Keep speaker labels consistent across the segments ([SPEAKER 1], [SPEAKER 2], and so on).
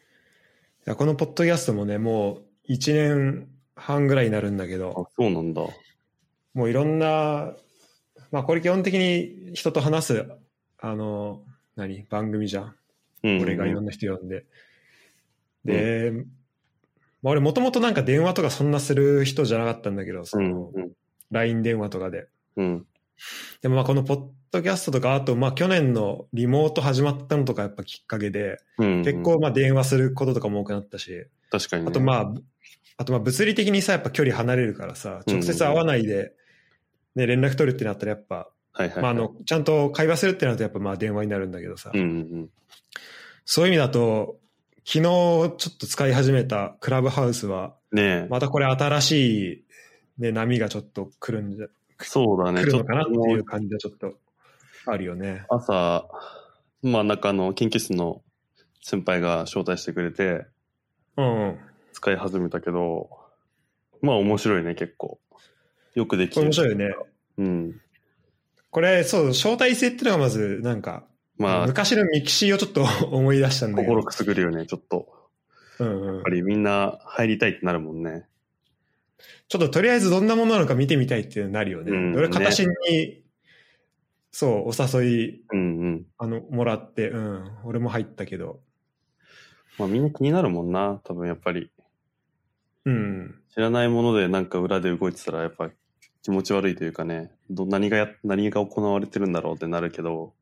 [SPEAKER 1] いやこのポッドキャストもね、もう1年半ぐらいになるんだけ
[SPEAKER 2] あ
[SPEAKER 1] ど、、
[SPEAKER 2] そうなんだ。
[SPEAKER 1] もういろんな、まあこれ基本的に人と話す、あの、何、番組じゃん。
[SPEAKER 2] うん。
[SPEAKER 1] 俺がいろ
[SPEAKER 2] うん
[SPEAKER 1] な人呼んで。で、まあ、俺もともとなんか電話とかそんなする人じゃなかったんだけど、そ
[SPEAKER 2] ん
[SPEAKER 1] の、
[SPEAKER 2] うん。
[SPEAKER 1] LINE 電話とかで。
[SPEAKER 2] うん。
[SPEAKER 1] でもまあこのポッドキャストとか、あとまあ去年のリモート始まったのとかやっぱきっかけで、
[SPEAKER 2] うん。
[SPEAKER 1] 結構、まあ電話することとかも多くなったし、
[SPEAKER 2] 確かに、ね。
[SPEAKER 1] あとまあ、あとまあ物理的にさ、やっぱ距離離れるからさ、直接会わないで、ね、連絡取るってなったらやっぱ、
[SPEAKER 2] あ、はいはいはい、
[SPEAKER 1] まああの、ちゃんと会話するってなるとやっぱまあ電話になるんだけどさ
[SPEAKER 2] う、んうん
[SPEAKER 1] そういう意味だと、昨日ちょっと使い始めたクラブハウスは、
[SPEAKER 2] うん。ねえ。
[SPEAKER 1] またこれ新しい、ね、波がちょっと来るんじゃ、
[SPEAKER 2] そうだね。
[SPEAKER 1] 来るのかなって
[SPEAKER 2] ちょと
[SPEAKER 1] い
[SPEAKER 2] も
[SPEAKER 1] う感じはちょっとあるよね。
[SPEAKER 2] 朝、まあなんかあの、研究室の先輩が招待してくれて、
[SPEAKER 1] うんうん。
[SPEAKER 2] 使い始めたけど、まあ面白いね、結構。よくでき
[SPEAKER 1] こ
[SPEAKER 2] て
[SPEAKER 1] れ
[SPEAKER 2] る。
[SPEAKER 1] 面白いよね。。
[SPEAKER 2] うん。
[SPEAKER 1] これ、そう、招待制っていうのがまず、なんか、
[SPEAKER 2] まあ、
[SPEAKER 1] 昔のミキシーをちょっと思い出したんだけ
[SPEAKER 2] 心
[SPEAKER 1] ど。
[SPEAKER 2] くすぐるよね、ちょっと。
[SPEAKER 1] うんうん
[SPEAKER 2] やっぱ、りみんな入りたいってなるもんね。
[SPEAKER 1] ちょっととりあえずどんなものなのか見てみたいっていうのになるよね。
[SPEAKER 2] うん
[SPEAKER 1] 俺、形に、そう、お誘い、
[SPEAKER 2] うんうん。
[SPEAKER 1] あの、もらって、うん、俺も入ったけど、
[SPEAKER 2] まあみんな気になるもんな、多分やっぱり。
[SPEAKER 1] うん、
[SPEAKER 2] 知らないものでなんか裏で動いてたらやっぱ気持ち悪いというかね、ど何がや、何が行われてるんだろうってなるけど、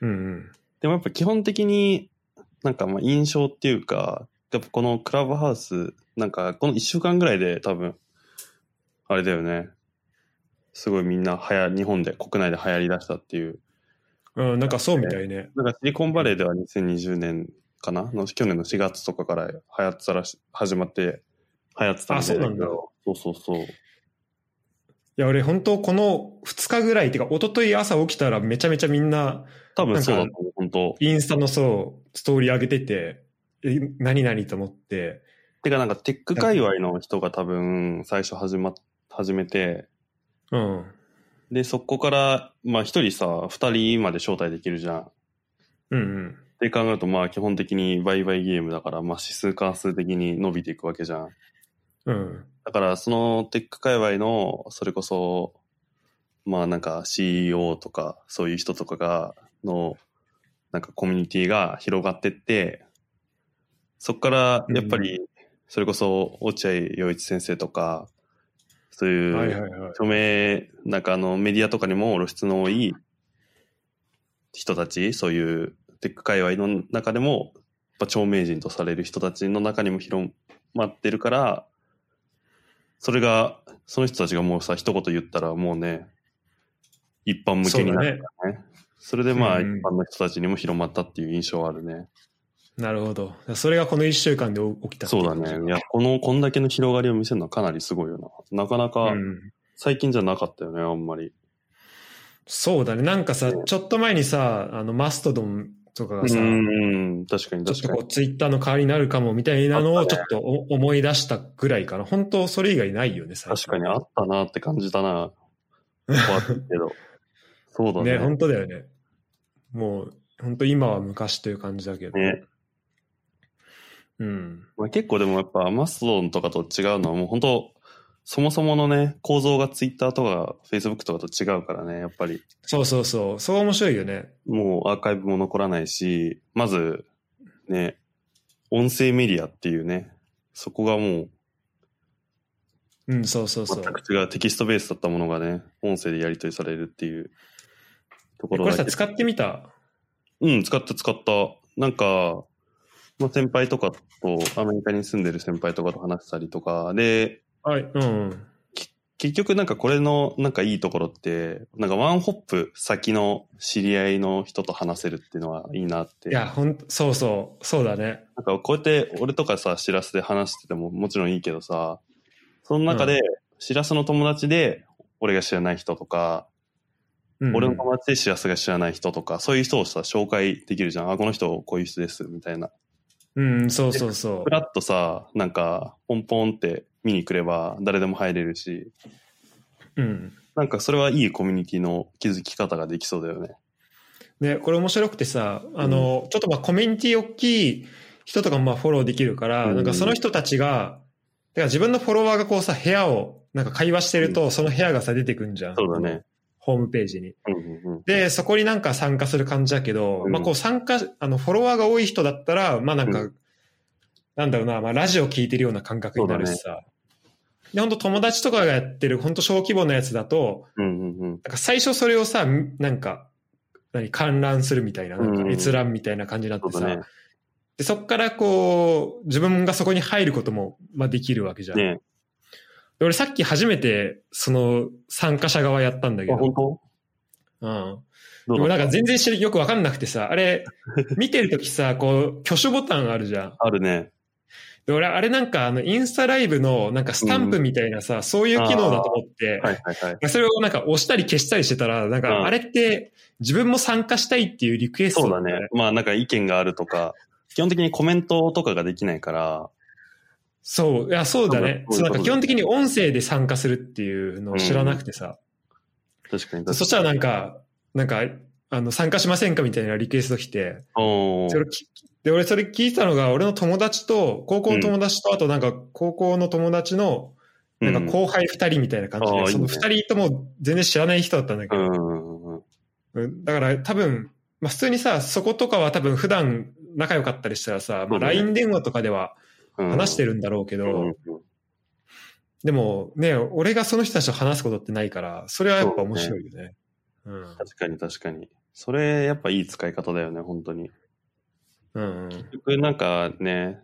[SPEAKER 1] うん、うん、
[SPEAKER 2] でもやっぱ基本的になんかまあ印象っていうか、やっぱこのクラブハウス、なんかこの1週間ぐらいで多分、あれだよね。すごいみんな流行、日本で、国内で流行り出したっていう。
[SPEAKER 1] うん、なんかそうみたいね。
[SPEAKER 2] なんかシリコンバレーでは2020年かなの去年の4月とかから流行ってたらし、始まって流行ってたみたいけ
[SPEAKER 1] あ
[SPEAKER 2] ど。そうそうそう。
[SPEAKER 1] いや、俺、本当この2日ぐらい、てか、一昨日朝起きたらめちゃめちゃみんな、
[SPEAKER 2] 多分そうだと
[SPEAKER 1] なん
[SPEAKER 2] 思う、本当
[SPEAKER 1] インスタのそう、ストーリー上げてて、え、何々と思って、
[SPEAKER 2] てかなんかテック界隈の人が多分最初始まっ、始めて、
[SPEAKER 1] うん、
[SPEAKER 2] で、そこから、まあ一人さ、二人まで招待できるじゃん。っ
[SPEAKER 1] うん、うん、
[SPEAKER 2] て考えると、まあ基本的に売買ゲームだから、まあ指数関数的に伸びていくわけじゃん。
[SPEAKER 1] うん、
[SPEAKER 2] だから、そのテック界隈の、それこそ、まあなんか CEO とか、そういう人とかが、の、なんかコミュニティが広がってって、そこから、やっぱり、それこそ、落合陽一先生とか、そうい
[SPEAKER 1] はいうはいはい。
[SPEAKER 2] 著名、なんかあのメディアとかにも露出の多い人たち、そういうテック界隈の中でも、やっぱ著名人とされる人たちの中にも広まってるから、それが、その人たちがもうさ、一言言ったらもうね、一般向
[SPEAKER 1] そ
[SPEAKER 2] け
[SPEAKER 1] う
[SPEAKER 2] に
[SPEAKER 1] だ
[SPEAKER 2] なる。そ,、
[SPEAKER 1] ね。
[SPEAKER 2] れでまあ、
[SPEAKER 1] う
[SPEAKER 2] 一
[SPEAKER 1] んうん
[SPEAKER 2] 般の人たちにも広まったっていう印象はあるね。
[SPEAKER 1] なるほど。それがこの1週間で起きたって
[SPEAKER 2] そ
[SPEAKER 1] いうこ
[SPEAKER 2] だ
[SPEAKER 1] と
[SPEAKER 2] ね。いや、この、こんだけの広がりを見せるのはかなりすごいよな。なかなか、
[SPEAKER 1] うん。
[SPEAKER 2] 最近じゃなかったよね、あんまり。
[SPEAKER 1] そうだね。なんかさ、ちょっと前にさ、あの、マストドンとか
[SPEAKER 2] う
[SPEAKER 1] がさ、
[SPEAKER 2] ん、確かに
[SPEAKER 1] ちょっ
[SPEAKER 2] 確
[SPEAKER 1] と
[SPEAKER 2] か
[SPEAKER 1] こ
[SPEAKER 2] に。
[SPEAKER 1] う、ツイッターの代わりになるかもみたいなの
[SPEAKER 2] あ
[SPEAKER 1] を
[SPEAKER 2] っ
[SPEAKER 1] ち
[SPEAKER 2] た
[SPEAKER 1] ょっとお思い出したぐらいかな。本当、それ以外ないよね、最
[SPEAKER 2] 確かにあったなって感じだ な。怖いけど。そうだ
[SPEAKER 1] ね
[SPEAKER 2] ね。
[SPEAKER 1] 本当だよね。もう、本当今は昔という感じだけど。
[SPEAKER 2] ね
[SPEAKER 1] うん。
[SPEAKER 2] まあ、結構でもやっぱマスドンとかと違うのはもう本当そもそものね、構造がツイッターとかフェイスブックとかと違うからね、やっぱり。
[SPEAKER 1] そうそうそう。そう面白いよね。
[SPEAKER 2] もうアーカイブも残らないし、まず、ね、音声メディアっていうね、そこがもう
[SPEAKER 1] うん、そうそうそ
[SPEAKER 2] 全
[SPEAKER 1] う。
[SPEAKER 2] く違うテキストベースだったものがね、音声でやり取りされるっていうとこ
[SPEAKER 1] え
[SPEAKER 2] ろ
[SPEAKER 1] こ
[SPEAKER 2] だ
[SPEAKER 1] れさ、
[SPEAKER 2] け
[SPEAKER 1] 使ってみた
[SPEAKER 2] うん、使った使った。なんか、まあ、先輩とかと、アメリカに住んでる先輩とかと話したりとか、で、
[SPEAKER 1] はい。うん。
[SPEAKER 2] 結局なんかこれのなんかいいところって、なんかワンホップ先の知り合いの人と話せるっていうのはいいなって。
[SPEAKER 1] いや、ほんと、そうそう。そうだね。
[SPEAKER 2] なんかこうやって俺とかさ、シラスで話しててももちろんいいけどさ、その中で、シラスの友達で俺が知らない人とか、
[SPEAKER 1] うん、
[SPEAKER 2] 俺の友達でシラスが知らない人とか、そういう人をさ、紹介できるじゃん。あ、この人こういう人です、みたいな。
[SPEAKER 1] うん、そうそうそ
[SPEAKER 2] ふらっとさ、なんか、ポンポンって見に来れば誰でも入れるし、
[SPEAKER 1] う。うん。
[SPEAKER 2] なんかそれはいいコミュニティの築き方ができそうだよね。
[SPEAKER 1] ね、これ面白くてさ、あの、ちょっとまあコミュニティ大きい人とかもまあフォローできるから、
[SPEAKER 2] うん
[SPEAKER 1] なんかその人たちが、だから自分のフォロワーがこうさ、部屋を、なんか会話してると、その部屋がさ、出てくんじゃん。
[SPEAKER 2] そうだね。
[SPEAKER 1] ホームページに。
[SPEAKER 2] うんうんうん、
[SPEAKER 1] で、そこになんか参加する感じだけど、
[SPEAKER 2] うん
[SPEAKER 1] まあこう参加、あの、フォロワーが多い人だったら、まあなんか、
[SPEAKER 2] う
[SPEAKER 1] なんだろうな、まあラジオ聞いてるような感覚になるしさ。で、ほんと友達とかがやってる、ほんと小規模なやつだと、
[SPEAKER 2] うんうん
[SPEAKER 1] なんか最初それをさ、なんか、何、観覧するみたいな、なん
[SPEAKER 2] う
[SPEAKER 1] か
[SPEAKER 2] ん
[SPEAKER 1] 閲覧みたいな感じになっ
[SPEAKER 2] うん。
[SPEAKER 1] て
[SPEAKER 2] そ
[SPEAKER 1] さ、
[SPEAKER 2] うだね。
[SPEAKER 1] でそっからこう、自分がそこに入ることも、まあできるわけじゃん。
[SPEAKER 2] ね
[SPEAKER 1] で俺さっき初めて、その、参加者側やったんだけ
[SPEAKER 2] あ、本
[SPEAKER 1] ど、
[SPEAKER 2] 当
[SPEAKER 1] うん。
[SPEAKER 2] ど
[SPEAKER 1] でも
[SPEAKER 2] うだ
[SPEAKER 1] な
[SPEAKER 2] っ
[SPEAKER 1] んか全然知りよくわかんなくてさ、あ れ、見てるときさ、こう、挙手ボタンあるじゃん。
[SPEAKER 2] たあるね。
[SPEAKER 1] で、俺、あれなんか、あの、インスタライブの、なんかスタンプみたいなさ、そういう機能だと思って、
[SPEAKER 2] はいはいはい。
[SPEAKER 1] それをなんか押したり消したりしてたら、なん
[SPEAKER 2] う
[SPEAKER 1] か、
[SPEAKER 2] ん
[SPEAKER 1] あれって、自分も参加したいっていうリクエスト
[SPEAKER 2] そうだね。。まあなんか意見があるとか、基本的にコメントとかができないから、
[SPEAKER 1] そう、いや、そうだね。
[SPEAKER 2] そう
[SPEAKER 1] そう
[SPEAKER 2] だ
[SPEAKER 1] なんか基本的に音声で参加するっていうのを知らなくてさ、
[SPEAKER 2] 確かに確かに。
[SPEAKER 1] そしたらなんか、なんか、あの、参加しませんかみたいなリクエスト来て、
[SPEAKER 2] おー、
[SPEAKER 1] それきで、俺それ聞いたのが、俺の友達と、高校の友達と、あとなんか、高校の友達の、
[SPEAKER 2] う
[SPEAKER 1] なんか後輩二人みたいな感じ
[SPEAKER 2] あ
[SPEAKER 1] で、
[SPEAKER 2] あ
[SPEAKER 1] その
[SPEAKER 2] いいね
[SPEAKER 1] 二人とも全然知らない人だったんだけ
[SPEAKER 2] う
[SPEAKER 1] ど、
[SPEAKER 2] んうんうんうん。
[SPEAKER 1] うんだから多分、まあ普通にさ、そことかは多分普段仲良かったりしたらさ、ま
[SPEAKER 2] そ
[SPEAKER 1] あ
[SPEAKER 2] うだね
[SPEAKER 1] LINE 電話とかでは
[SPEAKER 2] うん
[SPEAKER 1] 話してるんだろうけ
[SPEAKER 2] うんうん
[SPEAKER 1] ど、でもね、俺がその人たちと話すことってないから、それはやっぱ面白いよね。うん。
[SPEAKER 2] 確かに確かに。それ、やっぱいい使い方だよね、本当に。
[SPEAKER 1] うんうん。
[SPEAKER 2] 結局なんかね、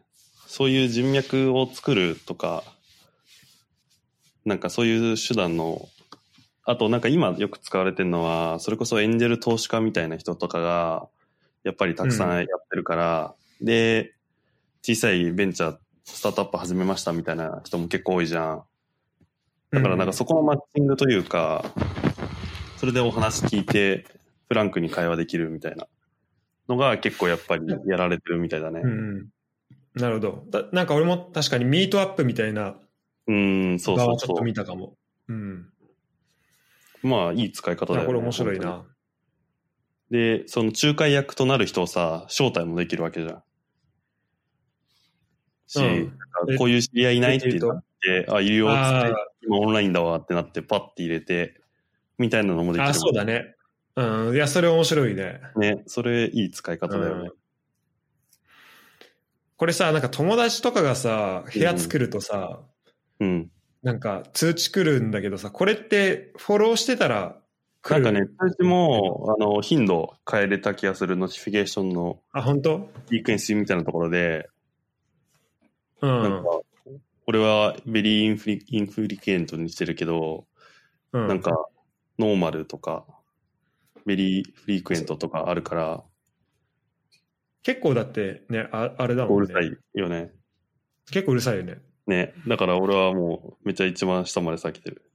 [SPEAKER 2] そういう人脈を作るとか、なんかそういう手段の、あとなんか今よく使われてるのは、それこそエンジェル投資家みたいな人とかが、やっぱりたくさんやってるから、で、小さいベンチャー、スタートアップ始めましたみたいな人も結構多いじゃん。だからなんかそこのマッチングというか、それでお話聞いて、フランクに会話できるみたいなのが結構やっぱりやられてるみたいだね。
[SPEAKER 1] うんうん。なるほど。だなんか俺も確かにミートアップみたいな
[SPEAKER 2] うん、そう
[SPEAKER 1] 場
[SPEAKER 2] そ
[SPEAKER 1] は
[SPEAKER 2] う
[SPEAKER 1] ちょっ
[SPEAKER 2] そ
[SPEAKER 1] と見たかも。うん。
[SPEAKER 2] う。まあ、いい使い方だよ、ね。
[SPEAKER 1] これ面白い
[SPEAKER 2] 本
[SPEAKER 1] な。
[SPEAKER 2] 当に。で、その仲介役となる人をさ、招待もできるわけじゃん。し、
[SPEAKER 1] うん
[SPEAKER 2] なんかこういう知り合いいないって言って、あ、いるよっつっ
[SPEAKER 1] あ
[SPEAKER 2] て、今オンラインだわってなって、パッて入れて、みたいなのもでき
[SPEAKER 1] ー
[SPEAKER 2] る。
[SPEAKER 1] あ、そうだ。ね。うん。いや、それ面白いね。
[SPEAKER 2] ね、それいい使い方だよ
[SPEAKER 1] う
[SPEAKER 2] ね
[SPEAKER 1] ん。これさ、なんか友達とかがさ、部屋作るとさ、
[SPEAKER 2] うん
[SPEAKER 1] なんか通知来るんだけどさ、これってフォローしてたら来
[SPEAKER 2] なん
[SPEAKER 1] る
[SPEAKER 2] かね、私も、あの、頻度変えれた気がする、ノティフィケーションの
[SPEAKER 1] あ、本当
[SPEAKER 2] リクエンスみたいなところで、
[SPEAKER 1] う
[SPEAKER 2] なん
[SPEAKER 1] ん
[SPEAKER 2] か。、俺はベリーインフリインフリケントにしてるけど、
[SPEAKER 1] うん
[SPEAKER 2] なんか、ノーマルとか、ベリーフリークエントとかあるから、
[SPEAKER 1] 結構だってね、ああれだも
[SPEAKER 2] うんる
[SPEAKER 1] ね
[SPEAKER 2] さ。いよね。
[SPEAKER 1] 結構うるさいよね。
[SPEAKER 2] ね。だから俺はもう、めっちゃ一番下まで避けてる。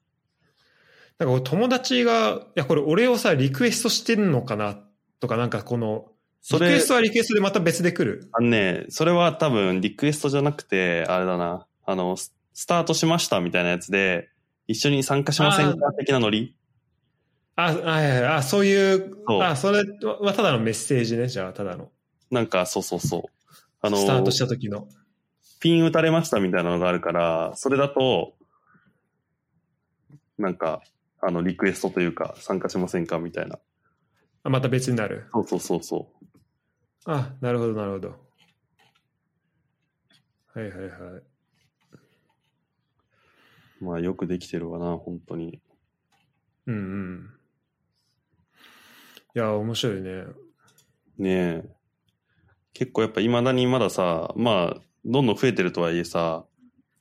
[SPEAKER 1] なんか俺友達が、いや、これ俺をさ、リクエストしてんのかなとか、なんかこの、リ
[SPEAKER 2] そ
[SPEAKER 1] クエ
[SPEAKER 2] れ
[SPEAKER 1] ス、トはリクエストでまた別で来る。
[SPEAKER 2] あのね、それは多分、リクエストじゃなくて、あれだな、あの、ススタートしましたみたいなやつで、一緒に参加しませんか的なノリ
[SPEAKER 1] あ、はいはいはいあ、そういう、
[SPEAKER 2] そう
[SPEAKER 1] あ、それはただのメッセージね、じゃあ、ただの。
[SPEAKER 2] なんか、そうそうそう。あの、
[SPEAKER 1] スタートした時の。
[SPEAKER 2] ピン打たれましたみたいなのがあるから、それだと、なんか、あの、リクエストというか、参加しませんかみたいな。
[SPEAKER 1] あ、また別になる。
[SPEAKER 2] そうそうそうそ
[SPEAKER 1] あ、なるほど、なるほど。はいはいはい。
[SPEAKER 2] う。まあ、よくできてるわな、本当に。
[SPEAKER 1] うんうん。いや、面白いね。
[SPEAKER 2] ねえ。結構やっぱ未だにまださ、まあ、どんどん増えてるとはいえさ、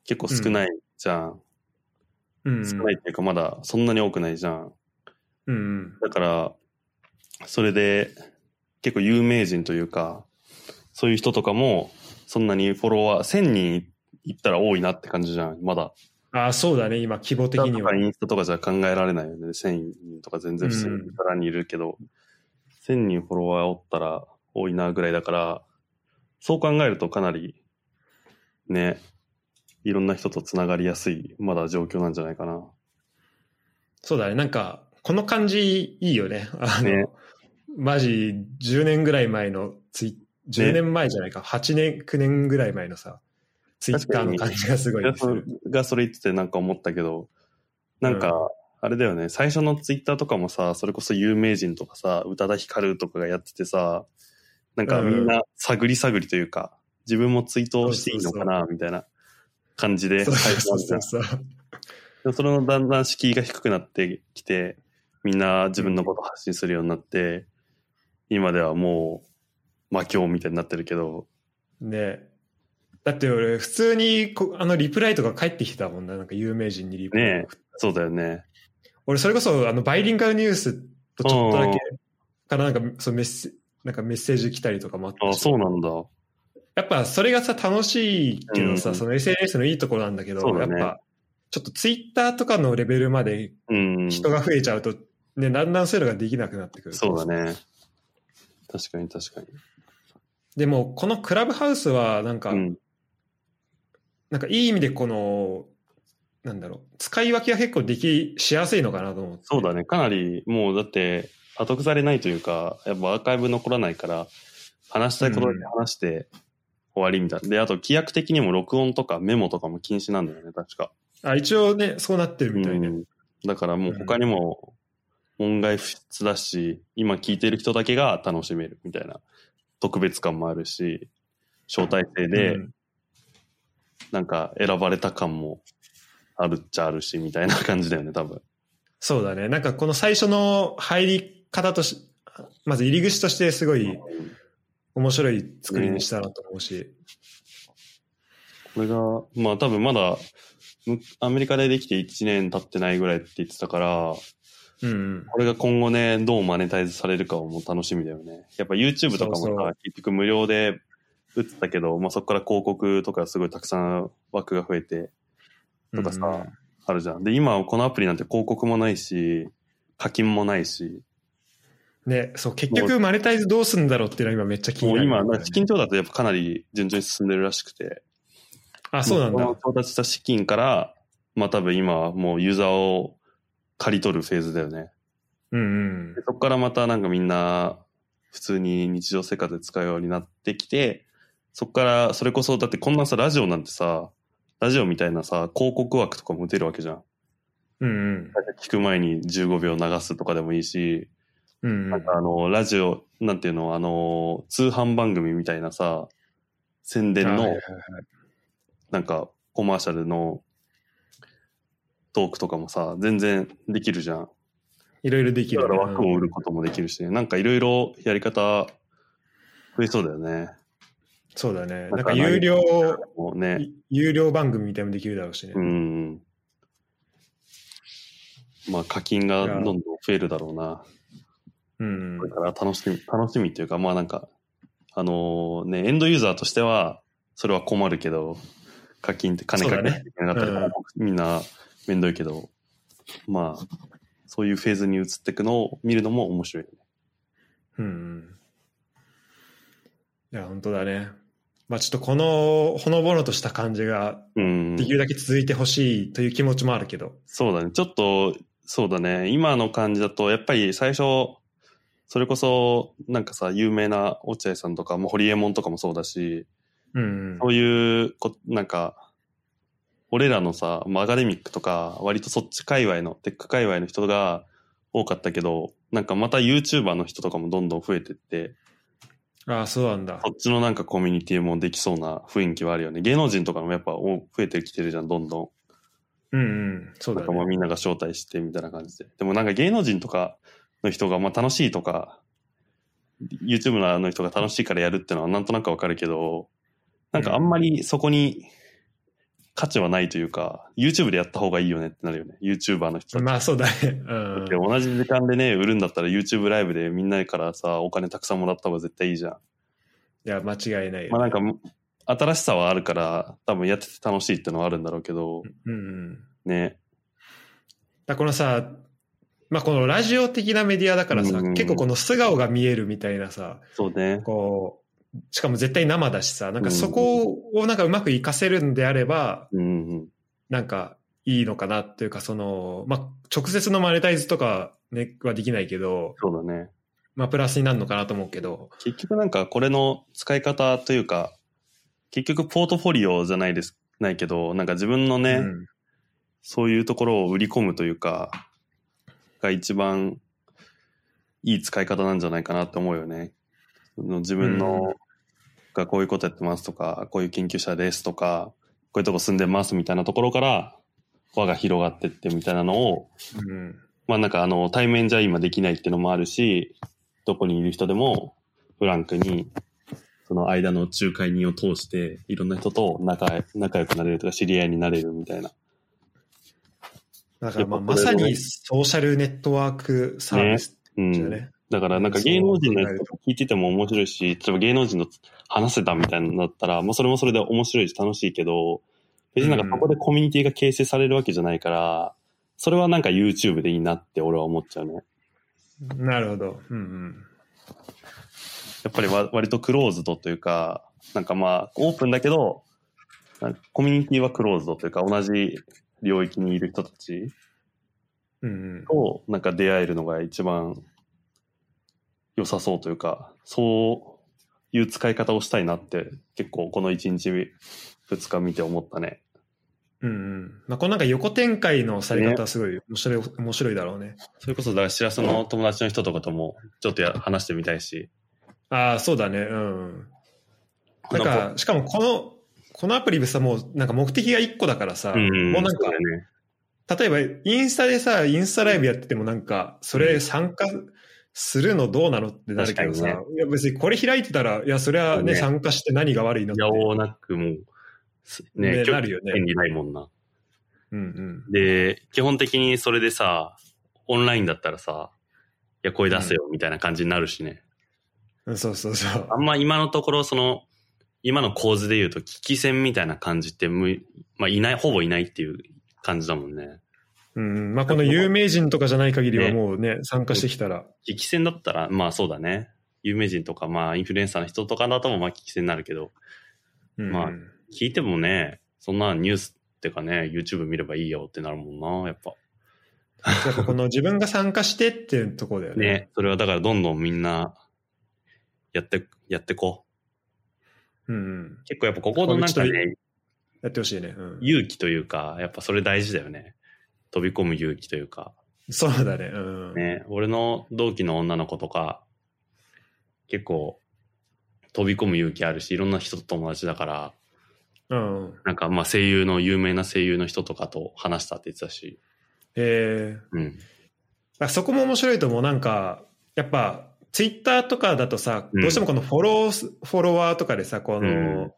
[SPEAKER 2] 結構少ないじゃん。
[SPEAKER 1] うん、うん。
[SPEAKER 2] 少ないっていうか、まだそんなに多くないじゃん。
[SPEAKER 1] うんうん。
[SPEAKER 2] だから、それで結構有名人というか、そういう人とかも、そんなにフォロワー、1000人いったら多いなって感じじゃん、まだ。
[SPEAKER 1] あ、そうだね、今、規模的
[SPEAKER 2] と
[SPEAKER 1] には
[SPEAKER 2] か。インスタとかじゃ考えられないよね。1000人とか全然普通
[SPEAKER 1] う
[SPEAKER 2] に
[SPEAKER 1] ん
[SPEAKER 2] さらにいるけど、1000人フォロワーおったら多いなぐらいだから、そう考えるとかなり、ね、いろんな人とつながりやすい、まだ状況なんじゃないかな。
[SPEAKER 1] そうだね、なんか、この感じいいよね。あの、
[SPEAKER 2] ね
[SPEAKER 1] マジ、10年ぐらい前のツイ10年前じゃないか、8年、9年ぐらい前のさ、ツイッターの感じがすごいする。
[SPEAKER 2] がそれ言っててなんか思ったけど、なんか、あれだよね、最初のツイッターとかもさ、それこそ有名人とかさ、宇多田ヒカルとかがやっててさ、なんか
[SPEAKER 1] うん
[SPEAKER 2] みんな探り探りというか、自分もツイートしていいのかな、みたいな感じで
[SPEAKER 1] そう
[SPEAKER 2] 始まるじゃ
[SPEAKER 1] そうそ
[SPEAKER 2] ん
[SPEAKER 1] うそう。
[SPEAKER 2] でもそれのだんだん敷居が低くなってきて、みんな自分のことを発信するようになって、今ではもう、魔境みたいになってるけど、
[SPEAKER 1] ねえだって俺、普通にこあのリプライとか返ってきてたもんな、なんか有名人にリプライ。
[SPEAKER 2] ねえそうだよね。
[SPEAKER 1] 俺、それこそあのバイリンガルニュースとちょっとだけからなんかそうメッセなんかメッセージ来たりとかもあった
[SPEAKER 2] あ、
[SPEAKER 1] し
[SPEAKER 2] そうなんだ。
[SPEAKER 1] やっぱそれがさ、楽しいけどさ、
[SPEAKER 2] うん
[SPEAKER 1] その SNS のいいところなんだけど、
[SPEAKER 2] そう
[SPEAKER 1] や
[SPEAKER 2] だ
[SPEAKER 1] っ
[SPEAKER 2] ね
[SPEAKER 1] ぱ、ちょっとツイッターとかのレベルまで
[SPEAKER 2] うん。
[SPEAKER 1] 人が増えちゃうと、ね、だんだんそういうのができなくなってくる。
[SPEAKER 2] そうだね。確かに確かに。
[SPEAKER 1] でも、このクラブハウスは、なんか、
[SPEAKER 2] うん。
[SPEAKER 1] なんかいい意味でこの、なんだろう、使い分けが結構でき、しやすいのかなと思って。
[SPEAKER 2] そうだね。かなり、もうだって、後腐れないというか、やっぱアーカイブ残らないから、話したいことだけ話して終わりみたいな。で、あと規約的にも録音とかメモとかも禁止なんだよね、確か。
[SPEAKER 1] あ、一応ね、そうなってるみたいで。
[SPEAKER 2] うんだからもう他にも、門外不出だし、今聞いてる人だけが楽しめるみたいな特別感もあるし、招待制で
[SPEAKER 1] うん
[SPEAKER 2] なんか選ばれた感もあるっちゃあるし、みたいな感じだよね、多分。
[SPEAKER 1] そうだね。なんかこの最初の入り方とし、まず入り口としてすごい面白い作りにしたなと思うし。
[SPEAKER 2] これが、まあ多分まだ、むアメリカでできて1年経ってないぐらいって言ってたから、
[SPEAKER 1] うんうん。
[SPEAKER 2] これが今後ね、どうマネタイズされるかをもう楽しみだよね。やっぱ YouTube とかもさ、
[SPEAKER 1] そうそう
[SPEAKER 2] 結局無料で打ってたけど、まあそこから広告とかすごいたくさん枠が増えてとかさ、
[SPEAKER 1] うんうん
[SPEAKER 2] あるじゃん。で、今このアプリなんて広告もないし、課金もないし、
[SPEAKER 1] ね、そう、結局マネタイズどうすんだろうっていうのは今めっちゃ気に
[SPEAKER 2] も
[SPEAKER 1] な
[SPEAKER 2] う
[SPEAKER 1] る。
[SPEAKER 2] 今、なんか資金調達やっぱかなり順調に進んでるらしくて、
[SPEAKER 1] あ、そうなん
[SPEAKER 2] も
[SPEAKER 1] だ
[SPEAKER 2] う。この調達した資金から、まあ多分今はもうユーザーを借り取るフェーズだよね。
[SPEAKER 1] うんうん
[SPEAKER 2] で。そこからまたなんかみんな普通に日常生活で使うようになってきて、そこからそれこそだってこんなさラジオなんてさ、ラジオみたいなさ広告枠とかも打てるわけじゃん。
[SPEAKER 1] うん
[SPEAKER 2] 聞く前に15秒流すとかでもいいし、
[SPEAKER 1] うん。うんう
[SPEAKER 2] なん
[SPEAKER 1] ん。
[SPEAKER 2] かあのラジオなんていうのあの通販番組みたいなさ宣伝
[SPEAKER 1] はいはい
[SPEAKER 2] の
[SPEAKER 1] はい
[SPEAKER 2] なんかコマーシャルのトークとかもさ全然できるじゃん。
[SPEAKER 1] いろいろできる
[SPEAKER 2] だ
[SPEAKER 1] ね。
[SPEAKER 2] から枠を売ることもできるし、なんかいろいろやり方増えそうだよね。
[SPEAKER 1] そうだね。
[SPEAKER 2] な
[SPEAKER 1] なんん
[SPEAKER 2] か
[SPEAKER 1] か有料、
[SPEAKER 2] もうね。
[SPEAKER 1] 有料番組みたいなのもできるだろうしね。
[SPEAKER 2] うん。まあ課金がどんどん増えるだろうな。
[SPEAKER 1] うん
[SPEAKER 2] これ。から楽しみ、楽しみっていうか、まあなんか、あのーね、エンドユーザーとしては、それは困るけど、課金って金かけなきゃいけなかったり、
[SPEAKER 1] そうだね
[SPEAKER 2] みんなめんどいけど、まあ、そういうフェーズに移っていくのを見るのも面白いよね。
[SPEAKER 1] うんうん。いや、本当だね。まあちょっとこの、ほのぼのとした感じが、
[SPEAKER 2] うん。
[SPEAKER 1] できるだけ続いてほしいという気持ちもあるけど。
[SPEAKER 2] そうだね。ちょっと、そうだね。今の感じだと、やっぱり最初、それこそ、なんかさ、有名な落合さんとか、もうホリエモンとかもそうだし、
[SPEAKER 1] うん
[SPEAKER 2] そういうこ、なんか、俺らのさ、まあアカデミックとか、割とそっち界隈の、テック界隈の人が多かったけど、なんかまた YouTuber の人とかもどんどん増えてって、
[SPEAKER 1] うん。ああ、そうなんだ
[SPEAKER 2] そ。っちのなんかコミュニティもできそうな雰囲気はあるよね。芸能人とかもやっぱお増えてきてるじゃん、どんどん。
[SPEAKER 1] うんうん。そうだ
[SPEAKER 2] なんかまあ
[SPEAKER 1] ね。
[SPEAKER 2] みんなが招待してみたいな感じで。でもなんか芸能人とかの人がまあ楽しいとか、YouTube のあの人が楽しいからやるってのはなんとなくわかるけど、なんかあんまりそこに価値はないというか、YouTube でやった方がいいよねってなるよね。YouTuber の人たち。
[SPEAKER 1] まあそうだね。うん
[SPEAKER 2] で。同じ時間でね、売るんだったら YouTube ライブでみんなからさ、お金たくさんもらった方が絶対いいじゃん。
[SPEAKER 1] いや、間違いないよ。
[SPEAKER 2] まあなんか、新しさはあるから、多分やってて楽しいってのはあるんだろうけど、
[SPEAKER 1] うんうん。
[SPEAKER 2] ね。
[SPEAKER 1] だからこのさ、まあ、このラジオ的なメディアだからさ、
[SPEAKER 2] うん
[SPEAKER 1] 結構この素顔が見えるみたいなさ、
[SPEAKER 2] そうね。
[SPEAKER 1] こう、しかも絶対生だしさ、なんかそこをなんかうまく活かせるんであれば、
[SPEAKER 2] うんうん。
[SPEAKER 1] なんかいいのかなっていうか、その、まあ、直接のマネタイズとか、ね、はできないけど、
[SPEAKER 2] そうだね。
[SPEAKER 1] まあ、プラスになるのかなと思うけど、
[SPEAKER 2] 結局なんかこれの使い方というか、結局ポートフォリオじゃないです、ないけど、なんか自分のね、
[SPEAKER 1] うん
[SPEAKER 2] そういうところを売り込むというか、が一番いい使い方なんじゃないかなって思うよね。その自
[SPEAKER 1] う
[SPEAKER 2] 分のがこういうことやってますとか、こういう研究者ですとか、こういうとこ住んでますみたいなところから、輪が広がってってみたいなのを、
[SPEAKER 1] うん
[SPEAKER 2] まあなんかあの、対面じゃ今できないっていうのもあるし、どこにいる人でもフランクに、その間の仲介人を通して、いろんな人と仲仲良くなれるとか、知り合いになれるみたいな。
[SPEAKER 1] だからまあ
[SPEAKER 2] やっぱ
[SPEAKER 1] ま
[SPEAKER 2] これ
[SPEAKER 1] さ
[SPEAKER 2] もね
[SPEAKER 1] にソーシャルネットワークサービス
[SPEAKER 2] う
[SPEAKER 1] だよ
[SPEAKER 2] ん。
[SPEAKER 1] ね。
[SPEAKER 2] だからなんか芸能人のやつとか聞いてても面白いし、例えば芸能人の話せたみたいなのだったら、まあそれもそれで面白いし楽しいけど、別になんかそこでコミュニティが形成されるわけじゃないから、それはなんか YouTube でいいなって俺は思っちゃうね。
[SPEAKER 1] なるほど。うんうん。
[SPEAKER 2] やっぱ りわ割とクローズドというか、なんかまあオープンだけど、なんかコミュニティはクローズドというか同じ領域にいる人たち
[SPEAKER 1] うんうん、
[SPEAKER 2] となんか出会えるのが一番良さそうというかそういう使い方をしたいなって結構この1日2日見て思ったね
[SPEAKER 1] うんうんまあ、このなんか横展開のされ方はすごい面白い,、面白いだろうね。
[SPEAKER 2] それこそだからしらすの友達の人とかともちょっとや話してみたいし
[SPEAKER 1] ああ、そうだね。うん。な
[SPEAKER 2] な
[SPEAKER 1] んん
[SPEAKER 2] か
[SPEAKER 1] か、しかもこの、このアプリさ、もうなんか目的が1個だからさ、もうなん
[SPEAKER 2] そ
[SPEAKER 1] か
[SPEAKER 2] だ、よね
[SPEAKER 1] 例えばインスタでさ、インスタライブやっててもなんか、それ参加するのどうなのってなるけどさ、
[SPEAKER 2] 確か
[SPEAKER 1] いや別にこれ開いてたら、いや、それはね、
[SPEAKER 2] ね
[SPEAKER 1] 参加して何が悪いのっ
[SPEAKER 2] い
[SPEAKER 1] て。
[SPEAKER 2] やおうなくもうすね
[SPEAKER 1] ねなるよね
[SPEAKER 2] 権利ないもんな
[SPEAKER 1] うんうん。
[SPEAKER 2] で基本的にそれでさオンラインだったらさいや声出せよみたいな感じになるしね、
[SPEAKER 1] うんそうそうそう。
[SPEAKER 2] あんま今のところ、その、今の構図で言うと、危機戦みたいな感じってむ、まあ、いない、ほぼいないっていう感じだもんね。
[SPEAKER 1] うんうん。まあこの有名人とかじゃない限りは
[SPEAKER 2] ね
[SPEAKER 1] もうね、参加してきたら。
[SPEAKER 2] 危機戦だったら、まあそうだね。有名人とか、まあインフルエンサーの人とかだとも、まあ危機戦になるけど、
[SPEAKER 1] うんうん
[SPEAKER 2] まあ聞いてもね、そんなニュースっていうかね、YouTube 見ればいいよってなるもんな、やっぱ。
[SPEAKER 1] やっぱこの自分が参加してっていうとこだよね。
[SPEAKER 2] ね、それはだからどんどんみんな、やって、やってこう。
[SPEAKER 1] うんうん。
[SPEAKER 2] 結構やっぱここのなんか
[SPEAKER 1] こ
[SPEAKER 2] ね、
[SPEAKER 1] やってほしいね。うん、
[SPEAKER 2] 勇気というか、やっぱそれ大事だよね。飛び込む勇気というか。
[SPEAKER 1] そうだね。うん。
[SPEAKER 2] ね、俺の同期の女の子とか、結構、飛び込む勇気あるし、いろんな人と友達だから、
[SPEAKER 1] うん。
[SPEAKER 2] なんかまあ声優の、有名な声優の人とかと話したって言ってたし、
[SPEAKER 1] え
[SPEAKER 2] うん。
[SPEAKER 1] ー、あそこも面白いと思う。なんか、やっぱ、ツイッターとかだとさ、
[SPEAKER 2] うん
[SPEAKER 1] どうしてもこのフォローす、フォロワーとかでさ、この、
[SPEAKER 2] うん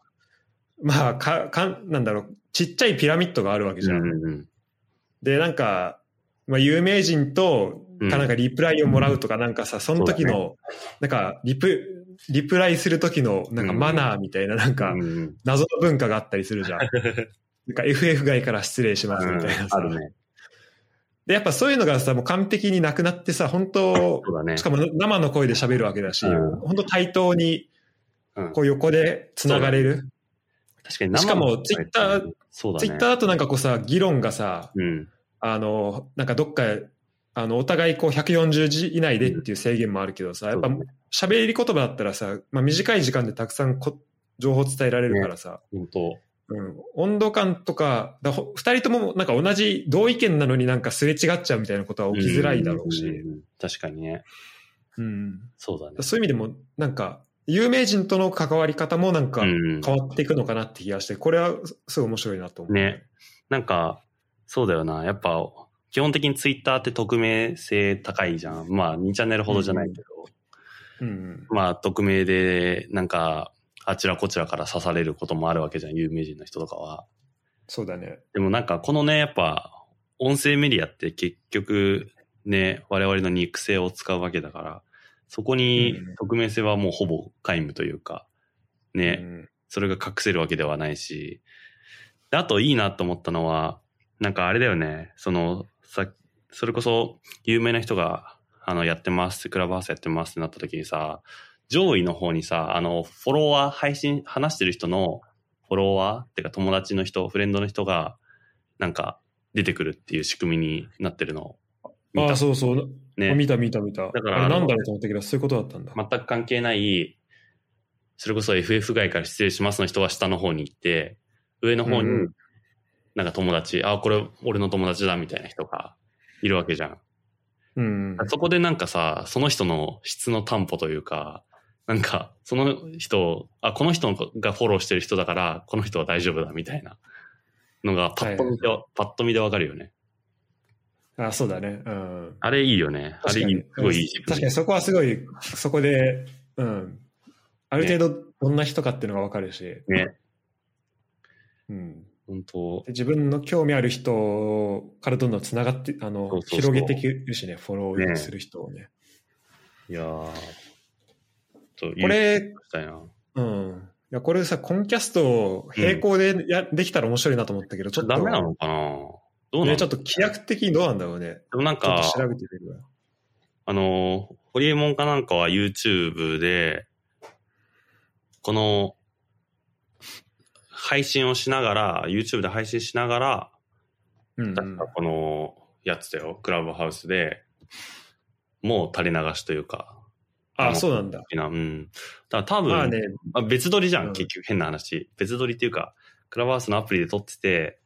[SPEAKER 1] まあ、か、かん、なんだろう、ちっちゃいピラミッドがあるわけじゃん。
[SPEAKER 2] うんうん
[SPEAKER 1] で、なんか、まあ、有名人と、
[SPEAKER 2] うん
[SPEAKER 1] かなんかリプライをもらうとか、なんかさ、その時の、なんか、リプ、リプライする時の、なんかマナーみたいな、なんか
[SPEAKER 2] う、んうん
[SPEAKER 1] 謎の文化があったりする じゃん。なんか FF 外から失礼しますみたいなさ。
[SPEAKER 2] あるね。
[SPEAKER 1] で、やっぱそういうのがさ、もう完璧になくなってさ、本当
[SPEAKER 2] そうだね
[SPEAKER 1] し。かも生の声で喋るわけだし、
[SPEAKER 2] うん
[SPEAKER 1] 本当対等に
[SPEAKER 2] うん
[SPEAKER 1] こう横で繋がれる。
[SPEAKER 2] 確かに生の
[SPEAKER 1] しかも Twitter
[SPEAKER 2] そうだね。
[SPEAKER 1] ツイッターだとなんかこうさ、議論がさ、
[SPEAKER 2] うん。
[SPEAKER 1] あの、なんかどっか、あの、お互いこう140字以内でっていう制限もあるけどさ、やっぱ
[SPEAKER 2] そうだね
[SPEAKER 1] 喋り言葉だったらさ、まあ短い時間でたくさんこ情報伝えられるからさ、
[SPEAKER 2] 本当。
[SPEAKER 1] うん、温度感とか、だほ二人ともなんか同じ同意見なのになんかすれ違っちゃうみたいなことは起きづらいだろう
[SPEAKER 2] うん
[SPEAKER 1] し、
[SPEAKER 2] うんうん。確かにね。
[SPEAKER 1] うん、
[SPEAKER 2] そうだね。
[SPEAKER 1] そういう意味でもなんか有名人との関わり方もなんか
[SPEAKER 2] うん
[SPEAKER 1] 変
[SPEAKER 2] うん
[SPEAKER 1] わっていくのかなって気がして、これはすすごい面白いなと思う。
[SPEAKER 2] ね。なんか、そうだよな。やっぱ、基本的にツイッターって匿名性高いじゃん。まあ、2チャンネルほどじゃないけど、
[SPEAKER 1] うんうん、
[SPEAKER 2] まあ、匿名で、なんか、あちらこちらから刺されることもあるわけじゃん、有名人の人とかは。
[SPEAKER 1] そうだね。
[SPEAKER 2] でもなんか、このね、やっぱ、音声メディアって結局、ね、我々の肉声を使うわけだから、そこに
[SPEAKER 1] うん
[SPEAKER 2] 匿名性はもうほぼ皆無というか、
[SPEAKER 1] う
[SPEAKER 2] ね、
[SPEAKER 1] ん、
[SPEAKER 2] それが隠せるわけではないし、であといいなと思ったのは、なんかあれだよね、その、さ、それこそ有名な人が、あの、やってます、クラブハウスやってますってなった時にさ、上位の方にさ、あの、フォロワー、配信、話してる人のフォロワーってか友達の人、フレンドの人が、なんか出てくるっていう仕組みになってるのを見
[SPEAKER 1] あ
[SPEAKER 2] た
[SPEAKER 1] あ、そうそう。
[SPEAKER 2] ね、
[SPEAKER 1] 見た見た見た。
[SPEAKER 2] だから
[SPEAKER 1] あれ
[SPEAKER 2] あの
[SPEAKER 1] なんだろうと思ったけど、そういうことだったんだ。
[SPEAKER 2] 全く関係ない、それこそ FF 外から失礼しますの人は下の方に行って、上の方
[SPEAKER 1] うんう
[SPEAKER 2] になんか友達、あ、これ俺の友達だみたいな人がいるわけじゃん。
[SPEAKER 1] うん。
[SPEAKER 2] そこでなんかさ、その人の質の担保というか、なんかその人を、あ、この人がフォローしてる人だから、この人は大丈夫だみたいなのがパッと見で、パッと見でわかるよね。
[SPEAKER 1] あそうだね。うん。
[SPEAKER 2] あれいいよね。あ
[SPEAKER 1] 確
[SPEAKER 2] れい
[SPEAKER 1] かに
[SPEAKER 2] いすごいいいし。
[SPEAKER 1] 確かにそこはすごい、そこで、うん。ある程度、どんな人かっていうのがわかるし。
[SPEAKER 2] ね
[SPEAKER 1] うん。
[SPEAKER 2] 本当
[SPEAKER 1] で自分の興味ある人からどんどんつながって、あの、
[SPEAKER 2] そうそうそう
[SPEAKER 1] 広げてくるしね、フォローする人をね。
[SPEAKER 2] いやーちょっと
[SPEAKER 1] これ、
[SPEAKER 2] したいな。
[SPEAKER 1] うん。いや、これさ、コンキャストを並行でや、できたら面白いなと思ったけど、ちょっと。
[SPEAKER 2] ダメなのかなどうなの
[SPEAKER 1] ね、ちょっと規約的にどうなんだろうね。
[SPEAKER 2] でもなん
[SPEAKER 1] ちょっ
[SPEAKER 2] か
[SPEAKER 1] と、調べてみるわ。
[SPEAKER 2] あのー、ホリエモンかなんかは YouTube で、この、配信をしながら、YouTube で配信しながら、
[SPEAKER 1] うん、
[SPEAKER 2] 確かこのやつだよ、クラブハウスで、もう垂れ流しというか、
[SPEAKER 1] あ、そうなんだ。
[SPEAKER 2] なうん。だから多分、
[SPEAKER 1] まあね、
[SPEAKER 2] あ別撮りじゃ
[SPEAKER 1] うん
[SPEAKER 2] ん、結局変な話。別撮りっていうか、クラブハウスのアプリで撮ってて、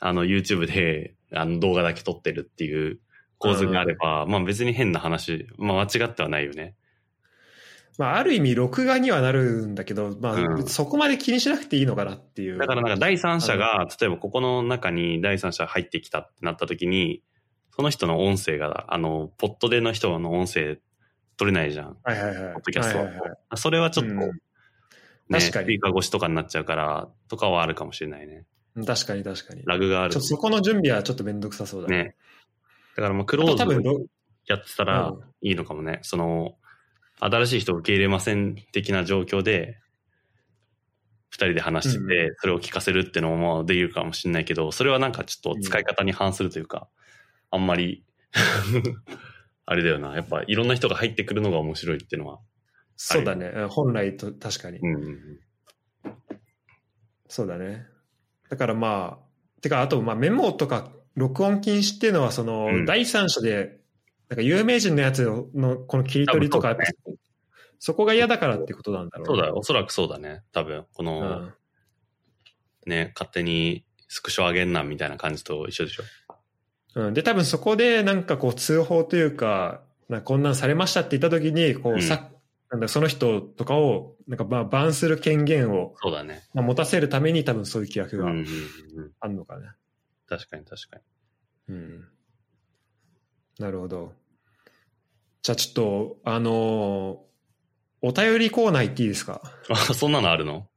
[SPEAKER 2] あの、YouTube で、あの、動画だけ撮ってるっていう構図があれば、まあ別に変な話、まあ間違ってはないよね。
[SPEAKER 1] まあ、ある意味、録画にはなるんだけど、まあ、
[SPEAKER 2] うん
[SPEAKER 1] そこまで気にしなくていいのかなっていう。
[SPEAKER 2] だからなんか第三者が、例えばここの中に第三者入ってきたってなった時に、その人の音声が、あの、ポットでの人の音声撮れないじゃん。
[SPEAKER 1] はいはいはい。
[SPEAKER 2] ポッドキャスト
[SPEAKER 1] はいはいはい
[SPEAKER 2] それはちょっと、
[SPEAKER 1] うん
[SPEAKER 2] ね
[SPEAKER 1] 確かに
[SPEAKER 2] スピーカー越しとかになっちゃうから、とかはあるかもしれないね。
[SPEAKER 1] うん確かに確かに。ちょ
[SPEAKER 2] ラグがあ
[SPEAKER 1] っ
[SPEAKER 2] る
[SPEAKER 1] と。そこの準備はちょっとめんどくさそうだね。
[SPEAKER 2] ね。だからまあク
[SPEAKER 1] あ
[SPEAKER 2] ロ
[SPEAKER 1] と
[SPEAKER 2] ー
[SPEAKER 1] 多分
[SPEAKER 2] ズ
[SPEAKER 1] ろ、
[SPEAKER 2] やってたら
[SPEAKER 1] うん
[SPEAKER 2] いいのかもね。その、新しい人を受け入れません的な状況で、二人で話して
[SPEAKER 1] う
[SPEAKER 2] て、それを聞かせるってのもまあできるかもしれないけど、それはなんかちょっと使い方に反するというか、あんまり、 あれだよな。やっぱいろんな人が入ってくるのが面白いっていうのは。
[SPEAKER 1] そうだね。うん本来と確かに。
[SPEAKER 2] うん。
[SPEAKER 1] そうだね。だからまあ、てか、あと、まあ、メモとか録音禁止っていうのは、その、
[SPEAKER 2] うん
[SPEAKER 1] 第三者で、なんか有名人のやつの、この切り取りとか、
[SPEAKER 2] 多分
[SPEAKER 1] そこが嫌だからってことなんだろうね
[SPEAKER 2] そうだよ。おそらくそうだね。多分、この、
[SPEAKER 1] うん
[SPEAKER 2] ね、勝手にスクショあげんなみたいな感じと一緒でしょ。
[SPEAKER 1] うん、で、多分そこでなんかこう通報というか、なんかこんなんされましたって言った時に、こ
[SPEAKER 2] う
[SPEAKER 1] う、
[SPEAKER 2] ん
[SPEAKER 1] さ、なんだ、その人とかを、なんかば、バンする権限を、
[SPEAKER 2] そうだね。
[SPEAKER 1] まあ、持たせるために多分そういう規約
[SPEAKER 2] うん
[SPEAKER 1] が
[SPEAKER 2] うんうん。
[SPEAKER 1] あるのかね。
[SPEAKER 2] 確かに確かに。
[SPEAKER 1] うん。なるほど。じゃあちょっと、あのーお便りコーナー行っていいですか
[SPEAKER 2] あ、 そんなのある の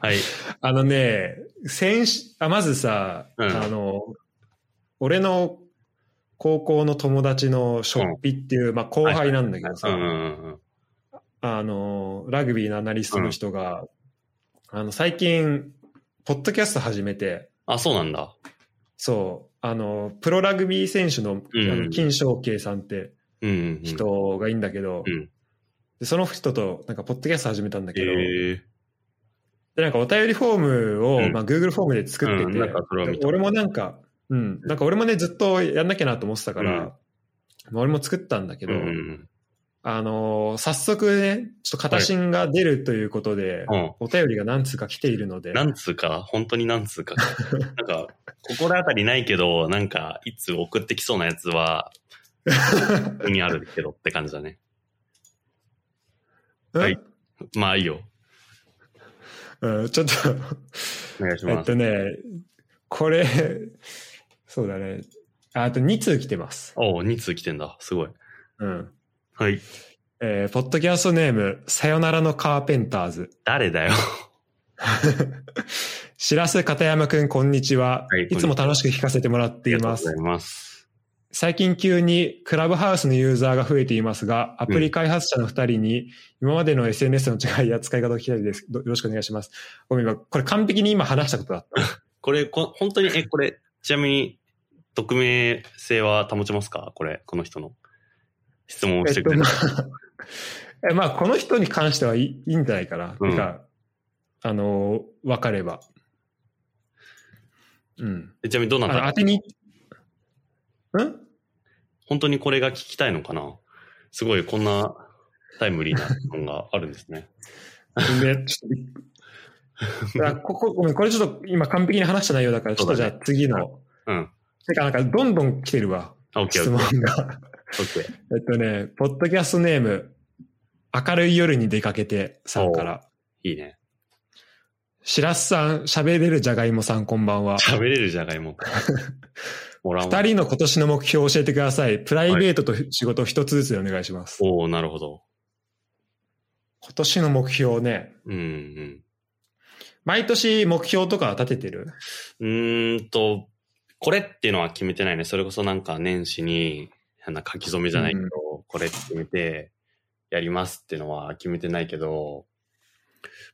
[SPEAKER 2] はい。
[SPEAKER 1] あのね、先しあ、まずさ、
[SPEAKER 2] うん
[SPEAKER 1] あの、俺の高校の友達のショッピっていう、まあ後輩なんだけどさ、
[SPEAKER 2] うんうんうん。
[SPEAKER 1] あの、ラグビーのアナリストの人が、あの、最近、ポッドキャスト始めて、
[SPEAKER 2] あ、そうなんだ。
[SPEAKER 1] そう、あの、プロラグビー選手の、あの金正慶さんって、
[SPEAKER 2] うんうんうん。
[SPEAKER 1] 人がいいんだけど、
[SPEAKER 2] うん
[SPEAKER 1] でその人となんかポッドキャスト始めたんだ
[SPEAKER 2] え
[SPEAKER 1] けど、
[SPEAKER 2] ー
[SPEAKER 1] でなんかお便りフォームを、
[SPEAKER 2] うん
[SPEAKER 1] まあ、Google フォームで作ってて、
[SPEAKER 2] うんなんかそれは見た
[SPEAKER 1] で俺もなんか、うん、なんか俺もねずっとやんなきゃなと思ってたから、
[SPEAKER 2] うん
[SPEAKER 1] まあ、俺も作ったんだけ
[SPEAKER 2] う
[SPEAKER 1] ど、
[SPEAKER 2] んうん
[SPEAKER 1] あのー早速ねちょっと片心が出るということで、
[SPEAKER 2] うん。うん。
[SPEAKER 1] お便りが何通か来ているので、
[SPEAKER 2] なんつうか、本当になんつ うか。なんか、心当たりないけど、なんか、いつ送ってきそうなやつ は、ここにあるけどって感じだね。
[SPEAKER 1] うん
[SPEAKER 2] はいまあいいよ。
[SPEAKER 1] うん、ちょっと
[SPEAKER 2] お願いし
[SPEAKER 1] えっ
[SPEAKER 2] ます。
[SPEAKER 1] とねこれそうだねああと2通来てます、
[SPEAKER 2] おお、2通来てんだ。すごい。
[SPEAKER 1] うん
[SPEAKER 2] はい。
[SPEAKER 1] えーポッドキャストネーム、さよならのカーペンターズ。
[SPEAKER 2] 誰だよ。
[SPEAKER 1] しらす片山くん、こんにちは、
[SPEAKER 2] はい
[SPEAKER 1] い。つも楽しく聞かせてもらってい
[SPEAKER 2] ありが
[SPEAKER 1] ま
[SPEAKER 2] とうご
[SPEAKER 1] す
[SPEAKER 2] ざ。います。
[SPEAKER 1] 最近急にクラブハウスのユーザーが増えていますが、アプリ開発者の二人に、今までの SNS の違いや使い方を聞きたいです。どよろしくお願いします。ごめん、今これ完璧に今話したことだった。
[SPEAKER 2] これ、こ本当に、え、これ、ちなみに、匿名性は保ちますかこれ、この人の質問をしてくれ
[SPEAKER 1] え
[SPEAKER 2] る
[SPEAKER 1] っと。まあ えまあ、この人に関してはいいいいんじゃないかな。
[SPEAKER 2] うん
[SPEAKER 1] てか、あのーわかれば。うん。
[SPEAKER 2] えちなみにどうな
[SPEAKER 1] あ
[SPEAKER 2] んだ
[SPEAKER 1] の当てに、ん
[SPEAKER 2] 本当にこれが聞きたいのかなすごい、こんなタイムリーな質問があるんですね。
[SPEAKER 1] で、ちょっ と、だからここ、ごめん、これちょっと今完璧に話した内容だから、ちょっとじゃあ次
[SPEAKER 2] そうだ
[SPEAKER 1] の。
[SPEAKER 2] うん。
[SPEAKER 1] てか、なんかどんどん来てるわ、
[SPEAKER 2] あ OK、
[SPEAKER 1] 質
[SPEAKER 2] OK、
[SPEAKER 1] 問 が。
[SPEAKER 2] OK。
[SPEAKER 1] えっとね、ポッドキャストネーム、明るい夜に出かけてさんから。
[SPEAKER 2] いいね。
[SPEAKER 1] しらすさん、喋れるじゃがいもさん、こんばんは。
[SPEAKER 2] 喋れるじゃがい も。もらおう。
[SPEAKER 1] 二人の今年の目標を教えてください。プライベートと仕事を一つずつでお願いします。
[SPEAKER 2] おおなるほど。
[SPEAKER 1] 今年の目標ね。
[SPEAKER 2] うん、うん。
[SPEAKER 1] 毎年目標とか立ててる
[SPEAKER 2] うーんと、これっていうのは決めてないね。それこそなんか年始に、あの書き初めじゃないけど、
[SPEAKER 1] うん
[SPEAKER 2] これって決めて、やりますっていうのは決めてないけど、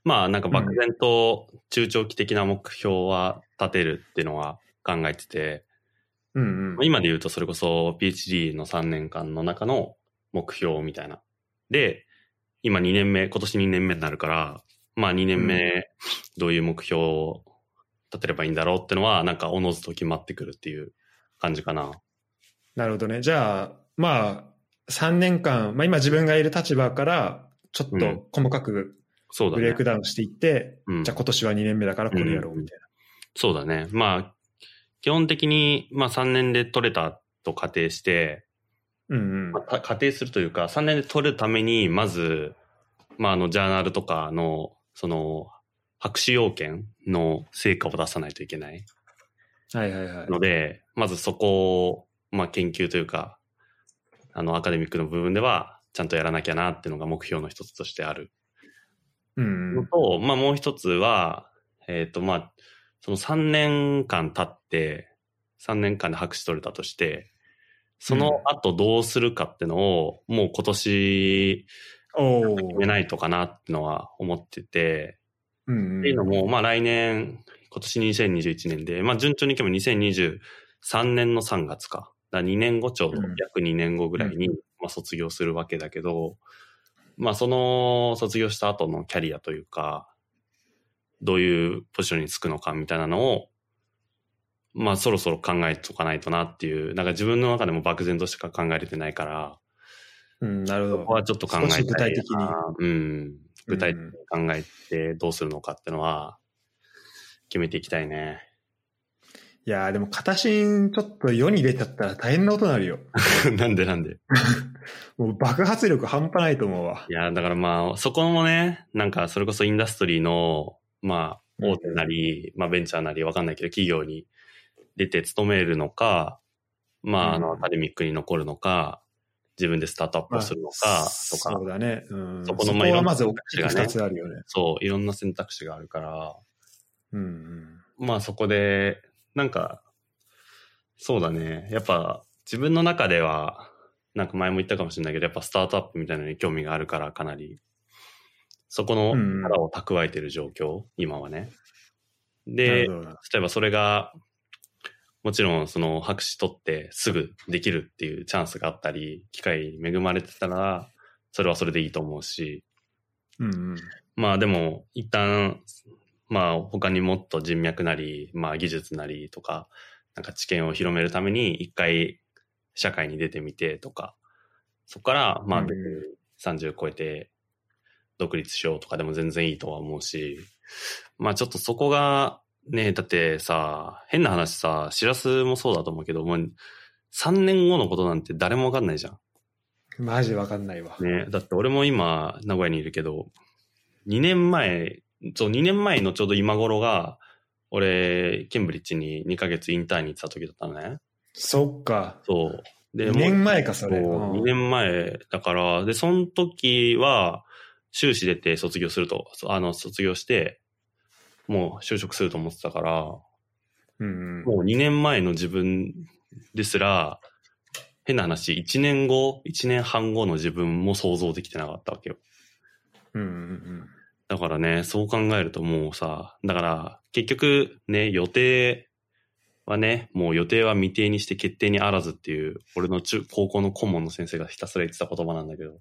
[SPEAKER 2] まあなんか漠然と中長期的な目標は立てるっていうのは考えてて、
[SPEAKER 1] うん
[SPEAKER 2] まあ今で言うとそれこそ PhD の3年間の中の目標みたいな。で、今2年目、今年2年目になるから、まあ2年目どういう目標を立てればいいんだろうってのは、なんかおのずと決まってくるっていう感じかな。
[SPEAKER 1] なるほどね。じゃあ、まあ、3年間、まあ今自分がいる立場から、ちょっ
[SPEAKER 2] うん
[SPEAKER 1] と細かく
[SPEAKER 2] そうだ
[SPEAKER 1] ブレイ
[SPEAKER 2] ね
[SPEAKER 1] ク。ダウンしていって、
[SPEAKER 2] うん
[SPEAKER 1] じゃあ今年は2年目だからこれやろうみたい
[SPEAKER 2] そうだね。まあ、基本的に、まあ3年で取れたと仮定して、
[SPEAKER 1] な。うん
[SPEAKER 2] まあた仮定するというか、3年で取るために、まず、まあ、あの、ジャーナルとかの、その、博士要件の成果を出さないといけない
[SPEAKER 1] うん。はいはいはい。
[SPEAKER 2] ので、まずそこを、まあ、研究というか、あの、アカデミックの部分では、ちゃんとやらなきゃなっていうのが目標の一つとしてある
[SPEAKER 1] うんう
[SPEAKER 2] の
[SPEAKER 1] ん。
[SPEAKER 2] と、まあ、もう一つは、えっ、と、まあ、その3年間経って、3年間で白紙取れたとして、その後どうするかってのを、もう今年
[SPEAKER 1] おお。
[SPEAKER 2] 決めないとかなってのは思ってて、
[SPEAKER 1] うん
[SPEAKER 2] っていうのも、まあ来年、今年2021年で、まあ順調にいけば2023年の3月か。だ2年後ちょう
[SPEAKER 1] う
[SPEAKER 2] ど、
[SPEAKER 1] ん
[SPEAKER 2] 約2年後ぐらいに、まあ卒業するわけだけど、まあその卒業した後のキャリアというか、どういうポジションにつくのかみたいなのを、まあそろそろ考えとかないとなっていう、なんか自分の中でも漠然としか考えれてないから、
[SPEAKER 1] うん、なるほ
[SPEAKER 2] ここ
[SPEAKER 1] ど。
[SPEAKER 2] はちょっと考えたいな
[SPEAKER 1] 少し具体的に
[SPEAKER 2] うん。具体的に考えてどうするのかってのは、決めていきたいね。
[SPEAKER 1] いやーでも、片心ちょっと世に出ちゃったら大変なことになるよ。
[SPEAKER 2] なんでなんで。
[SPEAKER 1] もう爆発力半端ないと思うわ
[SPEAKER 2] い。や、だからまあ、そこもね、なんかそれこそインダストリーの、まあ、大手なり、まあベンチャーなりわかんないけど、企業に出て勤めるのか、まあ、あの、
[SPEAKER 1] うん
[SPEAKER 2] アカデミックに残るのか、自分でスタートアップをするの
[SPEAKER 1] まあ
[SPEAKER 2] か、とか、
[SPEAKER 1] そうだね。うん。
[SPEAKER 2] そ
[SPEAKER 1] そこ
[SPEAKER 2] このまあ
[SPEAKER 1] はまず大
[SPEAKER 2] い
[SPEAKER 1] き
[SPEAKER 2] ろ
[SPEAKER 1] く
[SPEAKER 2] んな話が
[SPEAKER 1] 2
[SPEAKER 2] ね
[SPEAKER 1] つあるよね。
[SPEAKER 2] そう、いろんな選択肢があるから、
[SPEAKER 1] うんうん。
[SPEAKER 2] まあそこで、なんか、そうだね。やっぱ自分の中では、なんか前も言ったかもしれないけど、やっぱスタートアップみたいなのに興味があるから、かなり、そこの
[SPEAKER 1] うん
[SPEAKER 2] 力を蓄えてる状況、今はね。
[SPEAKER 1] な
[SPEAKER 2] で、
[SPEAKER 1] るほ
[SPEAKER 2] 例
[SPEAKER 1] どな
[SPEAKER 2] えばそれが、もちろんその博士取ってすぐできるっていうチャンスがあったり、機会に恵まれてたら、それはそれでいいと思うし、
[SPEAKER 1] うんうん。
[SPEAKER 2] まあでも、一旦、まあ他にもっと人脈なり、まあ技術なりとか、なんか知見を広めるために一回社会に出てみてとか、そこからまあ
[SPEAKER 1] うん
[SPEAKER 2] 別に30超えて独立しようとかでも全然いいとは思うし、まあちょっとそこがね、だってさ、変な話さ、しらすもそうだと思うけど、もう3年後のことなんて誰もわかんないじゃん。
[SPEAKER 1] マジでわかんないわ。
[SPEAKER 2] ね、だって俺も今、名古屋にいるけど、2年前、そう、2年前のちょうど今頃が、俺、ケンブリッジに2ヶ月インターンに行ってた時だったのね。
[SPEAKER 1] そっか。
[SPEAKER 2] そう。で、
[SPEAKER 1] 2
[SPEAKER 2] もう
[SPEAKER 1] 年前か、それ。
[SPEAKER 2] そう
[SPEAKER 1] うん
[SPEAKER 2] 2年前だから、で、その時は、修士出て卒業すると、そあの、卒業して、もう就職すると思ってたから、も
[SPEAKER 1] うんうん。
[SPEAKER 2] う2年前の自分ですら、変な話、1年後、1年半後の自分も想像できてなかったわけよ。
[SPEAKER 1] うんうん
[SPEAKER 2] だからね、そう考えるともうさ、だから結局ね、予定はね、もう予定は未定にして決定にあらずっていう、俺の中高校の顧問の先生がひたすら言ってた言葉なんだけど。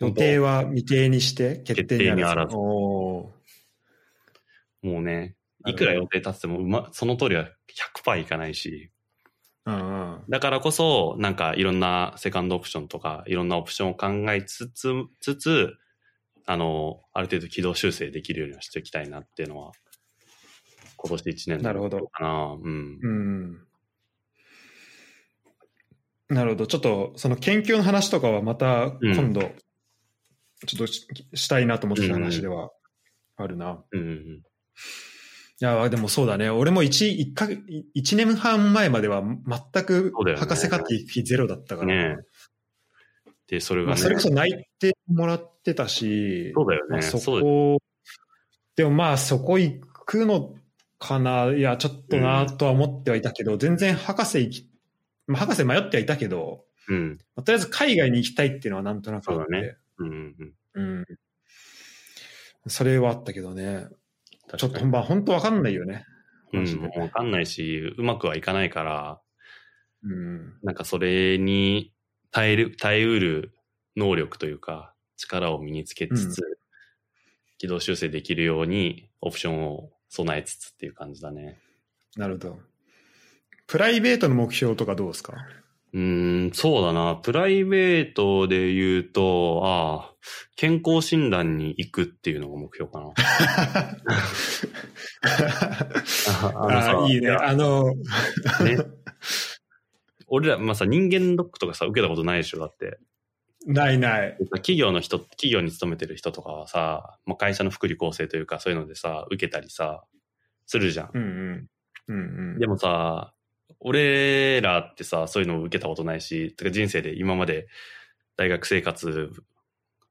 [SPEAKER 1] うん、予定は未定にして、決定にあらず。
[SPEAKER 2] 決定にあらず
[SPEAKER 1] おー
[SPEAKER 2] もうね、いくら予定立ってても、うま、その通りは100%いかないし、
[SPEAKER 1] うんうん。
[SPEAKER 2] だからこそ、なんかいろんなセカンドオプションとか、いろんなオプションを考えつつ、つつ、あの、ある程度軌道修正できるようにはしていきたいなっていうのは、今年1年
[SPEAKER 1] なるほど。
[SPEAKER 2] かな。うん。
[SPEAKER 1] うん。なるほど。ちょっと、その研究の話とかはまた今度、ちょっとししたいなと思ってた話ではあるな。
[SPEAKER 2] う
[SPEAKER 1] い
[SPEAKER 2] ん。
[SPEAKER 1] や、でもそうだね。俺も一一か、一年半前までは全く
[SPEAKER 2] そうだよね
[SPEAKER 1] 博士課程行く気ゼロだったから。
[SPEAKER 2] ねで、それが
[SPEAKER 1] まあ、
[SPEAKER 2] ね。
[SPEAKER 1] それこそ内定もらってたし、
[SPEAKER 2] そうだよね。
[SPEAKER 1] まあ、
[SPEAKER 2] そ
[SPEAKER 1] そう
[SPEAKER 2] だよ
[SPEAKER 1] こ、でもまあそこ行くのかな、いや、ちょっとなとは思ってはいたけど、全然博士行き、まあ、博士迷ってはいたけど、
[SPEAKER 2] うん。
[SPEAKER 1] まあとりあえず海外に行きたいっていうのはなんとなくあって、
[SPEAKER 2] そうだねうんうんうん。
[SPEAKER 1] うん。それはあったけどね、ちょっ
[SPEAKER 2] 確か
[SPEAKER 1] と
[SPEAKER 2] に
[SPEAKER 1] まあ本当わかんないよね。
[SPEAKER 2] うん
[SPEAKER 1] マジで、
[SPEAKER 2] わかんないし、うまくはいかないから、
[SPEAKER 1] うん。
[SPEAKER 2] なんかそれに耐える、耐えうる能力というか、力を身につけつつ、軌道修正できるようにオプションを備えつつっていう感じだね。
[SPEAKER 1] なるほど。プライベートの目標とかどうですか
[SPEAKER 2] うーん、そうだな。プライベートで言うと、ああ、健康診断に行くっていうのが目標か な。あのさ
[SPEAKER 1] ああ、いいね。
[SPEAKER 2] や
[SPEAKER 1] あの、
[SPEAKER 2] ね。俺ら、まあさ、人間ドックとかさ、受けたことないでしょ、だって。
[SPEAKER 1] ないない。
[SPEAKER 2] 企業の人、企業に勤めてる人とかはさ、まあ、会社の福利厚生というか、そういうのでさ、受けたりさ、するじゃん。
[SPEAKER 1] うんうん。うんうん。
[SPEAKER 2] でもさ、俺らってさ、そういうのを受けたことないし、てか人生で今まで大学生活、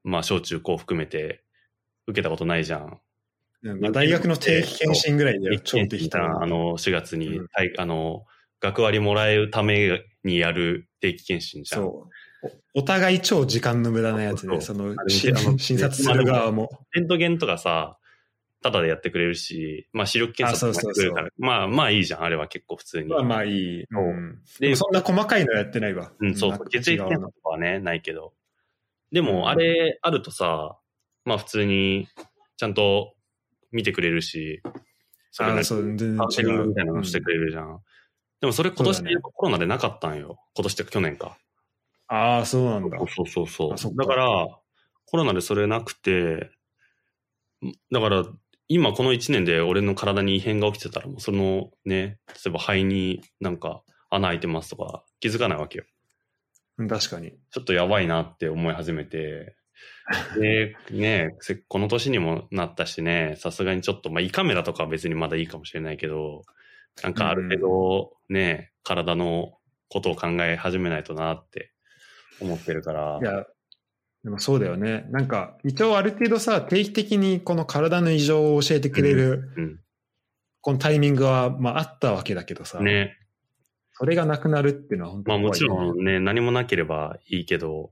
[SPEAKER 2] まあ、小中高含めて、受けたことないじゃん。
[SPEAKER 1] まあ、大学の定期検診ぐらいで超
[SPEAKER 2] 定
[SPEAKER 1] で
[SPEAKER 2] 期
[SPEAKER 1] き
[SPEAKER 2] 的
[SPEAKER 1] た。
[SPEAKER 2] なあの、4月に、
[SPEAKER 1] うん
[SPEAKER 2] はいあの、学割もらえるためにやる定期検診じゃん。
[SPEAKER 1] そう。おお互い超時間の無駄なやつで、そ
[SPEAKER 2] そ
[SPEAKER 1] の
[SPEAKER 2] あれ
[SPEAKER 1] し
[SPEAKER 2] あ の
[SPEAKER 1] 診察する側も。
[SPEAKER 2] レントゲンとかさ、タダでやってくれるし、まあ視力検査とか
[SPEAKER 1] あそう
[SPEAKER 2] も
[SPEAKER 1] そうそ
[SPEAKER 2] す
[SPEAKER 1] う
[SPEAKER 2] るから、まあまあいいじゃん、あれは結構普通に。
[SPEAKER 1] まあまあいい。うん、
[SPEAKER 2] で
[SPEAKER 1] でもそんな細かいのやってないわ。
[SPEAKER 2] うん、そうそう、血液検査とかはね、ないけど。でも、あれあるとさ、まあ普通に、ちゃんと見てくれるし、それな
[SPEAKER 1] ああ、
[SPEAKER 2] りに
[SPEAKER 1] そう、全然
[SPEAKER 2] カウンセ
[SPEAKER 1] 違
[SPEAKER 2] リング
[SPEAKER 1] う。
[SPEAKER 2] みたいなのしてくれるじゃん。でもそれ今
[SPEAKER 1] そ
[SPEAKER 2] 年
[SPEAKER 1] うだね
[SPEAKER 2] やっぱコロナでなかったんよ。今年っていうか去年か。
[SPEAKER 1] ああ、そうなんだ。
[SPEAKER 2] そうそうそう
[SPEAKER 1] あ
[SPEAKER 2] そ。
[SPEAKER 1] そうっ
[SPEAKER 2] だ
[SPEAKER 1] か
[SPEAKER 2] から、コロナでそれなくて、だから、今この1年で俺の体に異変が起きてたら、もうそのね、例えば肺になんか穴開いてますとか気づかないわけよ。
[SPEAKER 1] うん確かに。
[SPEAKER 2] ちょっとやばいなって思い始めて、で、ね、せこの年にもなったしね、さすがにちょっと、まあ胃カメラとかは別にまだいいかもしれないけど、なんかある程度ね、体のことを考え始めないとなって思ってるから
[SPEAKER 1] い、や、でもそうだよね。なんか、一応ある程度さ、定期的にこの体の異常を教えてくれる、
[SPEAKER 2] うん、
[SPEAKER 1] このタイミングは、まああったわけだけどさ、
[SPEAKER 2] ね、
[SPEAKER 1] それがなくなるっていうのは本当
[SPEAKER 2] まあ
[SPEAKER 1] に
[SPEAKER 2] も
[SPEAKER 1] 怖い
[SPEAKER 2] ち
[SPEAKER 1] よね、
[SPEAKER 2] ろんね、何もなければいいけど、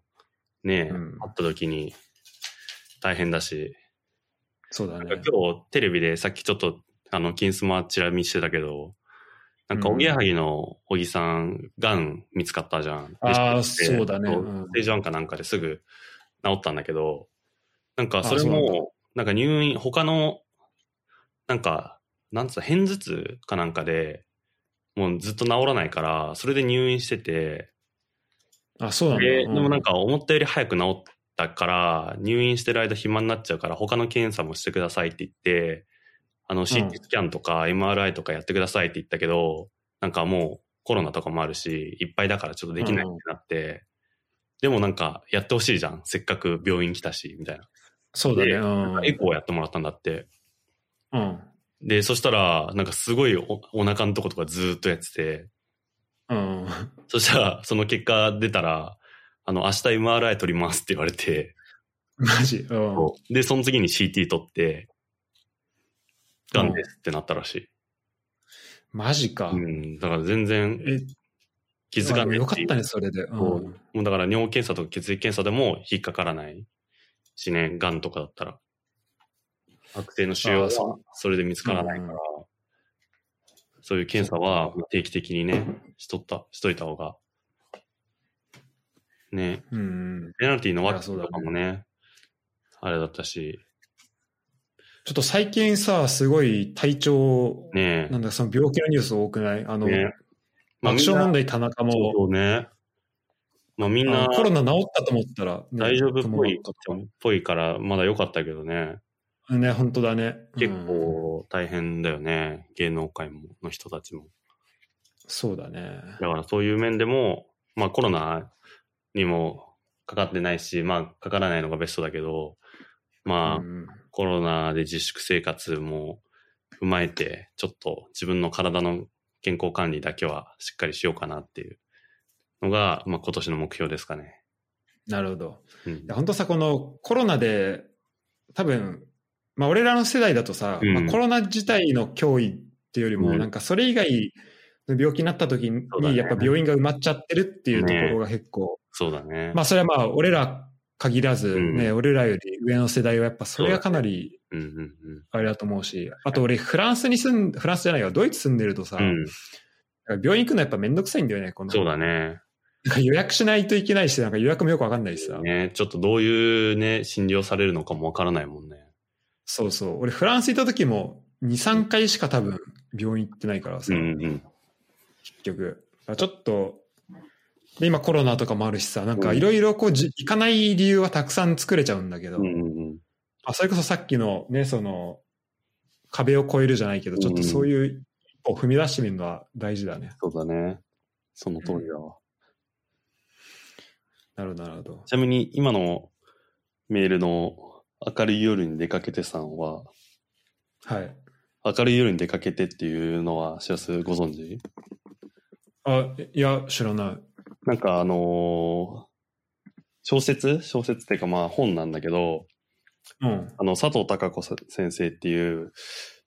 [SPEAKER 2] ね、
[SPEAKER 1] うん
[SPEAKER 2] 会った時に大変だし、
[SPEAKER 1] そうだ
[SPEAKER 2] なんか
[SPEAKER 1] ね。
[SPEAKER 2] 今日テレビでさっきちょっと、あの、金スマチラ見してたけど、なんか、
[SPEAKER 1] うん
[SPEAKER 2] おぎやはぎのおぎさん、がん見つかったじゃん。
[SPEAKER 1] あー
[SPEAKER 2] で
[SPEAKER 1] そうだねうん
[SPEAKER 2] ステージ1かなんかですぐ治ったんだけど、なんか、それ
[SPEAKER 1] あそうなんだ
[SPEAKER 2] も、なんか入院、他の、なんか、なんつうの、片頭痛かなんかで、もうずっと治らないから、それで入院してて、
[SPEAKER 1] あ、そうなんだ。
[SPEAKER 2] で
[SPEAKER 1] う
[SPEAKER 2] でもなん、か思ったより早く治ったから入院してる間暇になっちゃうから他の検査もしてくださいって言ってあの CT スキャンとか MRI とかやってくださいって言ったけど、なんかもうコロナとかもあるしいっぱいだからちょっとできないってなって、でもなんかやってほしいじゃんせっかく病院来たしみたいな
[SPEAKER 1] そうだね。
[SPEAKER 2] で
[SPEAKER 1] うん。
[SPEAKER 2] エコーやってもらったんだって
[SPEAKER 1] うん。
[SPEAKER 2] でそしたらなんかすごいおお腹のとことかずーっとやってて
[SPEAKER 1] うん。
[SPEAKER 2] そしたらその結果出たらあの明日 MRI 取りますって言われて
[SPEAKER 1] マジ。うん。
[SPEAKER 2] で、その次に CT 取って、ガンですってなったらしい。
[SPEAKER 1] マジか。
[SPEAKER 2] うん。だから全然
[SPEAKER 1] え、
[SPEAKER 2] 気づか
[SPEAKER 1] あ
[SPEAKER 2] ない
[SPEAKER 1] よか
[SPEAKER 2] し
[SPEAKER 1] ったね、それで。う
[SPEAKER 2] そ
[SPEAKER 1] ん。
[SPEAKER 2] もうだから尿検査とか血液検査でも引っかからないしね、ガンとかだったら。悪性の腫瘍
[SPEAKER 1] あ
[SPEAKER 2] は
[SPEAKER 1] ーそ
[SPEAKER 2] それで見つからないから、
[SPEAKER 1] うん
[SPEAKER 2] そういう検査は定期的にね、しとった、しといた方が。ね、
[SPEAKER 1] うん。
[SPEAKER 2] ペナルティの
[SPEAKER 1] い
[SPEAKER 2] ワ
[SPEAKER 1] や
[SPEAKER 2] ッ
[SPEAKER 1] そう
[SPEAKER 2] ト
[SPEAKER 1] だね
[SPEAKER 2] とかもね、あれだったし、
[SPEAKER 1] ちょっと最近さ、すごい体調、
[SPEAKER 2] ね
[SPEAKER 1] なんだ、その病気のニュース多くないあの、
[SPEAKER 2] ねまあ、
[SPEAKER 1] 爆
[SPEAKER 2] みん
[SPEAKER 1] 笑
[SPEAKER 2] な
[SPEAKER 1] 問、題田中
[SPEAKER 2] そう
[SPEAKER 1] も、
[SPEAKER 2] そうね。まあ、みん
[SPEAKER 1] あの
[SPEAKER 2] な
[SPEAKER 1] コロナ治ったと思ったら、ね
[SPEAKER 2] 大丈夫っぽい、
[SPEAKER 1] 友達とか
[SPEAKER 2] っぽいから、まだ良かったけどね。
[SPEAKER 1] ね、本当だね。
[SPEAKER 2] 結
[SPEAKER 1] うん
[SPEAKER 2] 構大変だよね。芸能界もの人たちも。
[SPEAKER 1] そうだね。
[SPEAKER 2] だからそういう面でも、まあコロナにもかかってないし、まあかからないのがベストだけど、まあ、
[SPEAKER 1] うん
[SPEAKER 2] コロナで自粛生活も踏まえて、ちょっと自分の体の健康管理だけはしっかりしようかなっていうのが、まあ今年の目標ですかね。
[SPEAKER 1] なるほど。
[SPEAKER 2] うん
[SPEAKER 1] いや本当さ、このコロナで、多分、まあ、俺らの世代だとさ、
[SPEAKER 2] うん
[SPEAKER 1] まあ、コロナ自体の脅威っていうよりも、
[SPEAKER 2] うん
[SPEAKER 1] なんかそれ以外の病気になった時に
[SPEAKER 2] そうだ、ね
[SPEAKER 1] やっぱ病院が埋まっちゃってるっていうところが結構、
[SPEAKER 2] そうだね。
[SPEAKER 1] まあ、それはまあ、俺ら限らず、ね、
[SPEAKER 2] う
[SPEAKER 1] 俺らより上の世代はやっぱそれがかなり
[SPEAKER 2] うんうんうん。
[SPEAKER 1] あれだと思うし、あと俺、フランスに住ん、フランスじゃないよ、ドイツ住んでるとさ、
[SPEAKER 2] うん、
[SPEAKER 1] 病院行くのやっぱめんどくさいんだよね、この。
[SPEAKER 2] そうだね
[SPEAKER 1] なんか予約しないといけないし、なんか予約もよくわかんないしさ。
[SPEAKER 2] ね。ちょっとどういうね、診療されるのかもわからないもんね。
[SPEAKER 1] そうそう。俺、フランス行った時も、2、3回しか多分、病院行ってないから
[SPEAKER 2] う
[SPEAKER 1] さ、
[SPEAKER 2] んうん。
[SPEAKER 1] 結局。だからちょっと、で、今コロナとかもあるしさ、なんかいろいろこうじ、行かない理由はたくさん作れちゃうんだけど、
[SPEAKER 2] うんうんうん。
[SPEAKER 1] あそれこそさっきのね、その、壁を越えるじゃないけど、ちょっとそういう一歩を踏み出してみるのは大事だね。
[SPEAKER 2] そうだね。その通りだわ。
[SPEAKER 1] なるほど、なるほど。
[SPEAKER 2] ちなみに今のメールの明るい夜に出かけてさんは、
[SPEAKER 1] はい。
[SPEAKER 2] 明るい夜に出かけてっていうのは、しらすご存知
[SPEAKER 1] あ、いや、知らない。
[SPEAKER 2] なんかあのー小説小説っていうかまあ本なんだけど、
[SPEAKER 1] うん。
[SPEAKER 2] あの、佐藤孝子先生っていう、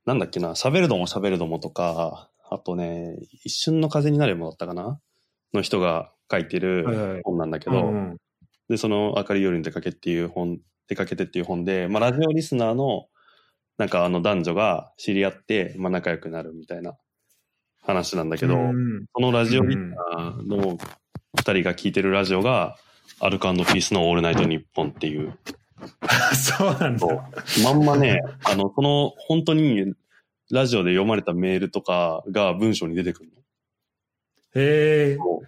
[SPEAKER 2] なんだっけな、喋るども喋るどもとか、あとね、一瞬の風になれもだったかなの人が書いて
[SPEAKER 1] はい
[SPEAKER 2] る
[SPEAKER 1] はい
[SPEAKER 2] 本なんだけ
[SPEAKER 1] け
[SPEAKER 2] ど、
[SPEAKER 1] うん、
[SPEAKER 2] で、その、明るい夜に出かけっていう本、出かけてっていう本で、まあ、ラジオリスナーの、なんかあの男女が知り合って、まあ、仲良くなるみたいな話なんだけど、
[SPEAKER 1] うん
[SPEAKER 2] そのラジオリスナーの二人が聞いてるラジオが、アルコピースのオールナイトニッポンっていう、
[SPEAKER 1] そうなんだ。
[SPEAKER 2] まんまね、あの、その、本当に、ラジオで読まれたメールとかが文章に出てくる
[SPEAKER 1] へえ
[SPEAKER 2] の。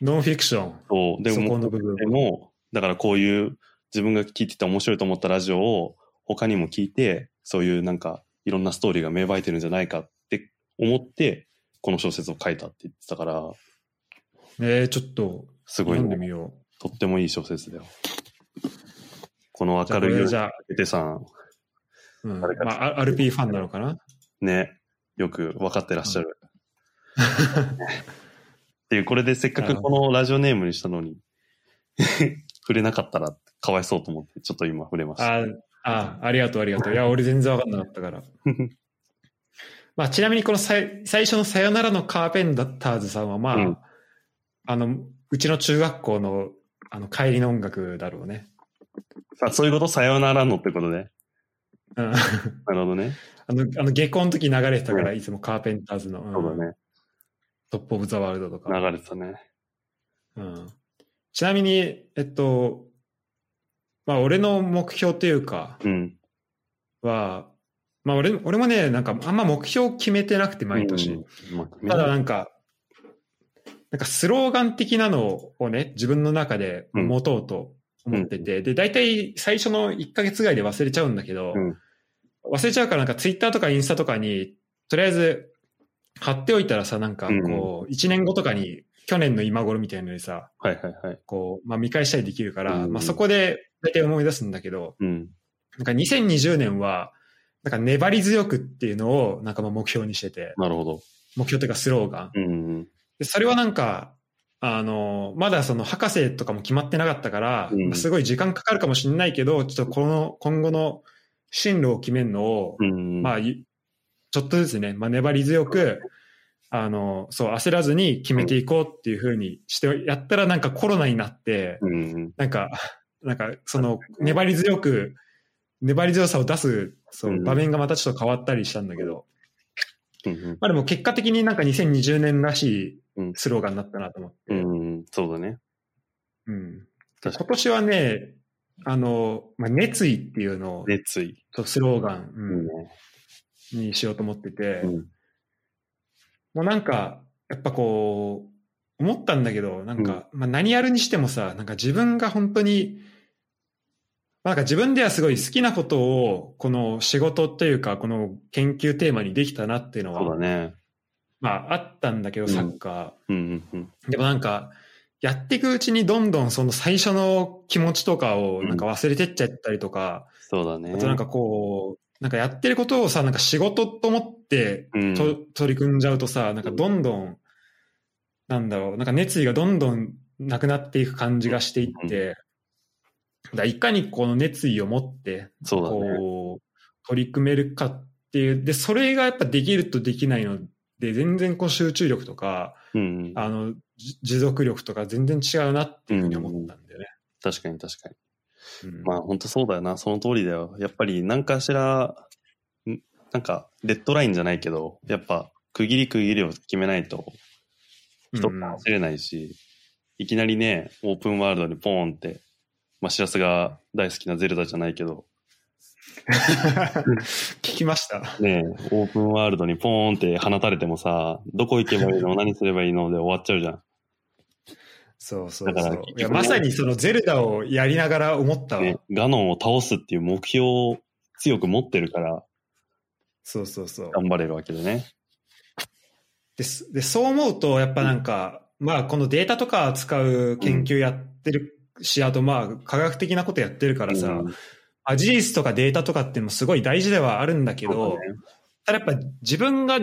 [SPEAKER 1] ノンフィクション。
[SPEAKER 2] そう。で
[SPEAKER 1] そこ
[SPEAKER 2] も、
[SPEAKER 1] の部分
[SPEAKER 2] でも、だからこういう自分が聞いてて面白いと思ったラジオを他にも聞いて、そういうなんかいろんなストーリーが芽生えてるんじゃないかって思って、この小説を書いたって言ってたから、
[SPEAKER 1] えー、ちょっと
[SPEAKER 2] すごい
[SPEAKER 1] 読んで
[SPEAKER 2] ね、
[SPEAKER 1] みよ
[SPEAKER 2] とってもいい小説だよ。この
[SPEAKER 1] う。じゃ
[SPEAKER 2] 明
[SPEAKER 1] あこ
[SPEAKER 2] るい
[SPEAKER 1] れ
[SPEAKER 2] 夜
[SPEAKER 1] じ
[SPEAKER 2] に
[SPEAKER 1] ゃあ、
[SPEAKER 2] 出てさん、
[SPEAKER 1] うん、ま
[SPEAKER 2] 誰か
[SPEAKER 1] あ、RP ファンなのかな
[SPEAKER 2] ね、よく分かってらっしゃる。っていう、これでせっかくこのラジオネームにしたのに、 触れなかったらかわいそうと思って、ちょっと今触れました。
[SPEAKER 1] ああ、ありがとう、ありがとう。いや、俺全然わかんなかった から。まあ、ちなみにこのさい最初のさよならのカーペンターズさんは、まあ、
[SPEAKER 2] うん
[SPEAKER 1] あの、うちの中学校の、あの、帰りの音楽だろうね。
[SPEAKER 2] あそういうことさよならのってことね。
[SPEAKER 1] うん、
[SPEAKER 2] なるほどね。
[SPEAKER 1] あの、あの、下校の時流れてたから、
[SPEAKER 2] う
[SPEAKER 1] いつもカーペンターズの、うん
[SPEAKER 2] そうだね。
[SPEAKER 1] トップオブザワールドとか。
[SPEAKER 2] 流れてたね。
[SPEAKER 1] うんちなみに、えっと、まあ、俺の目標というか、
[SPEAKER 2] うん。
[SPEAKER 1] は、まあ、俺、俺もね、なんか、あんま目標決めてなくて、毎年。
[SPEAKER 2] うん。まあ
[SPEAKER 1] ただ、なんか、なんか、スローガン的なのをね、自分の中で持とうと思ってて、で、大体最初の1ヶ月ぐらいで忘れちゃうんだけど、
[SPEAKER 2] うん
[SPEAKER 1] 忘れちゃうから、なんか、ツイッターとかインスタとかに、とりあえず、貼っておいたらさ、なんか、こう、1年後とかに、去年の今頃みたいなのにさ、
[SPEAKER 2] はいはいはい。
[SPEAKER 1] こう、まあ、見返したりできるから、
[SPEAKER 2] うん
[SPEAKER 1] まあ、そこで大体思い出すんだけど、
[SPEAKER 2] うん。
[SPEAKER 1] なんか2020年は、なんか粘り強くっていうのを、なんかまあ目標にしてて、
[SPEAKER 2] なるほど。
[SPEAKER 1] 目標というかスローガン。
[SPEAKER 2] うん。
[SPEAKER 1] で、それはなんか、あの、まだその博士とかも決まってなかったから、
[SPEAKER 2] うん
[SPEAKER 1] まあすごい時間かかるかもしれないけど、ちょっとこの、今後の進路を決めるのを、
[SPEAKER 2] うん。
[SPEAKER 1] まあ、ゆちょっとずつね、まあ、粘り強く、あの、そう、焦らずに決めていこうっていうふうにして、やったらなんかコロナになって、
[SPEAKER 2] うん。
[SPEAKER 1] なんか、なんか、その、粘り強く、粘り強さを出す、そうの
[SPEAKER 2] ん
[SPEAKER 1] 場面がまたちょっと変わったりしたんだけど、
[SPEAKER 2] うん。
[SPEAKER 1] まあでも結果的になんか2020年らし
[SPEAKER 2] う
[SPEAKER 1] い
[SPEAKER 2] ん
[SPEAKER 1] スローガンになったなと思って、
[SPEAKER 2] うん。そうだね。
[SPEAKER 1] うん
[SPEAKER 2] 確か
[SPEAKER 1] 今年はね、あの、まあ、熱意っていうのを
[SPEAKER 2] に。熱意。
[SPEAKER 1] とスローガン、
[SPEAKER 2] う
[SPEAKER 1] うんにしようと思ってて、
[SPEAKER 2] うん。
[SPEAKER 1] もうなんか、やっぱこう、思ったんだけど、なんか、まあ何やるにしてもさ、なんか自分が本当に、まあなんか自分ではすごい好きなことを、この仕事というか、この研究テーマにできたなっていうの
[SPEAKER 2] そうだ
[SPEAKER 1] は、
[SPEAKER 2] ね。
[SPEAKER 1] まああったんだけど、
[SPEAKER 2] うん
[SPEAKER 1] サッカ
[SPEAKER 2] うんうん
[SPEAKER 1] ー。でもなんか、やっていくうちにどんどんその最初の気持ちとかをなんか忘れてっちゃったりとか、
[SPEAKER 2] そうだね。
[SPEAKER 1] あとなんかこう、なんかやってることをさ、なんか仕事と思って
[SPEAKER 2] うん、
[SPEAKER 1] と、取り組んじゃうとさ、なんかどんどん、なんだろう、なんか熱意がどんどんなくなっていく感じがしていって、だからいかにこの熱意を持って、
[SPEAKER 2] そうだね。
[SPEAKER 1] こう、取り組めるかっていう、で、それがやっぱできるとできないので、全然こう集中力とか、
[SPEAKER 2] うんうん。
[SPEAKER 1] あの、じ持続力とか全然違うなっていうふうに思ったんだよね。
[SPEAKER 2] 確かに確かに。
[SPEAKER 1] うん
[SPEAKER 2] まあ本当そうだよな。その通りだよ。やっぱり何かしら、んなんか、レッドラインじゃないけど、やっぱ、区切り区切りを決めないと、人
[SPEAKER 1] うん
[SPEAKER 2] も走れないし、いきなりね、オープンワールドにポーンって、まあ、しらすが大好きなゼルダじゃないけど、
[SPEAKER 1] 聞きました。
[SPEAKER 2] ねえ、オープンワールドにポーンって放たれてもさ、どこ行けばいいの何すればいいので終わっちゃうじゃん。
[SPEAKER 1] そうそう
[SPEAKER 2] だか
[SPEAKER 1] そ
[SPEAKER 2] ら
[SPEAKER 1] う
[SPEAKER 2] 結。局
[SPEAKER 1] いや、まさにそのゼルダをやりながら思ったわ。
[SPEAKER 2] ね、ガノンを倒すっていう目標を強く持ってるから
[SPEAKER 1] そうそうそう。
[SPEAKER 2] 頑張れるわけでね。
[SPEAKER 1] ですで、そう思うと、やっぱなんか、まあ、このデータとか扱う研究やってるし、あとまあ、科学的なことやってるからさ、
[SPEAKER 2] うん
[SPEAKER 1] あ事実とかデータとかっていうのもすごい大事ではあるんだけ
[SPEAKER 2] そう
[SPEAKER 1] ど、
[SPEAKER 2] だね
[SPEAKER 1] ただやっぱ自分が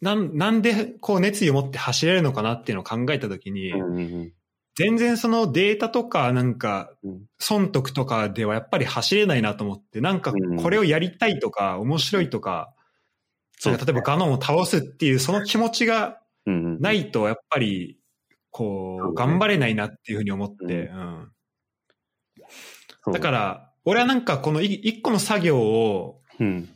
[SPEAKER 1] なん、なんでこう熱意を持って走れるのかなっていうのを考えたときに、
[SPEAKER 2] うんうんうん
[SPEAKER 1] 全然そのデータとかなんか
[SPEAKER 2] うん、
[SPEAKER 1] 損得とかではやっぱり走れないなと思って、なんか
[SPEAKER 2] うん
[SPEAKER 1] これをやりたいとか、面白いとか、
[SPEAKER 2] そう
[SPEAKER 1] なんか例えばガノンを倒すっていうその気持ちが
[SPEAKER 2] うんうん
[SPEAKER 1] ないと、やっぱり、こ
[SPEAKER 2] そう
[SPEAKER 1] う、
[SPEAKER 2] ね
[SPEAKER 1] 頑張れないなっていうふうに思って、うん。だか、ら、俺はなんかこのい一個の作業を、
[SPEAKER 2] そううん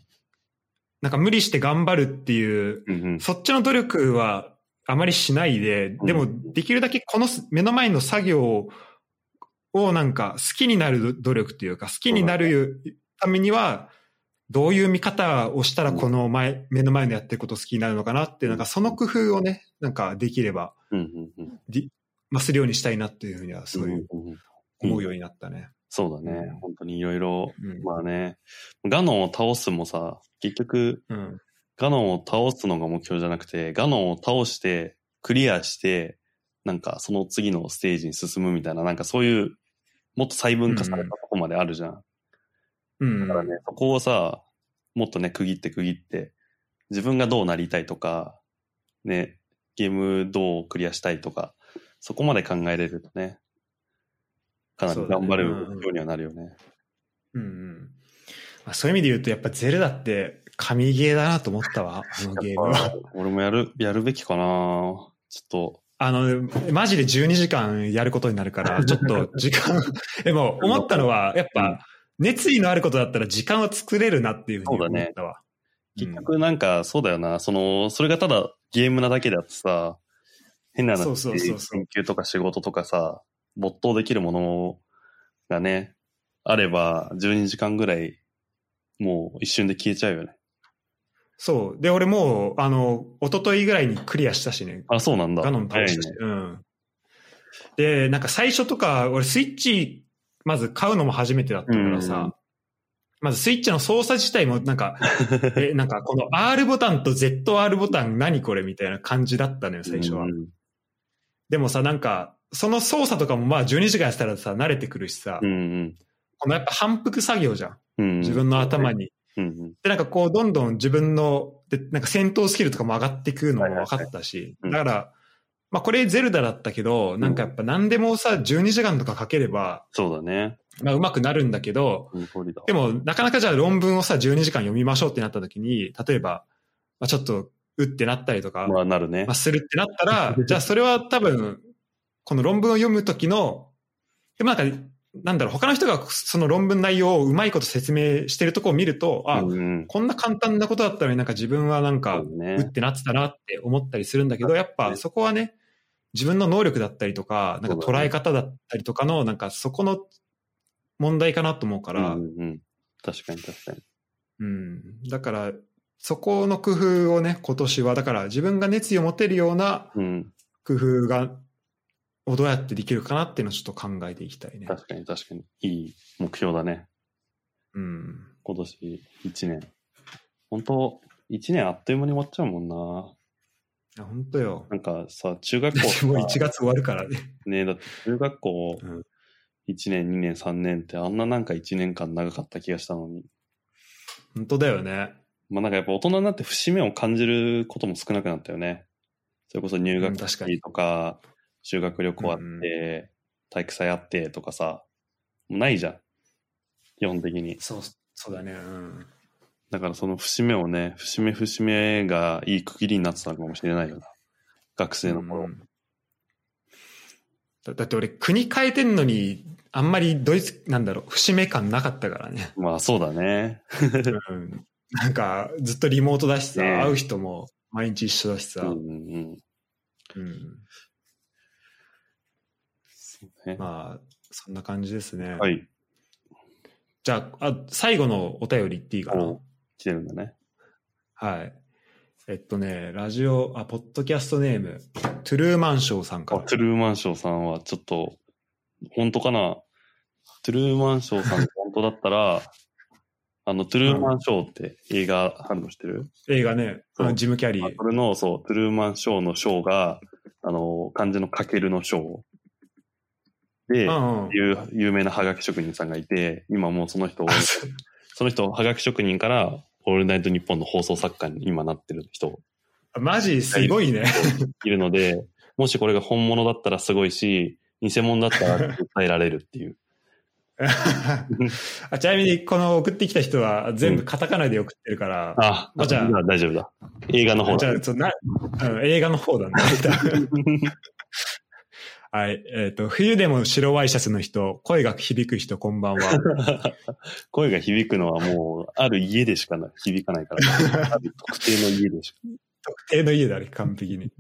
[SPEAKER 1] なんか無理して頑張るっていう、
[SPEAKER 2] うんうん、
[SPEAKER 1] そっちの努力はあまりしないで、でも
[SPEAKER 2] うん
[SPEAKER 1] できるだけこのす目の前の作業ををなんか好きになる努力というか、好きになるためには、どういう見方をしたらこの前、目の前のやってること好きになるのかなって、なんかその工夫をね、なんかできれば、
[SPEAKER 2] うんうんうん
[SPEAKER 1] りまあ、するようにしたいなっていうふうには、そういう、
[SPEAKER 2] うんうんうん
[SPEAKER 1] 思うようになったね。
[SPEAKER 2] そうだね、
[SPEAKER 1] うん
[SPEAKER 2] 本当にいろいろ、
[SPEAKER 1] うん。
[SPEAKER 2] まあね、ガノンを倒すもさ、結局、
[SPEAKER 1] うん。
[SPEAKER 2] ガノンを倒すのが目標じゃなくて、ガノンを倒して、クリアして、なんかその次のステージに進むみたいな、なんかそういう、もっと細分化されたとこまであるじゃん。
[SPEAKER 1] うん
[SPEAKER 2] だからね、そこをさ、もっとね、区切って区切って、自分がどうなりたいとか、ね、ゲームどうクリアしたいとか、そこまで考えれるとね、かなり頑張れる
[SPEAKER 1] そうだねうん
[SPEAKER 2] ようにはなるよね。
[SPEAKER 1] うんうんまあ、そういう意味で言うと、やっぱゼルダって神ゲーだなと思った わ、あのゲーム
[SPEAKER 2] や
[SPEAKER 1] は。
[SPEAKER 2] っぱ俺もやる、やるべきかなちょっ
[SPEAKER 1] あの、マジで12時間やることになる から、ちょっと時間、 でも思ったのは、やっ
[SPEAKER 2] うん
[SPEAKER 1] ぱ熱意のあることだったら時間は作れるなっていうふうに
[SPEAKER 2] そうだ
[SPEAKER 1] 思
[SPEAKER 2] ね
[SPEAKER 1] ったわ。
[SPEAKER 2] と、結局なんかそうだよな、その、それがただゲームなだけであってさ、変な話
[SPEAKER 1] そうそうそうそう
[SPEAKER 2] 研究とか仕事とかさ、没頭できるものがね、あれば12時間ぐらい、もう一瞬で消えちゃうよね。
[SPEAKER 1] そう。で、俺もう、あの、一昨日ぐらいにクリアしたしね、
[SPEAKER 2] あ、そうなんだ。
[SPEAKER 1] ガノン倒したし。
[SPEAKER 2] 早いね
[SPEAKER 1] うん。で、なんか最初とか、俺スイッチ、まず買うのも初めてだったからさ、
[SPEAKER 2] うん
[SPEAKER 1] まずスイッチの操作自体もなん か、え、なんかこの R ボタンと ZR ボタン何これみたいな感じだったのよ、最初は。
[SPEAKER 2] うん
[SPEAKER 1] でもさ、なんか、その操作とかもまあ12時間したらさ、慣れてくるしさ、
[SPEAKER 2] うんうん。
[SPEAKER 1] このやっぱ反復作業じゃん。
[SPEAKER 2] うん
[SPEAKER 1] 自分の頭に。
[SPEAKER 2] うんうん
[SPEAKER 1] で、なんかこう、どんどん自分の、で、なんか戦闘スキルとかも上がってくるのも分かったし、
[SPEAKER 2] はいはいはいうん
[SPEAKER 1] だから、まあこれゼルダだったけど、なんかやっぱ何でもさ、12時間とかかければ、
[SPEAKER 2] そうだね。
[SPEAKER 1] まあ上手くなるんだけど、
[SPEAKER 2] その通りだ。
[SPEAKER 1] でもなかなかじゃあ論文をさ、12時間読みましょうってなった時に、例えば、まあちょっと、うってなったりとか、
[SPEAKER 2] まあ、なるね
[SPEAKER 1] まあ、。するってなった ら、じゃあそれは多分、この論文を読む時の、でもなんか、なんだろう、他の人がその論文内容をうまいこと説明してるとこを見ると、あ、
[SPEAKER 2] うんうん、
[SPEAKER 1] こんな簡単なことだったのになんか自分はなん
[SPEAKER 2] そ
[SPEAKER 1] か、
[SPEAKER 2] う
[SPEAKER 1] う
[SPEAKER 2] だ
[SPEAKER 1] っ
[SPEAKER 2] ね。
[SPEAKER 1] てなってたなって思ったりするんだけど、やっぱそこはね、自分の能力だったりとか、なんか捉え方だったりとかの、なんかそこの問題かなと思うか
[SPEAKER 2] うん
[SPEAKER 1] ら、
[SPEAKER 2] うんうん確かに確かに。
[SPEAKER 1] うん。だから、そこの工夫をね、今年は、だから自分が熱意を持てるような
[SPEAKER 2] うん。
[SPEAKER 1] 工夫が、をどうやってできるかなっていうのをちょっと考えていきたいね。
[SPEAKER 2] 確かに確かに。いい目標だね。
[SPEAKER 1] うん。
[SPEAKER 2] 今年1年。本当1年あっという間に終わっちゃうもんな。
[SPEAKER 1] いや本当よ。
[SPEAKER 2] なんかさ、中学校
[SPEAKER 1] だっ
[SPEAKER 2] と
[SPEAKER 1] て
[SPEAKER 2] か
[SPEAKER 1] もう1月終わるからね。
[SPEAKER 2] ねだって中学校
[SPEAKER 1] うん
[SPEAKER 2] 1年、2年、3年ってあんななんか1年間長かった気がしたのに。
[SPEAKER 1] 本当だよね。
[SPEAKER 2] まあなんかやっぱ大人になって節目を感じることも少なくなったよね。それこそ入
[SPEAKER 1] う
[SPEAKER 2] 学
[SPEAKER 1] ん確かに
[SPEAKER 2] 式とか、修学旅行あって、
[SPEAKER 1] うん
[SPEAKER 2] 体育祭あってとかさ、もうないじゃん。基本的に。
[SPEAKER 1] そう、そうだね。うん。
[SPEAKER 2] だからその節目をね、節目節目がいい区切りになってたのかもしれないよな。学生の頃。
[SPEAKER 1] うんだだって俺、国変えてんのに、あんまりドイツ、なんだろう、節目感なかったからね。
[SPEAKER 2] まあそうだね。
[SPEAKER 1] うん。なんか、ずっとリモートだしさ、
[SPEAKER 2] ねえ
[SPEAKER 1] 会う人も毎日一緒だしさ。
[SPEAKER 2] うんう
[SPEAKER 1] うん
[SPEAKER 2] うん。そうね。
[SPEAKER 1] まあ、そんな感じですね。
[SPEAKER 2] はい。
[SPEAKER 1] じゃああ、最後のお便り言っていいかな
[SPEAKER 2] お。来てるんだね。
[SPEAKER 1] はい。えっとね、ラジオ、あ、ポッドキャストネーム、トゥルーマンショーさんか
[SPEAKER 2] あ
[SPEAKER 1] ら。
[SPEAKER 2] トゥルーマンショーさんはちょっと、本当かなトゥルーマンショーさんが本当だったら、 あの、トゥルーマンショーって映画あるの知ってる、
[SPEAKER 1] 映画ね、あのジム・キャリ
[SPEAKER 2] あ
[SPEAKER 1] ー。
[SPEAKER 2] それの、そう、トゥルーマンショーのショーが、あの、漢字のかけるのショー。で、
[SPEAKER 1] うんうん。
[SPEAKER 2] 有有名なハガキ職人さんがいて、今もうその人を、その人、ハガキ職人から、オールナイトニッポンの放送作家に今なってる人
[SPEAKER 1] あマジすごいね。
[SPEAKER 2] いるので、もしこれが本物だったらすごいし、偽物だったら訴えられるっていう。
[SPEAKER 1] あちなみに、この送ってきた人は全部カタカナで送ってるから、
[SPEAKER 2] あ、
[SPEAKER 1] まあじゃあ
[SPEAKER 2] じゃあ大丈夫だ。映画の方
[SPEAKER 1] じ
[SPEAKER 2] だ。
[SPEAKER 1] ゃあそうな、うん映画の方だね。はい。えっ、と、冬でも白ワイシャツの人、声が響く人、こんばんは。
[SPEAKER 2] 声が響くのはもう、ある家でしかな響かないか ら、ある特定の家でしか。
[SPEAKER 1] 特定の家だね、完璧に。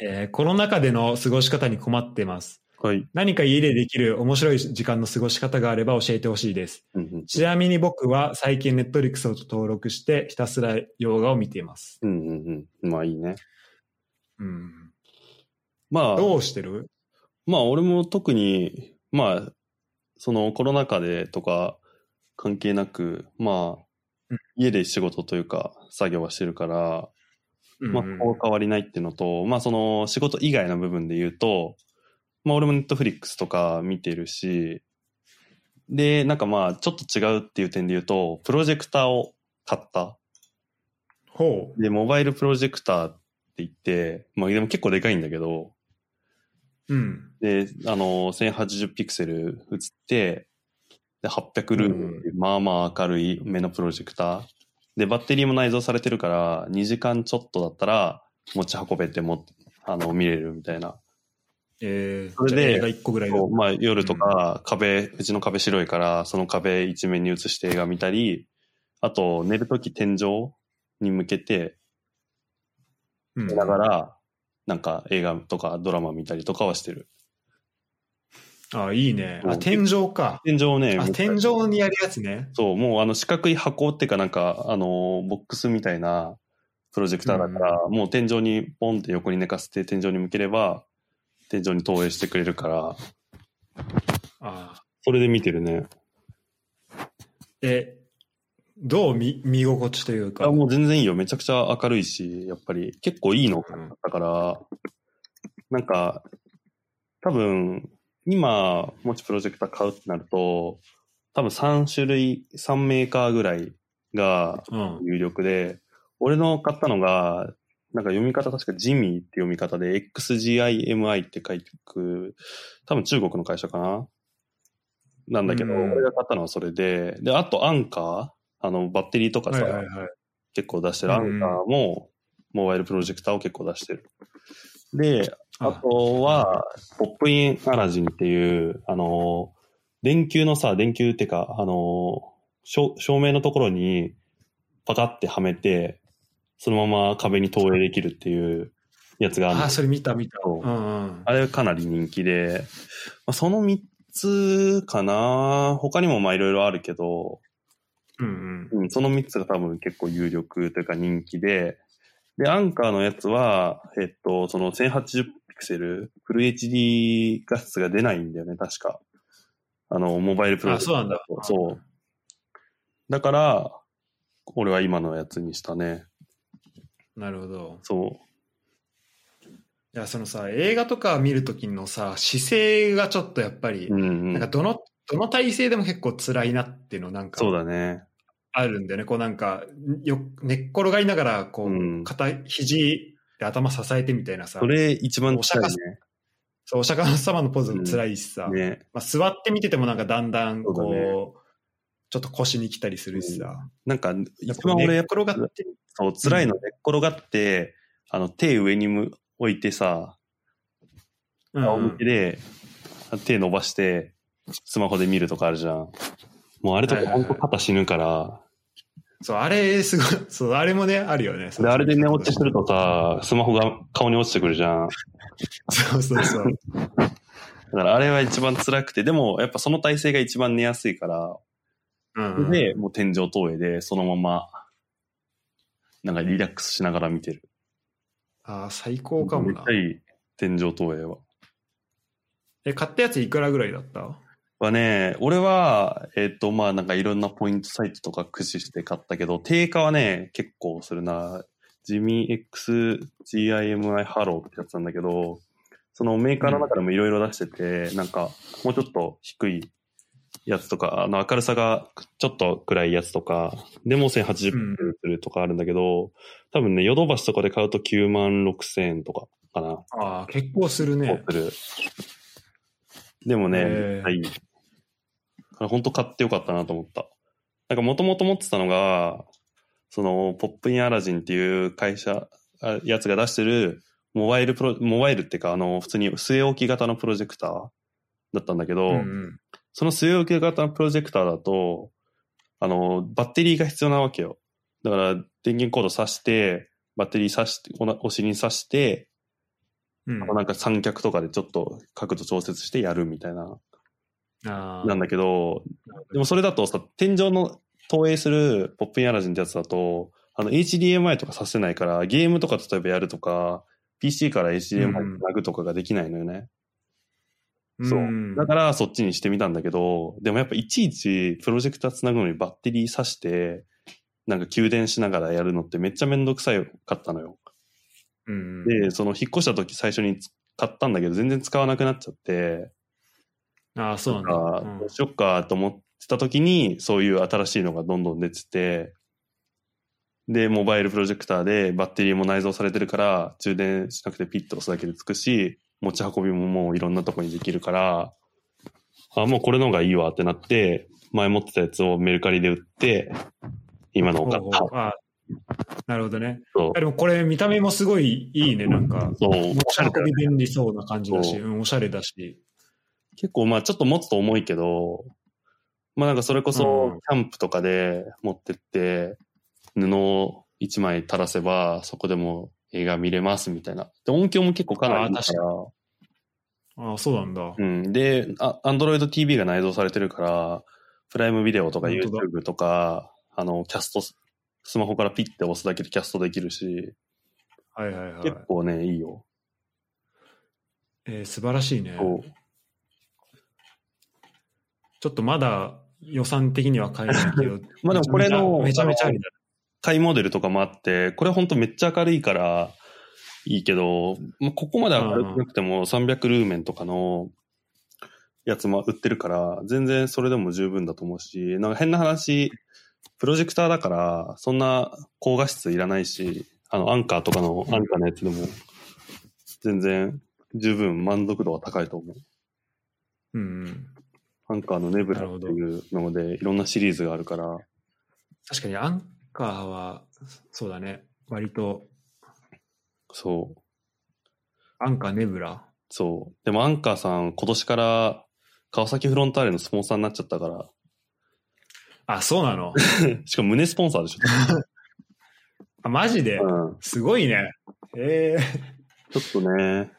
[SPEAKER 1] えーコロナ禍での過ごし方に困ってます。
[SPEAKER 2] はい。
[SPEAKER 1] 何か家でできる面白い時間の過ごし方があれば教えてほしいです。
[SPEAKER 2] うんうん
[SPEAKER 1] ちなみに僕は最近ネットリックスを登録してひたすら洋画を見ています。
[SPEAKER 2] うんうんうん。まあいいね。
[SPEAKER 1] うん。
[SPEAKER 2] まあ、
[SPEAKER 1] どうしてる
[SPEAKER 2] まあ俺も特に、まあ、そのコロナ禍でとか関係なく、ま
[SPEAKER 1] う
[SPEAKER 2] あ
[SPEAKER 1] ん、
[SPEAKER 2] 家で仕事というか作業はしてるから、
[SPEAKER 1] うん
[SPEAKER 2] まあ、こう変わりないっていうのと、まあ、その仕事以外の部分で言うと、まあ、俺もネットフリックスとか見てるし、で、なんかまあ、ちょっと違うっていう点で言うと、プロジェクターを買った。
[SPEAKER 1] ほう。
[SPEAKER 2] で、モバイルプロジェクターって言って、まあ、でも結構でかいんだけど、
[SPEAKER 1] うん。
[SPEAKER 2] で、あの、1080ピクセル映って、で、800ルームっていう、まあまあ明るい目のプロジェクター。で、バッテリーも内蔵されてるから、2時間ちょっとだったら、持ち運べても、あの、見れるみたいな。
[SPEAKER 1] えー、
[SPEAKER 2] それで
[SPEAKER 1] じゃあ映画1個ぐらいだ
[SPEAKER 2] そうまあ、夜とか、壁、うちの壁白いから、その壁一面に映して映画見たり、あと、寝るとき天井に向けて、
[SPEAKER 1] うん
[SPEAKER 2] 寝ながら、なんか映画とかドラマ見たりとかはしてる。
[SPEAKER 1] あ、いいね。
[SPEAKER 2] う
[SPEAKER 1] あ、
[SPEAKER 2] ん
[SPEAKER 1] 天井か。
[SPEAKER 2] 天井ね、
[SPEAKER 1] あ、天井にやるやつね。
[SPEAKER 2] そう、もうあの四角い箱っていうかなんか、あのーボックスみたいなプロジェクターだから、もう天井にポンって横に寝かせて天井に向ければ、天井に投影してくれるから、
[SPEAKER 1] あ
[SPEAKER 2] それで見てるね。
[SPEAKER 1] え、どう見、見心地という
[SPEAKER 2] あ
[SPEAKER 1] か。
[SPEAKER 2] もう全然いいよ。めちゃくちゃ明るいし、やっぱり結構いいのだったから、なんか、多分、今、もしプロジェクター買うってなると、多分3種類、3メーカーぐらいが
[SPEAKER 1] うん。
[SPEAKER 2] 有力で、俺の買ったのが、なんか読み方確かジミーって読み方で XGIMI って書いてく、多分中国の会社かななんだけど、
[SPEAKER 1] うん
[SPEAKER 2] 俺が買ったのはそれで、で、あとアンカーあの、バッテリーとか
[SPEAKER 1] はい
[SPEAKER 2] さ、
[SPEAKER 1] はいはい。
[SPEAKER 2] 結構出してるアンカーも、モバイルプロジェクターを結構出してる。で、あとは、ポップインアラジンっていう、あの、電球のさ、電球ってか、あの、照照明のところにパカってはめて、そのまま壁に投影できるっていうやつがある
[SPEAKER 1] あ
[SPEAKER 2] の
[SPEAKER 1] あ、それ見た見た。
[SPEAKER 2] そ
[SPEAKER 1] う
[SPEAKER 2] う
[SPEAKER 1] んうん。
[SPEAKER 2] あれかなり人気で、まあ、その3つかな他にもまあいろいろあるけど、
[SPEAKER 1] うん
[SPEAKER 2] うん、その3つが多分結構有力というか人気で、で、アンカーのやつは、えっと、その1080ピクセル、フル HD 画質が出ないんだよね、確か。あの、モバイルプロ
[SPEAKER 1] あそうなんだ
[SPEAKER 2] そう。だから、俺は今のやつにしたね。
[SPEAKER 1] なるほど。
[SPEAKER 2] そ
[SPEAKER 1] いや、そのさ、映画とか見るときのさ、姿勢がちょっとやっぱり
[SPEAKER 2] う。う、ん、
[SPEAKER 1] な
[SPEAKER 2] う
[SPEAKER 1] んか
[SPEAKER 2] ん。
[SPEAKER 1] どの、どの体勢でも結構辛いなっていうのなんか
[SPEAKER 2] そうだね。
[SPEAKER 1] あるんだよね。こうなんか、よ、寝っ転がりながら、こ
[SPEAKER 2] うん
[SPEAKER 1] う、肩、肘で頭支えてみたいなさ、
[SPEAKER 2] それ一番
[SPEAKER 1] お釈迦そう、お釈迦様のポーズも辛いしさ、
[SPEAKER 2] 近いね。ね。
[SPEAKER 1] まあ、座って見ててもなんかだんだん、こ
[SPEAKER 2] そう
[SPEAKER 1] う、
[SPEAKER 2] だね
[SPEAKER 1] ちょっと腰に来たりするしさ、
[SPEAKER 2] なんか、
[SPEAKER 1] やっ
[SPEAKER 2] 一
[SPEAKER 1] ぱ
[SPEAKER 2] 番俺
[SPEAKER 1] 寝
[SPEAKER 2] や
[SPEAKER 1] っ
[SPEAKER 2] っぱ
[SPEAKER 1] 転がって、
[SPEAKER 2] そう、辛いの寝っ転がって、あの、手上にむ置いてさ、
[SPEAKER 1] うん
[SPEAKER 2] 仰向けで、手伸ばして、スマホで見るとかあるじゃん。もうあれと
[SPEAKER 1] はい
[SPEAKER 2] か
[SPEAKER 1] はいはい
[SPEAKER 2] 本当肩死ぬから、
[SPEAKER 1] そう、あれ、すごい、そう、あれもね、あるよね。
[SPEAKER 2] で、あれで寝落ちするとさ、スマホが顔に落ちてくるじゃん。
[SPEAKER 1] そうそうそう。
[SPEAKER 2] だからあれは一番辛くて、でもやっぱその体勢が一番寝やすいから、
[SPEAKER 1] うんうん、
[SPEAKER 2] で、もう天井投影でそのまま、なんかリラックスしながら見てる。
[SPEAKER 1] ああ、最高かも
[SPEAKER 2] めっ
[SPEAKER 1] な
[SPEAKER 2] ちゃ。いい、天井投影は。
[SPEAKER 1] え、買ったやついくらぐらいだった
[SPEAKER 2] はね、俺は、えっ、と、まあなんかいろんなポイントサイトとか駆使して買ったけど、定価はね、結構するな。ジミー X GIMI ハローってやつなんだけど、そのメーカーの中でもいろいろ出してて、なんかもうちょっと低いやつとか、あの明るさがちょっと暗いやつとか、でも 1080p するとかあるんだけど、多分ね、ヨドバシとかで買うと9万6000円とかかな。
[SPEAKER 1] ああ、結構する
[SPEAKER 2] こ
[SPEAKER 1] ね。
[SPEAKER 2] うする。でもね、
[SPEAKER 1] へー
[SPEAKER 2] はい。これ本当買ってよかったなと思った。なんかもともと持ってたのが、その、ポップインアラジンっていう会社、あやつが出してる、モバイルプロ、モバイルっていうか、あの、普通に据え置き型のプロジェクターだったんだけど、
[SPEAKER 1] うんうん。
[SPEAKER 2] その据え置き型のプロジェクターだと、あの、バッテリーが必要なわけよ。だから、電源コード挿して、バッテリー挿して、おなお尻に挿して、
[SPEAKER 1] うん、
[SPEAKER 2] なんか三脚とかでちょっと角度調節してやるみたいな、
[SPEAKER 1] あ
[SPEAKER 2] なんだけど、でも
[SPEAKER 1] も、
[SPEAKER 2] それだとさ、天井の投影するポップインアラジンってやつだと、あの HDMI とかさせないから、ゲームとか例えばやるとか、PC から HDMI
[SPEAKER 1] うん
[SPEAKER 2] つなぐとかができないのよね。
[SPEAKER 1] うん、
[SPEAKER 2] そうう。
[SPEAKER 1] ん
[SPEAKER 2] だからそっちにしてみたんだけど、でもやっぱいちいちプロジェクターつなぐのにバッテリー挿して、なんか給電しながらやるのってめっちゃめんどくさいかったのよ。
[SPEAKER 1] うん、
[SPEAKER 2] で、その引っ越した時最初に買ったんだけど、全然使わなくなっちゃって、
[SPEAKER 1] ああ、そうなんだ。
[SPEAKER 2] あ
[SPEAKER 1] うん
[SPEAKER 2] どうしよっかと思ってた時に、そういう新しいのがどんどん出てて、で、モバイルプロジェクターでバッテリーも内蔵されてるから、充電しなくてピッと押すだけでつくし、持ち運びももういろんなとこにできるから、あ、もうこれの方がいいわってなって、前持ってたやつをメルカリで売って、今のを
[SPEAKER 1] ほう
[SPEAKER 2] 買っ
[SPEAKER 1] ほう
[SPEAKER 2] た。
[SPEAKER 1] あーなるほどね。
[SPEAKER 2] そう
[SPEAKER 1] あでもこれ見た目もすごいいいね、なんか。
[SPEAKER 2] そう
[SPEAKER 1] 持
[SPEAKER 2] おし
[SPEAKER 1] ち
[SPEAKER 2] ゃれだ
[SPEAKER 1] 運
[SPEAKER 2] よ
[SPEAKER 1] び
[SPEAKER 2] ね
[SPEAKER 1] 便利そうな感じだし、
[SPEAKER 2] そ
[SPEAKER 1] うん、おしゃれだし。
[SPEAKER 2] 結構まあちょっと持つと重いけど、まあなんかそれこ
[SPEAKER 1] う
[SPEAKER 2] そ
[SPEAKER 1] ん
[SPEAKER 2] キャンプとかで持ってって、布を一枚垂らせばそこでも映画見れますみたいな。で、音響も結構かなりいい
[SPEAKER 1] あ
[SPEAKER 2] か
[SPEAKER 1] 確
[SPEAKER 2] ら。
[SPEAKER 1] ああ、そうなんだ。
[SPEAKER 2] うん。で、あ Android TV が内蔵されてるから、プライムビデオとか
[SPEAKER 1] 本当だ
[SPEAKER 2] YouTube とか、あの、キャスト、スマホからピッて押すだけでキャストできるし、
[SPEAKER 1] はいはいはい
[SPEAKER 2] 結。構ね、いいよ。
[SPEAKER 1] えー素晴らしいね。
[SPEAKER 2] そう。
[SPEAKER 1] ちょっとまだ予算的には買えないけど
[SPEAKER 2] まあでもこれの
[SPEAKER 1] めちゃめちゃありだ。
[SPEAKER 2] 買いモデルとかもあって、これほんとめっちゃ明るいからいいけど、まあ、ここまで明るくなくても300ルーメンとかのやつも売ってるから、全然それでも十分だと思うし、なんか変な話、プロジェクターだから、そんな高画質いらないし、あの、アンカーとかの、アンカーのやつでも、全然十分満足度は高いと思う。
[SPEAKER 1] うんうん。
[SPEAKER 2] アンカーのネブラっていうので、いろんなシリーズがあるから、
[SPEAKER 1] 確かにアンカーは、そうだね。割と、
[SPEAKER 2] そう、
[SPEAKER 1] アンカーネブラ。
[SPEAKER 2] そう。でもアンカーさん、今年から川崎フロンターレのスポンサーになっちゃったから、
[SPEAKER 1] あ、そうなの。
[SPEAKER 2] しかも胸スポンサーでし
[SPEAKER 1] あ、マジで
[SPEAKER 2] ょ。うん。
[SPEAKER 1] すごいね。ええ
[SPEAKER 2] ちょっとね、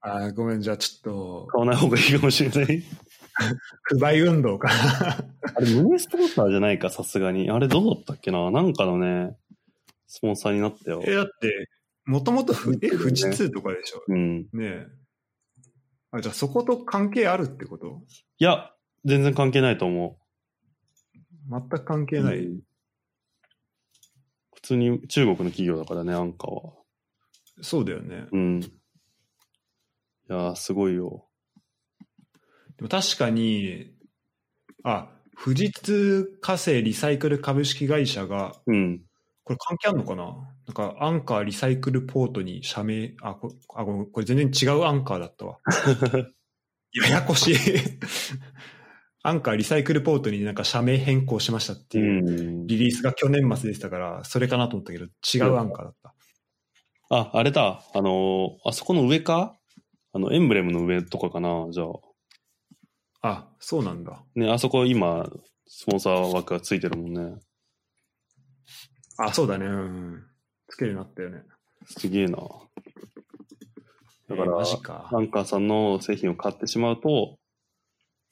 [SPEAKER 1] あ、ごめん、じゃあちょっと、
[SPEAKER 2] 買わない方がいいかもしれない。
[SPEAKER 1] 不買運動か。
[SPEAKER 2] あれ、ムネスポンサーじゃないか、さすがに。あれ、どうだったっけななんかのね、スポンサーになったよ。
[SPEAKER 1] え、だって、もともとふ、え、
[SPEAKER 2] そうだよね
[SPEAKER 1] 富士通とかでしょ
[SPEAKER 2] うん。
[SPEAKER 1] ねえ。あ、じゃあそこと関係あるってこと
[SPEAKER 2] いや、全然関係ないと思
[SPEAKER 1] 全く関
[SPEAKER 2] う。
[SPEAKER 1] 係ない。
[SPEAKER 2] うん普通に中国の企業だからね、アンカーは。
[SPEAKER 1] そうだよね。
[SPEAKER 2] うん。いやー、すごいよ。
[SPEAKER 1] でも確かに、あ、富士通化成リサイクル株式会社が、
[SPEAKER 2] うん。
[SPEAKER 1] これ関係あるのかななんか、アンカーリサイクルポートに社名、あ、こあごめんこれ全然違うアンカーだ ったわ。ややこしい。アンカーリサイクルポートになんか社名変更しましたって
[SPEAKER 2] う。
[SPEAKER 1] いうんリリースが去年末でしたから、それかなと思ったけど、違うアンカーだった。
[SPEAKER 2] あ、あれだ。あのーあそこの上かあの、エンブレムの上とかかなじゃあ。
[SPEAKER 1] あ、そうなんだ。
[SPEAKER 2] ね、あそこ今、スポンサー枠がついてるもんね。
[SPEAKER 1] あ、そうだね。うんうん。つけるようになったよね。
[SPEAKER 2] すげえな。だから
[SPEAKER 1] えーマジか
[SPEAKER 2] ア。ンカーさんの製品を買ってしまうと、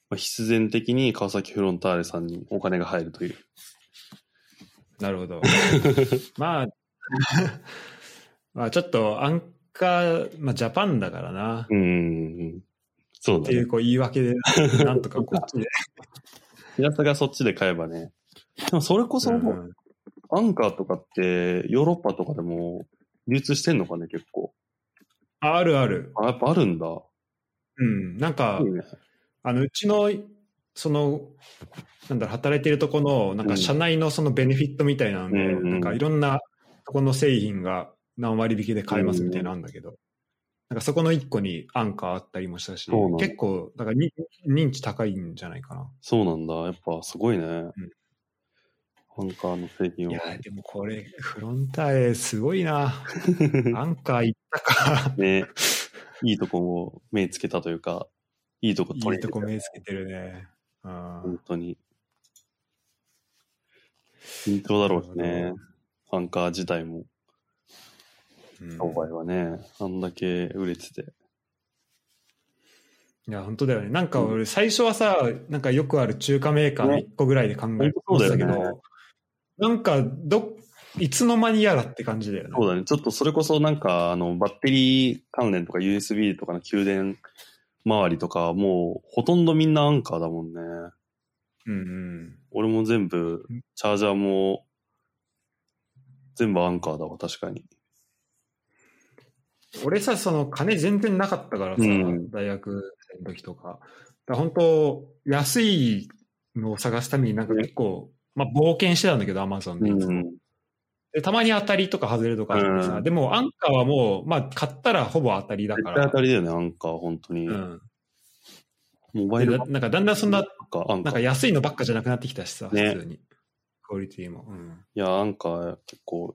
[SPEAKER 2] まあ、必然的に川崎フロンターレさんにお金が入るという。
[SPEAKER 1] なるほど。 まあ、 まあちょっとアンカー、まあジャパンだからな。
[SPEAKER 2] うんうんうん。そう
[SPEAKER 1] っ
[SPEAKER 2] だ
[SPEAKER 1] てい
[SPEAKER 2] ね
[SPEAKER 1] う。こう言い訳で、なんとか こっちで。
[SPEAKER 2] 平田がそっちで買えばね。でもそれこそ、
[SPEAKER 1] うん
[SPEAKER 2] アンカーとかって、ヨーロッパとかでも流通してんのかね、結構。
[SPEAKER 1] あるある。
[SPEAKER 2] あ、やっぱあるんだ。
[SPEAKER 1] うん。なんか
[SPEAKER 2] いい、ね。
[SPEAKER 1] あの、うちの、その、なんだろう、働いてるとこの、なん
[SPEAKER 2] う
[SPEAKER 1] か
[SPEAKER 2] ん
[SPEAKER 1] 社内のそのベネフィットみたいなので、
[SPEAKER 2] うんうん
[SPEAKER 1] なんかいろんなとこの製品が何割引きで買えますみたいなのあるんだけど、なんかそこの一個にアンカーあったりもしたし
[SPEAKER 2] そうな、の
[SPEAKER 1] 結構、なんかに認知高いんじゃないかな。
[SPEAKER 2] そうなんだ。やっぱすごいね。アンカーの製品を。
[SPEAKER 1] い
[SPEAKER 2] ね
[SPEAKER 1] や、でもこれ、フロンターレすごい な。アンカー行ったか。
[SPEAKER 2] いいとこを目つけたというか、いいとこ
[SPEAKER 1] い
[SPEAKER 2] 取
[SPEAKER 1] い
[SPEAKER 2] り入れて
[SPEAKER 1] とこ目つけてるね。あ
[SPEAKER 2] 本当に。緊張だろうし
[SPEAKER 1] な
[SPEAKER 2] ね
[SPEAKER 1] る。
[SPEAKER 2] アンカー自体も、
[SPEAKER 1] うん
[SPEAKER 2] 今回はね、あんだけ売れてて。
[SPEAKER 1] いや、本当だよね。なんか俺、最初はさ、なんかよくある中華メーカーの1個ぐらいで考えて
[SPEAKER 2] 本当
[SPEAKER 1] た
[SPEAKER 2] そう
[SPEAKER 1] け
[SPEAKER 2] だ
[SPEAKER 1] ど、
[SPEAKER 2] よね
[SPEAKER 1] なんか、ど、いつの間にやらって感じだよね。
[SPEAKER 2] そうだね。ちょっとそれこそなんか、あの、バッテリー関連とか USB とかの給電周りとか、もうほとんどみんなアンカーだもんね。
[SPEAKER 1] うんうん。
[SPEAKER 2] 俺も全部
[SPEAKER 1] うん、
[SPEAKER 2] チャージャーも、全部アンカーだわ、確かに。
[SPEAKER 1] 俺さ、その金全然なかったからさ、
[SPEAKER 2] うん
[SPEAKER 1] 大学生の時とか。だから本当、安いのを探すためになんか結構、まあ冒険してたんだけど、アマゾンでいつも。で、たまに当たりとか外れとかあってさ、
[SPEAKER 2] うん
[SPEAKER 1] でもアンカーはもう、まあ買ったらほぼ当たりだか
[SPEAKER 2] 絶対
[SPEAKER 1] ら
[SPEAKER 2] 当。たりだよね、アンカー、本当に。
[SPEAKER 1] うん。
[SPEAKER 2] モバイ
[SPEAKER 1] で
[SPEAKER 2] ル
[SPEAKER 1] だ
[SPEAKER 2] バッ
[SPEAKER 1] なんかだんだんそんな
[SPEAKER 2] カー、アンカ
[SPEAKER 1] なん
[SPEAKER 2] ー
[SPEAKER 1] か。安いのばっかじゃなくなってきたしさ、
[SPEAKER 2] ね
[SPEAKER 1] 普通に。クオリティも。うん。
[SPEAKER 2] いや、アンカー結構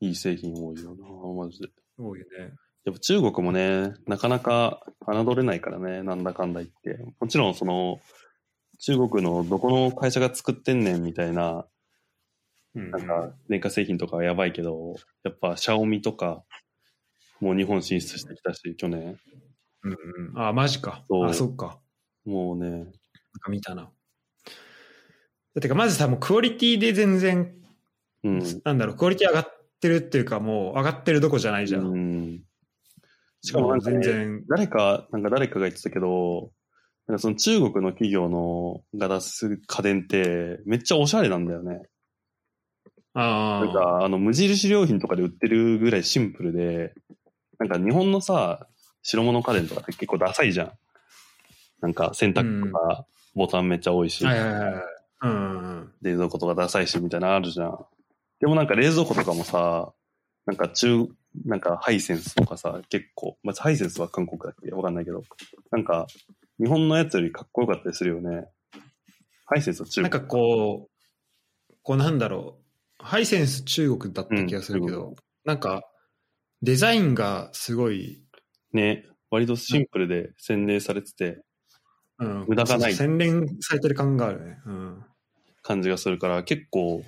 [SPEAKER 2] いい製品多いよな、マジで。
[SPEAKER 1] 多いよね。
[SPEAKER 2] やっぱ中国もね、なかなか侮れないからね、なんだかんだ言って。もちろんその、中国のどこの会社が作ってんねんみたいな、
[SPEAKER 1] うん。
[SPEAKER 2] なんか電化製品とかはやばいけど、やっぱシャオミとか、もう日本進出してきたし、去年。
[SPEAKER 1] うんうん、あ、マジか。
[SPEAKER 2] そう
[SPEAKER 1] あ、そっか。なん
[SPEAKER 2] もうね、
[SPEAKER 1] か見たな。てか、まずさ、もうクオリティで全然、
[SPEAKER 2] うん。
[SPEAKER 1] なんだろう、クオリティ上がってるっていうか、もう上がってるどこじゃないじゃん。
[SPEAKER 2] うん。しかもなんかね
[SPEAKER 1] 全然。
[SPEAKER 2] 誰か、なんか誰かが言ってたけど、なんかその中国の企業のが出す家電ってめっちゃおしゃれなんだよね。
[SPEAKER 1] あ
[SPEAKER 2] なんかあの無印良品とかで売ってるぐらいシンプルで、なんか日本のさ、白物家電とかって結構ダサいじゃん。なんか洗濯とかボタンめっちゃ多いし、
[SPEAKER 1] あ。はいはいはいはい。うんうんうん。
[SPEAKER 2] 冷蔵庫とかダサいしみたいなのあるじゃん。でもなんか冷蔵庫とかもさ、なんか中、なんかハイセンスとかさ、結構、まあ、ハイセンスは韓国だっけわかんないけど、なんか日本のやつよりかっこよかったりするよね。ハイセンスは中
[SPEAKER 1] なん
[SPEAKER 2] 国。
[SPEAKER 1] かこう、こうなんだろう、ハイセンス中国だった気がするけど、
[SPEAKER 2] う
[SPEAKER 1] なんか、デザインがすごい、
[SPEAKER 2] ね、割とシンプルで洗練されてて
[SPEAKER 1] うん、
[SPEAKER 2] 無駄がない
[SPEAKER 1] 洗練されてる感があるね。うん。
[SPEAKER 2] 感じがするから、結構、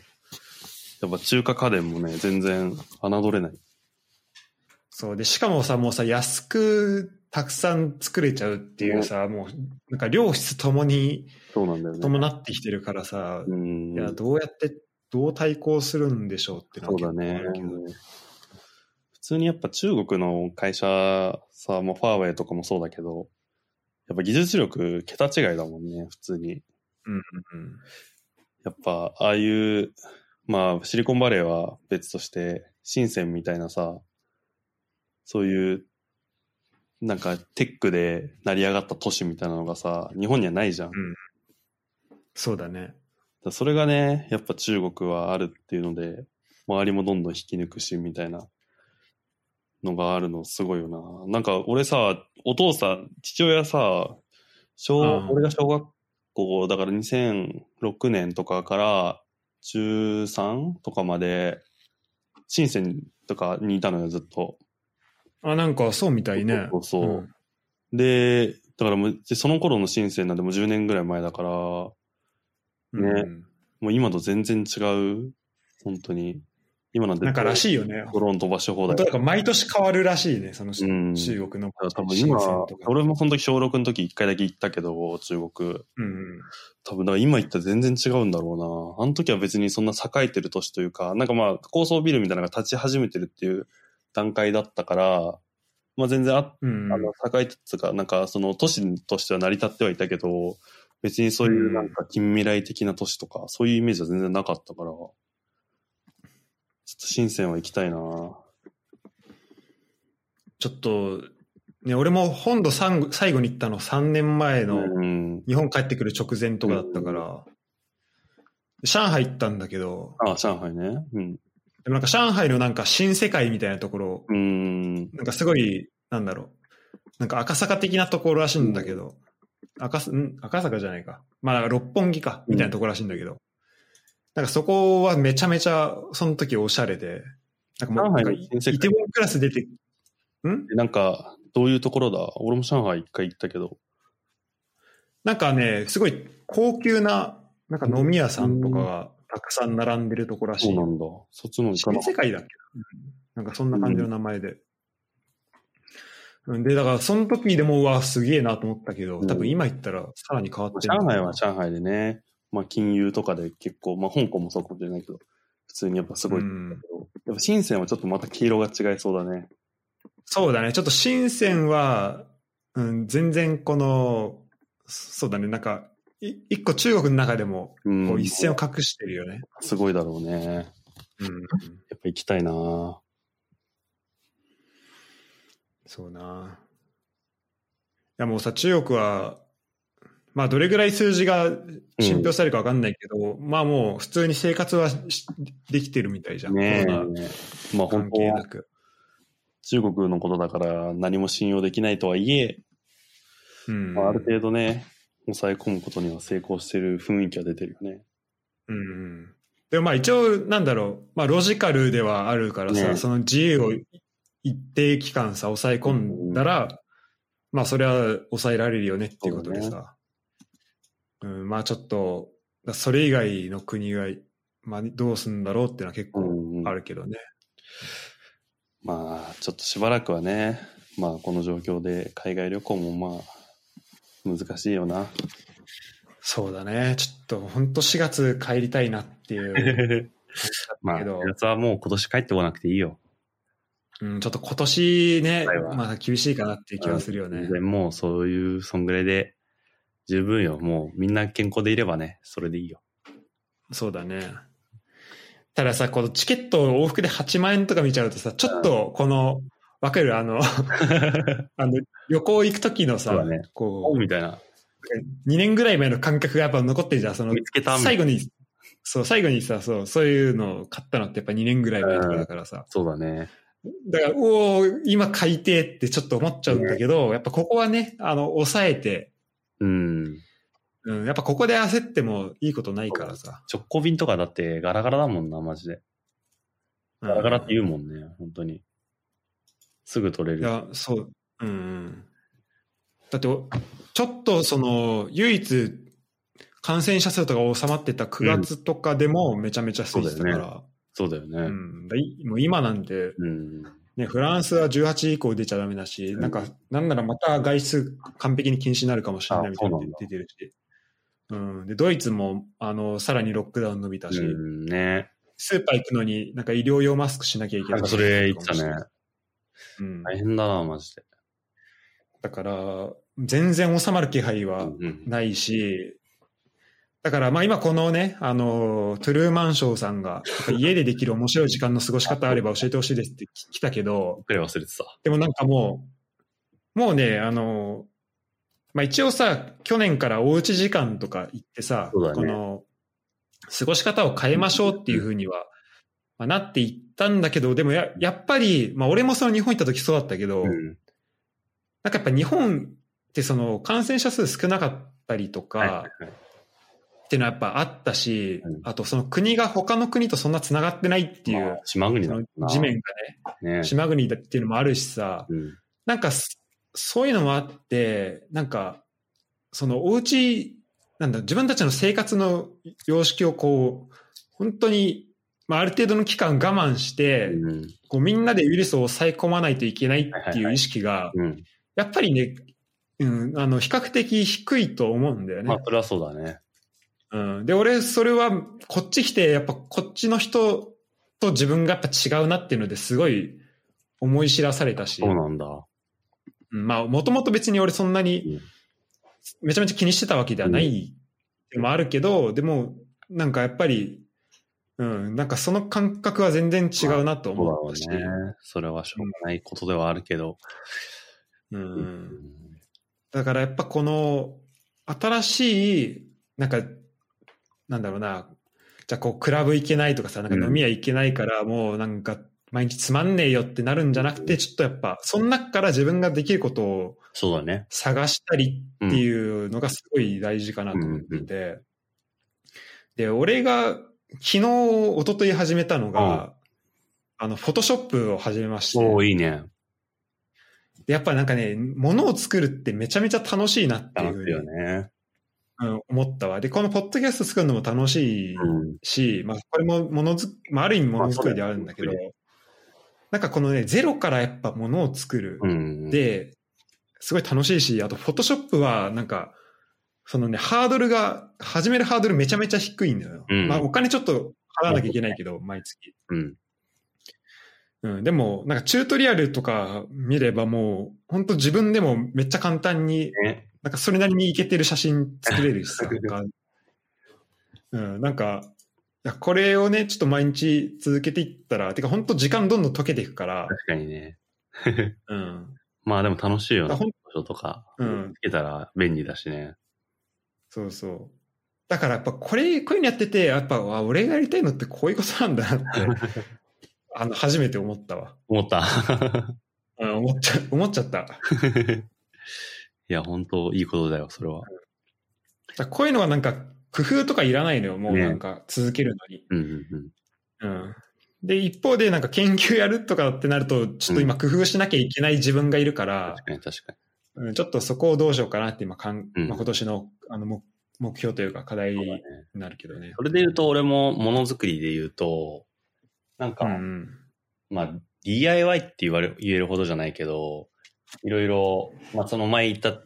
[SPEAKER 2] やっぱ中華家電もね、全然侮れない。
[SPEAKER 1] そう。で、しかもさ、もうさ、安くたくさん作れちゃうっていうさ、もう、なんか良質ともに
[SPEAKER 2] そうなんだよね。
[SPEAKER 1] 伴ってきてるからさ、
[SPEAKER 2] うん
[SPEAKER 1] いや、どうやって、どう対抗するんでしょうっていうの
[SPEAKER 2] そうだ
[SPEAKER 1] は結構あ
[SPEAKER 2] ね
[SPEAKER 1] るけど。。
[SPEAKER 2] 普通にやっぱ中国の会社さ、もうファーウェイとかもそうだけど、やっぱ技術力桁違いだもんね、普通に。
[SPEAKER 1] うんうん
[SPEAKER 2] やっぱ、ああいう、まあ、シリコンバレーは別として、深センみたいなさ、そういう、なんか、テックで成り上がった都市みたいなのがさ、日本にはないじゃん。だか
[SPEAKER 1] そうだね。
[SPEAKER 2] らそれがね、やっぱ中国はあるっていうので、周りもどんどん引き抜くし、みたいなのがあるのすごいよな。なんか、俺さ、お父さん、父親さ、小、
[SPEAKER 1] うん
[SPEAKER 2] 俺が小学校、だから2006年とかから、中3とかまで、深センとかにいたのよ、ずっと。
[SPEAKER 1] あ、なんかそうみたいね。
[SPEAKER 2] そうそうそうで、だからもう、でその頃の深センなんてもう10年ぐらい前だから、も
[SPEAKER 1] うん
[SPEAKER 2] ね
[SPEAKER 1] うん
[SPEAKER 2] う今と全然違う、本当に。今なんて、
[SPEAKER 1] なんからしいよね。
[SPEAKER 2] ドローン飛ばし放
[SPEAKER 1] 本
[SPEAKER 2] 題
[SPEAKER 1] 当。だから毎年変わるらしいね、その、
[SPEAKER 2] うん
[SPEAKER 1] 中国の
[SPEAKER 2] だから多分
[SPEAKER 1] 新鮮
[SPEAKER 2] 今
[SPEAKER 1] と、か。
[SPEAKER 2] 俺もその時小6の時一回だけ行ったけど、中国。
[SPEAKER 1] うんうん
[SPEAKER 2] 多分、だから今言ったら全然違うんだろうな。あの時は別にそんな栄えてる年というか、なんかまあ高層ビルみたいなのが立ち始めてるっていう段階だったから、まあ全然あっ
[SPEAKER 1] うん
[SPEAKER 2] あの、栄えてつうか、なんか、その都市としては成り立ってはいたけど、別にそういううんなんか近未来的な都市とか、そういうイメージは全然なかったから、ちょっと深センは行きたいな
[SPEAKER 1] ちょっと、ね、俺も本土さん最後に行ったの3年前の
[SPEAKER 2] うん。
[SPEAKER 1] 日本帰ってくる直前とかだったから、上海行ったんだけど、
[SPEAKER 2] あ、上海ね。うん。
[SPEAKER 1] でもなんか上海のなんか新世界みたいなところ、
[SPEAKER 2] うん。
[SPEAKER 1] なんかすごい、なんだろう、なんか赤坂的なところらしいんだけど、赤すん赤坂じゃないか。まあだから六本木か、みたいなところらしいんだけど、なんかそこはめちゃめちゃその時おしゃれで、なんかもうなんか
[SPEAKER 2] 上海の新世界
[SPEAKER 1] イテウォンクラス出て、ん
[SPEAKER 2] なんか、どういうところだ俺も上海一回行ったけど。
[SPEAKER 1] なんかね、すごい高級な、なんか飲み屋さんとかがたくさん並んでるとこらし
[SPEAKER 2] そう
[SPEAKER 1] い
[SPEAKER 2] な
[SPEAKER 1] よ。
[SPEAKER 2] んだ。そっちの方行かな
[SPEAKER 1] 新
[SPEAKER 2] か
[SPEAKER 1] 世界
[SPEAKER 2] っ。
[SPEAKER 1] だっけ、うんなんかそんな感じの名前で。うん、で、だからその時でも、うわ、すげえなと思ったけど、多分今行ったらさらに変わったてる。
[SPEAKER 2] 上海は上海でね、まあ金融とかで結構、まあ香港もそうかもしれないけど、普通にやっぱすごい。
[SPEAKER 1] うん
[SPEAKER 2] やっぱ深センはちょっとまた黄色が違いそうだね。
[SPEAKER 1] そうだね。ちょっと深センは、うん、全然この、そうだね、なんか、い一個中国の中でも、
[SPEAKER 2] うん
[SPEAKER 1] こう一線を隠してるよね。
[SPEAKER 2] すごいだろうね。
[SPEAKER 1] うん。
[SPEAKER 2] やっぱ行きたいな
[SPEAKER 1] そうな。いやもうさ、中国は、まあどれぐらい数字が信憑されるかわかんないけど、まあもう普通に生活はしできてるみたいじゃん。
[SPEAKER 2] ね
[SPEAKER 1] コロナ
[SPEAKER 2] え。まあ本
[SPEAKER 1] 関
[SPEAKER 2] 当
[SPEAKER 1] 係なく。
[SPEAKER 2] 中国のことだから何も信用できないとはいえ、
[SPEAKER 1] うん。
[SPEAKER 2] まあ、ある程度ね、抑え込むことには成功してる雰囲気は出てるよね。
[SPEAKER 1] うんうん。でもまあ一応なんだろう、まあロジカルではあるからさ、
[SPEAKER 2] ね
[SPEAKER 1] その自由を一定期間さ、抑え込んだら、まあそれは抑えられるよねっていうことで
[SPEAKER 2] そう
[SPEAKER 1] さ。うん、まあちょっと、だそれ以外の国が、まあどうすんだろうっていうのは結構
[SPEAKER 2] うんうん
[SPEAKER 1] あるけどね。
[SPEAKER 2] まあ、ちょっとしばらくはね、まあこの状況で海外旅行もまあ、難しい よな。
[SPEAKER 1] そうだね。ちょっと本当4月帰りたいなっていう
[SPEAKER 2] まあ、
[SPEAKER 1] けど
[SPEAKER 2] やつはもう今年帰ってこなくていいよ。
[SPEAKER 1] うん、ちょっと今年ね
[SPEAKER 2] はい、わ
[SPEAKER 1] まあ厳しいかなっていう気はするよね
[SPEAKER 2] 全。然もうそういう、そんぐらいで十分よ。もうみんな健康でいればね、それでいいよ。
[SPEAKER 1] そうだね。たださ、このチケットを往復で8万円とか見ちゃうとさ、ちょっとこの、わかるあの、 あの、旅行行く時の
[SPEAKER 2] そう
[SPEAKER 1] さ、
[SPEAKER 2] だね
[SPEAKER 1] こ
[SPEAKER 2] みたいな。
[SPEAKER 1] う、2年ぐらい前の感覚がやっぱ残ってるじゃん、その
[SPEAKER 2] 見、つけたみたい
[SPEAKER 1] 最後に、そう、最後にさ、そう、そういうのを買ったのってやっぱ2年ぐらい前とかだからさ、
[SPEAKER 2] そうだね。
[SPEAKER 1] だから、おお今買いてえってちょっと思っちゃうんだけど、やっぱここはね、あの、抑えて、
[SPEAKER 2] うん。
[SPEAKER 1] うん、やっぱここで焦ってもいいことないからさ。
[SPEAKER 2] 直行便とかだってガラガラだもんな、マジで。
[SPEAKER 1] うん
[SPEAKER 2] ガラガラって言うもんね、本当に。すぐ取れ
[SPEAKER 1] い
[SPEAKER 2] る。
[SPEAKER 1] や、そう。うんうん。だってお、ちょっとその、唯一、感染者数とか収まってた9月とかでもめちゃめちゃ空いてたから、
[SPEAKER 2] そうだよ
[SPEAKER 1] う
[SPEAKER 2] ね。
[SPEAKER 1] んだいもう今なんて、
[SPEAKER 2] うん。
[SPEAKER 1] ね、フランスは18以降出ちゃダメだし、
[SPEAKER 2] うん
[SPEAKER 1] なんか、なんならまた外出完璧に禁止になるかもしれないみたいな
[SPEAKER 2] あ
[SPEAKER 1] の
[SPEAKER 2] そうなんだ
[SPEAKER 1] 出てるし。うん。で、ドイツも、あの、さらにロックダウン伸びたし、
[SPEAKER 2] うん、ね。
[SPEAKER 1] スーパー行くのになんか医療用マスクしなきゃいけ
[SPEAKER 2] な
[SPEAKER 1] ない
[SPEAKER 2] んかそれ言ってたね。。
[SPEAKER 1] うん。
[SPEAKER 2] 大変だな、マジで。
[SPEAKER 1] だから、全然収まる気配
[SPEAKER 2] う
[SPEAKER 1] は
[SPEAKER 2] んうん
[SPEAKER 1] ないし、だからまあ今このね、あの、トゥルーマンショーさんが、家でできる面白い時間の過ごし方あれば教えてほしいですって来たけど、
[SPEAKER 2] くれ忘れてた。
[SPEAKER 1] でもなんかもう、もうね、あの、まあ一応さ、去年からおうち時間とか行ってさ、
[SPEAKER 2] そうだね
[SPEAKER 1] この、過ごし方を変えましょうっていうふうには、まあ、なっていったんだけど、でもややっぱり、まあ俺もその日本行った時そうだったけど、
[SPEAKER 2] うん。
[SPEAKER 1] なんかやっぱ日本ってその感染者数少なかったりとか、
[SPEAKER 2] はいはいはい
[SPEAKER 1] っていうのはやっぱあったし、
[SPEAKER 2] うん
[SPEAKER 1] あとその国が他の国とそんな繋がってないってい
[SPEAKER 2] まあ
[SPEAKER 1] う、
[SPEAKER 2] 島国
[SPEAKER 1] そ
[SPEAKER 2] だもん
[SPEAKER 1] の
[SPEAKER 2] な。
[SPEAKER 1] 地面が
[SPEAKER 2] ね
[SPEAKER 1] ね、。島国だっていうのもあるしさ、
[SPEAKER 2] うん。
[SPEAKER 1] なんかそそういうのもあって、なんか、そのおうち、なんだ、自分たちの生活の様式をこう、本当に、まあ、ある程度の期間我慢して、
[SPEAKER 2] うん
[SPEAKER 1] こうみんなでウイルスを抑え込まないといけないっていう意識が、
[SPEAKER 2] うん。
[SPEAKER 1] やっぱりね、うん、あの、比較的低いと思うんだよね。
[SPEAKER 2] まあ、それはそうだね。
[SPEAKER 1] うん、で、俺、それは、こっち来て、やっぱこっちの人と自分がやっぱ違うなっていうのですごい思い知らされたし、
[SPEAKER 2] そうなんだ。
[SPEAKER 1] うんまあ、もともと別に俺そんなに
[SPEAKER 2] うん
[SPEAKER 1] めちゃめちゃ気にしてたわけではないでもあるけど、でも、なんかやっぱり、うん、なんかその感覚は全然違うなと
[SPEAKER 2] そうだ
[SPEAKER 1] 思
[SPEAKER 2] ろ
[SPEAKER 1] ったし、
[SPEAKER 2] うね。それはしょうがないことではあるけど。
[SPEAKER 1] う。
[SPEAKER 2] うん
[SPEAKER 1] だからやっぱこの新しい、なんか、なんだろうな、じゃあこうクラブ行けないとかさ、なんか飲み屋行けないからもうなんか毎日つまんねえよってなるんじゃなく
[SPEAKER 2] う
[SPEAKER 1] て、ちょっとやっぱその中から自分ができることを
[SPEAKER 2] そうだね。
[SPEAKER 1] 探したりっていうのがすごい大事かなと思ってて。で、俺が昨日、一昨日始めたのが、あの、フォトショップを始めまして。
[SPEAKER 2] おおいいね。
[SPEAKER 1] でやっぱなんかね、物を作るってめちゃめちゃ楽しいなっていう
[SPEAKER 2] 楽
[SPEAKER 1] ふ
[SPEAKER 2] し
[SPEAKER 1] う
[SPEAKER 2] いよ
[SPEAKER 1] に
[SPEAKER 2] ね。
[SPEAKER 1] うん、思ったわ。で、このポッドキャスト作るのも楽しい
[SPEAKER 2] うん。
[SPEAKER 1] し、まあ、これもものづ、まあ、ある意味ものづくりではあるんだけど
[SPEAKER 2] まあそ、
[SPEAKER 1] なんかこのね、ゼロからやっぱものを作る。
[SPEAKER 2] うん。、
[SPEAKER 1] で、すごい楽しいし、あと、フォトショップは、なんか、そのね、ハードルが、始めるハードルめちゃめちゃ低いんだよ。
[SPEAKER 2] うん
[SPEAKER 1] まあ、お金ちょっと払わなきゃいけないけど、毎月。
[SPEAKER 2] うん。
[SPEAKER 1] うん、でも、なんかチュートリアルとか見ればもう、本当自分でもめっちゃ簡単に
[SPEAKER 2] ね。
[SPEAKER 1] なんかそれなりにいけてる写真作れるし さ、なんか、うん、なんか、いやこれをね、ちょっと毎日続けていったら、てか本当時間どんどん溶けていくから、
[SPEAKER 2] 確かにね。
[SPEAKER 1] うん、
[SPEAKER 2] まあでも楽しいよ
[SPEAKER 1] あ
[SPEAKER 2] ね。
[SPEAKER 1] ほん
[SPEAKER 2] 場所とか。
[SPEAKER 1] うん
[SPEAKER 2] つけたら便利だしね。
[SPEAKER 1] そうそう。だからやっぱこれ、こういうのやってて、やっぱ、あ俺がやりたいのってこういうことなんだなって、 あの、初めて思ったわ。
[SPEAKER 2] 思った。
[SPEAKER 1] うん、思っちゃ、思っちゃった。
[SPEAKER 2] いや、本当いいことだよ、それは。
[SPEAKER 1] だからこういうのはなんか、工夫とかいらないのよ、もうなんか続けるのに。
[SPEAKER 2] うんうん
[SPEAKER 1] うんで、一方でなんか研究やるとかってなると、ちょっと今工夫しなきゃいけない自分がいるか
[SPEAKER 2] うん。
[SPEAKER 1] ら
[SPEAKER 2] 確、かに確かに。
[SPEAKER 1] うんちょっとそこをどうしようかなって今かん、
[SPEAKER 2] うん
[SPEAKER 1] まあ、今年のあの目目標というか課題
[SPEAKER 2] そう
[SPEAKER 1] に
[SPEAKER 2] だね
[SPEAKER 1] なるけどね。
[SPEAKER 2] それで言うと、俺もものづくりで言うと、なんか、
[SPEAKER 1] うん。
[SPEAKER 2] まあ、DIY って言われ、言えるほどじゃないけど、いろいろ、まあ、その前言った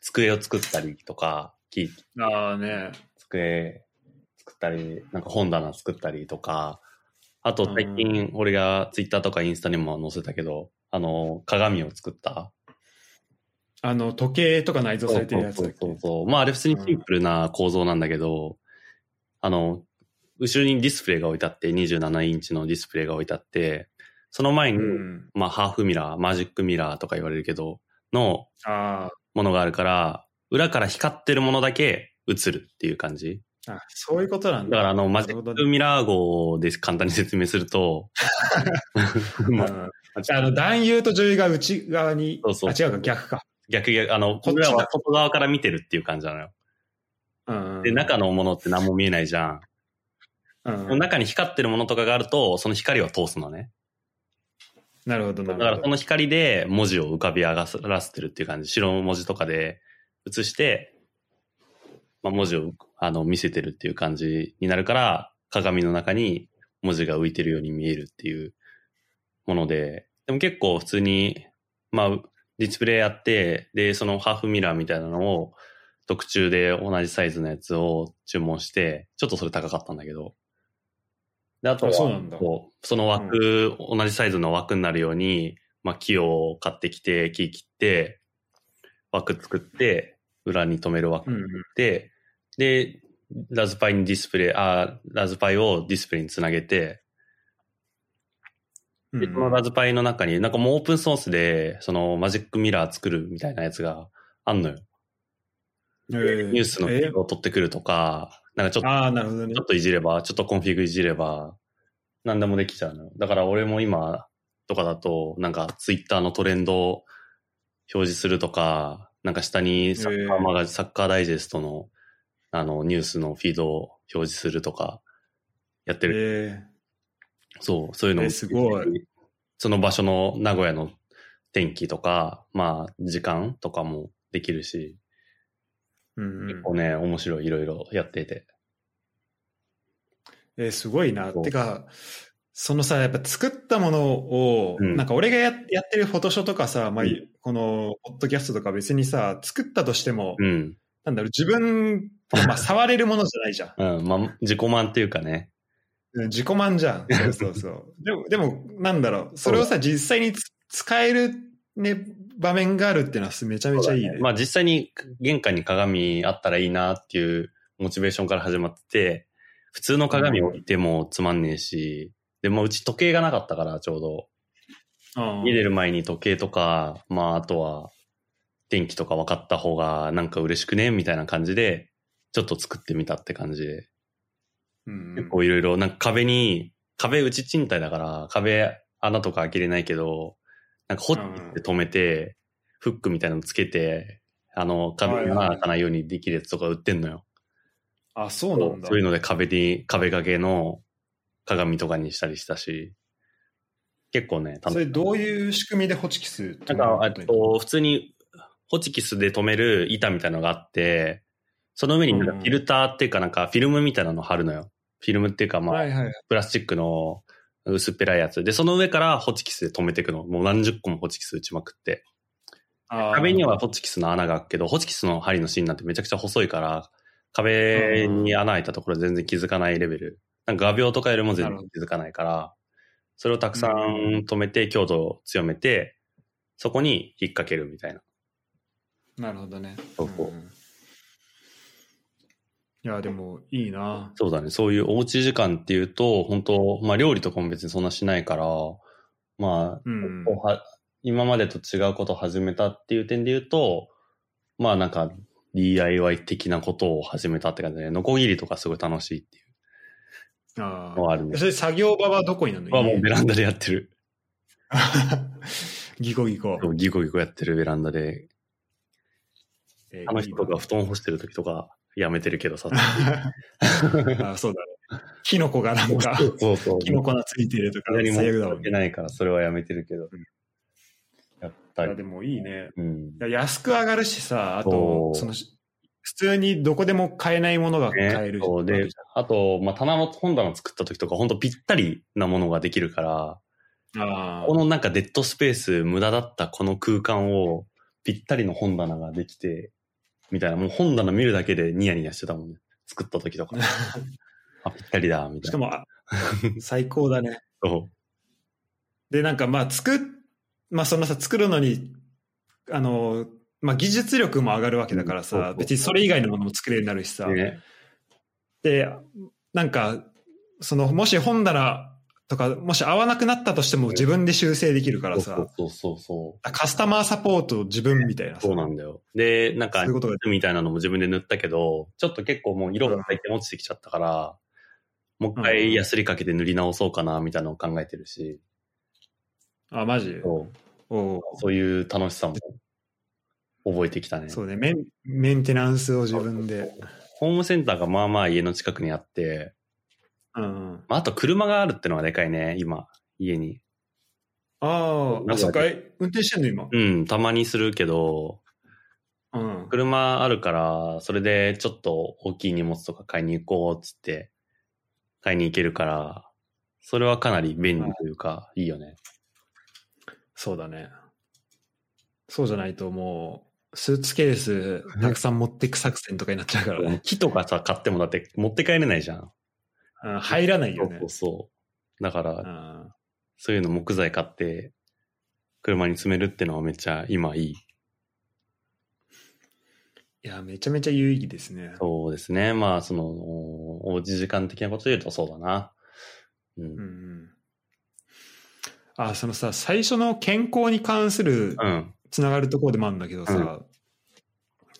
[SPEAKER 2] 机を作ったりとか、き
[SPEAKER 1] ああね。
[SPEAKER 2] 机作ったり、なんか本棚作ったりとか、あと最近俺が Twitter とかインスタにも載せたけど、あの、鏡を作った。
[SPEAKER 1] あの、時計とか内蔵されてるやつだっけ
[SPEAKER 2] そうそうそうそうまあ、あれ普通にシンプルな構造なんだけど、あの、後ろにディスプレイが置いてあって、27インチのディスプレイが置いてあって、その前に、
[SPEAKER 1] うん。
[SPEAKER 2] まあ、ハーフミラー、マジックミラーとか言われるけど、の
[SPEAKER 1] あ
[SPEAKER 2] ものがあるから、裏から光ってるものだけ映るっていう感じ。
[SPEAKER 1] ーあ、そういうことなん
[SPEAKER 2] だか
[SPEAKER 1] だ。
[SPEAKER 2] ら、あの、マ
[SPEAKER 1] な
[SPEAKER 2] ジ
[SPEAKER 1] るほ
[SPEAKER 2] ッ
[SPEAKER 1] どね
[SPEAKER 2] クミラー号で簡単に説明すると、まあ
[SPEAKER 1] うんじゃあ、あの、男優と女優が内側に、
[SPEAKER 2] そうそう
[SPEAKER 1] あ、違うか、逆か。
[SPEAKER 2] 逆逆、あの、
[SPEAKER 1] こっちだ
[SPEAKER 2] これらは外側から見てるっていう感じなのよ。
[SPEAKER 1] うん。
[SPEAKER 2] で、中のものって何も見えないじゃん。
[SPEAKER 1] うん。
[SPEAKER 2] 中に光ってるものとかがあると、その光を通すのね。
[SPEAKER 1] なるほど、な
[SPEAKER 2] だか
[SPEAKER 1] るほ
[SPEAKER 2] らそ
[SPEAKER 1] ど。
[SPEAKER 2] の光で文字を浮かび上がらせてるっていう感じ。白文字とかで写して、まあ、文字をあの見せてるっていう感じになるから、鏡の中に文字が浮いてるように見えるっていうもので、でも結構普通に、まあ、ディスプレイやって、で、そのハーフミラーみたいなのを、特注で同じサイズのやつを注文して、ちょっとそれ高かったんだけど。で、あとは、
[SPEAKER 1] あそうなんだ
[SPEAKER 2] こうその枠、同じサイズの枠になるように、まあ、木を買ってきて、木切って、枠作って、裏に留める枠
[SPEAKER 1] うんうん。
[SPEAKER 2] で、で、ラズパイにディスプレイ、あーラズパイをディスプレイにつなげて、
[SPEAKER 1] うん
[SPEAKER 2] で、そのラズパイの中に、なんかもうオープンソースで、そのマジックミラー作るみたいなやつがあんのよ。ニュースのフィー
[SPEAKER 1] え
[SPEAKER 2] ルドを取ってくるとか、なんかちょっと、
[SPEAKER 1] ああ、なるほどね
[SPEAKER 2] ちょ。っといじれば、ちょっとコンフィグいじれば、何でもできちゃうのよ。だから俺も今とかだと、なんかツイッターのトレンドを表示するとか、なんか下にサッカーマガジン、サッカーダイジェストの、あの、ニュースのフィードを表示するとか、やってる
[SPEAKER 1] え
[SPEAKER 2] そう、そういうの
[SPEAKER 1] えすご
[SPEAKER 2] い。その場所の名古屋の天気とか、まあ、時間とかもできるし、
[SPEAKER 1] ーうんうん
[SPEAKER 2] 結構ね、面白い、いろいろやってて。
[SPEAKER 1] えーすごいな。
[SPEAKER 2] そう
[SPEAKER 1] てか、そのさ、やっぱ作ったものを、
[SPEAKER 2] うん
[SPEAKER 1] なんか俺がややってるフォトショーとかさ、まあ
[SPEAKER 2] うん
[SPEAKER 1] この、ポッドキャストとか別にさ、作ったとしても、
[SPEAKER 2] うん。
[SPEAKER 1] なんだろう、自分、まあ、 触れるものじゃないじゃん。
[SPEAKER 2] うん、まあ、自己満っていうかね。
[SPEAKER 1] うん自己満じゃん。 そうそうそう。でも、でも、なんだろう、それをさ、実際につ使える、ね、場面があるっていうのはめちゃめちゃいいね。
[SPEAKER 2] まあ、実際に玄関に鏡あったらいいなっていうモチベーションから始まってて、普通の鏡置いてもつまんねえし、で、まあ、うち時計がなかったから、ちょうど。
[SPEAKER 1] うん
[SPEAKER 2] 家出る前に時計とか、まあ、あとは、天気とか分かった方がなんか嬉しくねみたいな感じで、ちょっと作ってみたって感じで。
[SPEAKER 1] うん
[SPEAKER 2] 結構いろいろ、なんか壁に、壁うち賃貸だから、壁穴とか開けれないけど、なんかホッて止めて、フックみたいなのつけて、あの、壁に穴開かないようにできるやつとか売ってんのよ。
[SPEAKER 1] あ、そうなんだ
[SPEAKER 2] そうい。うので壁に、壁掛けの鏡とかにしたりしたし、結構ね、楽し
[SPEAKER 1] それどういう仕組みでホチキス
[SPEAKER 2] なんか、えっと、普通にホチキスで留める板みたいなのがあって、その上になんか
[SPEAKER 1] うん
[SPEAKER 2] フィルターっていうかなんかフィルムみたいなの貼るのよ。フィルムっていうかま
[SPEAKER 1] は
[SPEAKER 2] あ、
[SPEAKER 1] いはい。
[SPEAKER 2] プラスチックの薄っぺらいやつ。で、その上からホチキスで留めていくの。もう何十個もホチキス打ちまくって。
[SPEAKER 1] あー
[SPEAKER 2] 壁にはホチキスの穴が開くけど、ホチキスの針の芯なんてめちゃくちゃ細いから、壁に穴開いたところ全然気づかないレベル。なんか画鋲とかよりも全然気づかないから、それをたくさん止めて強度を強めて、そこに引っ掛けるみたいな。
[SPEAKER 1] なるほどね。
[SPEAKER 2] そうそうん
[SPEAKER 1] いや、でもいいな。
[SPEAKER 2] そうだね。そういうおうち時間っていうと、本当まあ料理とかも別にそんなしないから、まあ、
[SPEAKER 1] うん。
[SPEAKER 2] こうは今までと違うことを始めたっていう点で言うと、まあなんか DIY 的なことを始めたって感じで、ノコギリとかすごい楽しいってい
[SPEAKER 1] あ
[SPEAKER 2] うの
[SPEAKER 1] ー
[SPEAKER 2] はあるんです。
[SPEAKER 1] それ作業場はどこになるの
[SPEAKER 2] はもうベランダでやってる。
[SPEAKER 1] ギコギコ。
[SPEAKER 2] ギコギコやってるベランダで。
[SPEAKER 1] えー
[SPEAKER 2] あの人が布団干してる時とかやめてるけど さ。
[SPEAKER 1] いいな あーそうだね。キノコがなんか、
[SPEAKER 2] そうそう。
[SPEAKER 1] キノコがついてるとか、
[SPEAKER 2] 何も
[SPEAKER 1] 最悪だも
[SPEAKER 2] やっ
[SPEAKER 1] ん
[SPEAKER 2] て
[SPEAKER 1] ね。
[SPEAKER 2] ないから、それはやめてるけど
[SPEAKER 1] うん。
[SPEAKER 2] やっ
[SPEAKER 1] い
[SPEAKER 2] た
[SPEAKER 1] や
[SPEAKER 2] り。
[SPEAKER 1] でもいいね。
[SPEAKER 2] うん
[SPEAKER 1] い。や安く上がるしさ、あ
[SPEAKER 2] そ
[SPEAKER 1] と、
[SPEAKER 2] う
[SPEAKER 1] その、普通にどこでも買えないものが買える
[SPEAKER 2] ね、そうで、あと、まあ、棚の本棚作った時とか、本当ぴったりなものができるから、
[SPEAKER 1] あ
[SPEAKER 2] このなんかデッドスペース無駄だったこの空間をぴったりの本棚ができて、みたいな、もう本棚見るだけでニヤニヤしてたもんね。作った時と か。
[SPEAKER 1] あ。
[SPEAKER 2] あ、ぴったりだ、みた
[SPEAKER 1] し
[SPEAKER 2] い
[SPEAKER 1] か
[SPEAKER 2] な。
[SPEAKER 1] も、あ最高だね。
[SPEAKER 2] そ
[SPEAKER 1] で、なんかまあ作っ、まあそのさ、作るのに、あの、まあ技術力も上がるわけだから
[SPEAKER 2] うんそう
[SPEAKER 1] さ
[SPEAKER 2] そ、う
[SPEAKER 1] 別にそれ以外のものも作れるようになるしさ
[SPEAKER 2] う。。ね。
[SPEAKER 1] で、なんか、その、もし本棚とか、もし合わなくなったとしても自分で修正できるから
[SPEAKER 2] そう
[SPEAKER 1] さ、
[SPEAKER 2] そうそうそう。
[SPEAKER 1] カスタマーサポート自分みたいなさ
[SPEAKER 2] そう。なんだよ。で、なんか、
[SPEAKER 1] そういうことが
[SPEAKER 2] みたいなのも自分で塗ったけど、ちょっと結構もう色が入って落ちてきちゃったから、もう一回ヤスリかけて塗り直そうかな、みたいなのを考えてるし、
[SPEAKER 1] あ、マジ
[SPEAKER 2] そう
[SPEAKER 1] おう
[SPEAKER 2] そういう楽しさも覚えてきたね。
[SPEAKER 1] そうねメン、メンテナンスを自分で。
[SPEAKER 2] ホームセンターがまあまあ家の近くにあって、
[SPEAKER 1] うん。
[SPEAKER 2] まあ、あと車があるってのはでかいね、今、家に。
[SPEAKER 1] ああ、あそっか、え運転してんの今。
[SPEAKER 2] うん、たまにするけど、
[SPEAKER 1] うん。
[SPEAKER 2] 車あるから、それでちょっと大きい荷物とか買いに行こうっつって、買いに行けるから、それはかなり便利というか、いいよね。
[SPEAKER 1] そうだね。そうじゃないともう、スーツケースたくさん持ってく作戦とかになっちゃうからね。
[SPEAKER 2] 木とかさ、買ってもだって持って帰れないじゃん。
[SPEAKER 1] うん入らない
[SPEAKER 2] そ
[SPEAKER 1] よ
[SPEAKER 2] う
[SPEAKER 1] ね
[SPEAKER 2] そう。そう。だから、
[SPEAKER 1] うん
[SPEAKER 2] そういうの木材買って、車に詰めるってのはめっちゃ今いい。
[SPEAKER 1] いや、めちゃめちゃ有意義ですね。
[SPEAKER 2] そうですね。まあ、その、おうち時間的なことで言うとそうだな。うん。
[SPEAKER 1] う
[SPEAKER 2] うん。
[SPEAKER 1] うんん。あ、そのさ、最初の健康に関するつながるところでもあるんだけどさ、
[SPEAKER 2] うん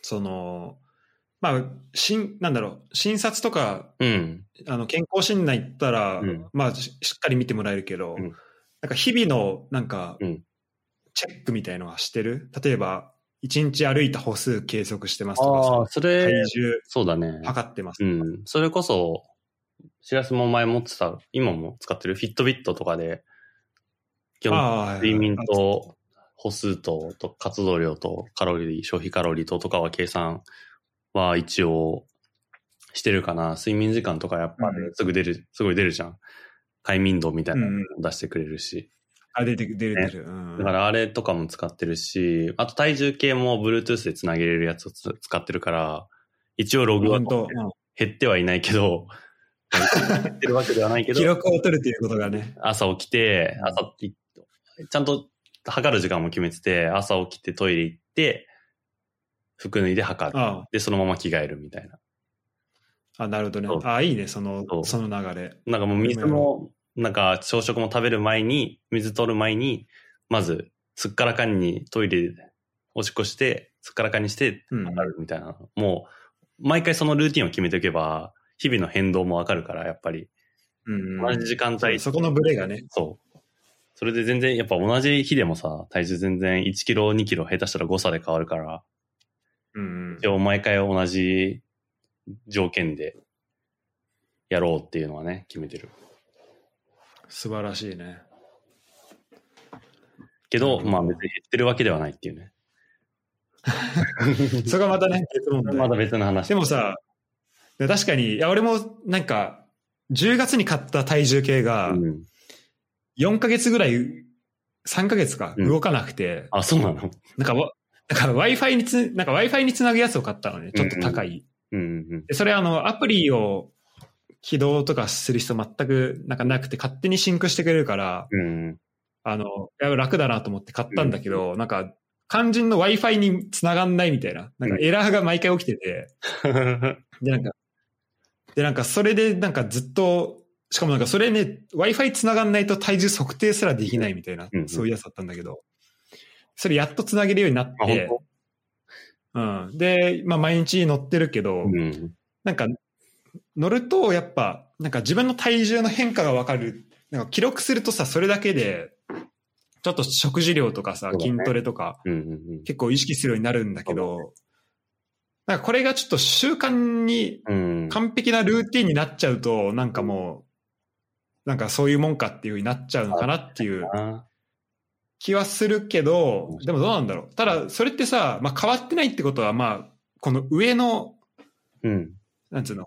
[SPEAKER 1] その、まあ、しん、なんだろう、診察とか、
[SPEAKER 2] うん。
[SPEAKER 1] あの、健康診断行ったら、
[SPEAKER 2] うん
[SPEAKER 1] まあ、ししっかり見てもらえるけど、
[SPEAKER 2] うん
[SPEAKER 1] なんか日々の、なんか
[SPEAKER 2] うん、
[SPEAKER 1] チェックみたいのはしてる例えば、1日歩いた歩数計測してますとか
[SPEAKER 2] ああ、
[SPEAKER 1] さ、
[SPEAKER 2] そ
[SPEAKER 1] 体
[SPEAKER 2] れ、
[SPEAKER 1] 重
[SPEAKER 2] そうだね。
[SPEAKER 1] 測ってます
[SPEAKER 2] う
[SPEAKER 1] とか、
[SPEAKER 2] ん。それこそ、しらすも前持ってた、今も使ってるフィットビットとかで、基本
[SPEAKER 1] ああ
[SPEAKER 2] 睡眠と歩数とと活動量とカロリー、消費カロリーととかは計算は一応してるかな。睡眠時間とかやっぱね
[SPEAKER 1] う
[SPEAKER 2] すぐ出る、すごい出るじゃん。快眠度みたいな
[SPEAKER 1] うん
[SPEAKER 2] のを出してくれるし。
[SPEAKER 1] あ、出てる、出る、出る。うん
[SPEAKER 2] だからあれとかも使ってるし、あと体重計も Bluetooth でつなげれるやつをつ使ってるから、一応ログは
[SPEAKER 1] 本当、うん
[SPEAKER 2] 減ってはいないけど、減ってるわけではないけど
[SPEAKER 1] 記、録を取るということがね。
[SPEAKER 2] 朝起きて、朝起き、ちゃんと測る時間も決めてて、朝起きてトイレ行って、服脱いで測る。
[SPEAKER 1] あ
[SPEAKER 2] で、そのまま着替えるみたいな。
[SPEAKER 1] あ、あなるほどね
[SPEAKER 2] そう。
[SPEAKER 1] ああ、いいね、その
[SPEAKER 2] そ、う
[SPEAKER 1] その流れ。
[SPEAKER 2] なんかもう水も、なんか朝食も食べる前に、水取る前に、まず、すっからかんにトイレでおしっこして、すっからかんにして、
[SPEAKER 1] うん
[SPEAKER 2] 測るみたいな。もう、毎回そのルーティンを決めておけば、日々の変動もわかるから、やっぱり。
[SPEAKER 1] うん
[SPEAKER 2] 同じ時間帯
[SPEAKER 1] そこのブレがね。
[SPEAKER 2] そう。それで全然、やっぱ同じ日でもさ、体重全然1キロ、2キロ下手したら誤差で変わるから、
[SPEAKER 1] うんうん
[SPEAKER 2] 一。応毎回同じ条件でやろうっていうのはね、決めてる。
[SPEAKER 1] 素晴らしいね。
[SPEAKER 2] けど、
[SPEAKER 1] なるほど
[SPEAKER 2] まあ別に減ってるわけではないってい うね。
[SPEAKER 1] それがまたね、別問
[SPEAKER 2] まだ
[SPEAKER 1] 題。
[SPEAKER 2] 別の話。
[SPEAKER 1] でもさ、で確かに、いや、俺もなんか、10月に買った体重計
[SPEAKER 2] う
[SPEAKER 1] が、
[SPEAKER 2] ん、
[SPEAKER 1] 4ヶ月ぐらい、3ヶ月か、
[SPEAKER 2] うん
[SPEAKER 1] 動かなくて、
[SPEAKER 2] あ、そうなの
[SPEAKER 1] なんかわ、なんか Wi-Fi につ、なんか Wi-Fi につなぐやつを買ったのね、ちょっと高い。
[SPEAKER 2] うんうん
[SPEAKER 1] で、それあの、アプリを起動とかする必要全くなんかなくて、勝手にシンクしてくれるから、
[SPEAKER 2] うん。うん
[SPEAKER 1] あの、いや楽だなと思って買ったんだけど、なんか、肝心の Wi-Fi に繋がんないみたいな、なんかエラーが毎回起きてて、
[SPEAKER 2] うん。
[SPEAKER 1] で、なんか、で、なんか、それで、なんかずっと、しかもなんか、それね、Wi-Fi 繋がんないと体重測定すらできないみたいな
[SPEAKER 2] うんう、ん
[SPEAKER 1] そういうやつだったんだけど、それやっと繋げるようになっ
[SPEAKER 2] あ、
[SPEAKER 1] て、
[SPEAKER 2] 本
[SPEAKER 1] うん。で、まあ、毎日乗ってるけど、
[SPEAKER 2] 当うん。
[SPEAKER 1] なんか、乗ると、やっぱ、なんか自分の体重の変化がわかる。なんか記録するとさ、それだけで、ちょっと食事量とかさ
[SPEAKER 2] そ、うだね
[SPEAKER 1] 筋トレとか、
[SPEAKER 2] うんうんうん
[SPEAKER 1] 結構意識するようになるんだけど、なんかこれがちょっと習慣に
[SPEAKER 2] うん。
[SPEAKER 1] 完璧なルーティンになっちゃうと、なんかもう、なんかそういうもんかっていう風になっちゃうのかなっていう
[SPEAKER 2] あ
[SPEAKER 1] 気はするけど、でもどうなんだろう。ただ、それってさ、まあ変わってないってことは、まあ、この上の、
[SPEAKER 2] うん。
[SPEAKER 1] なんつうの、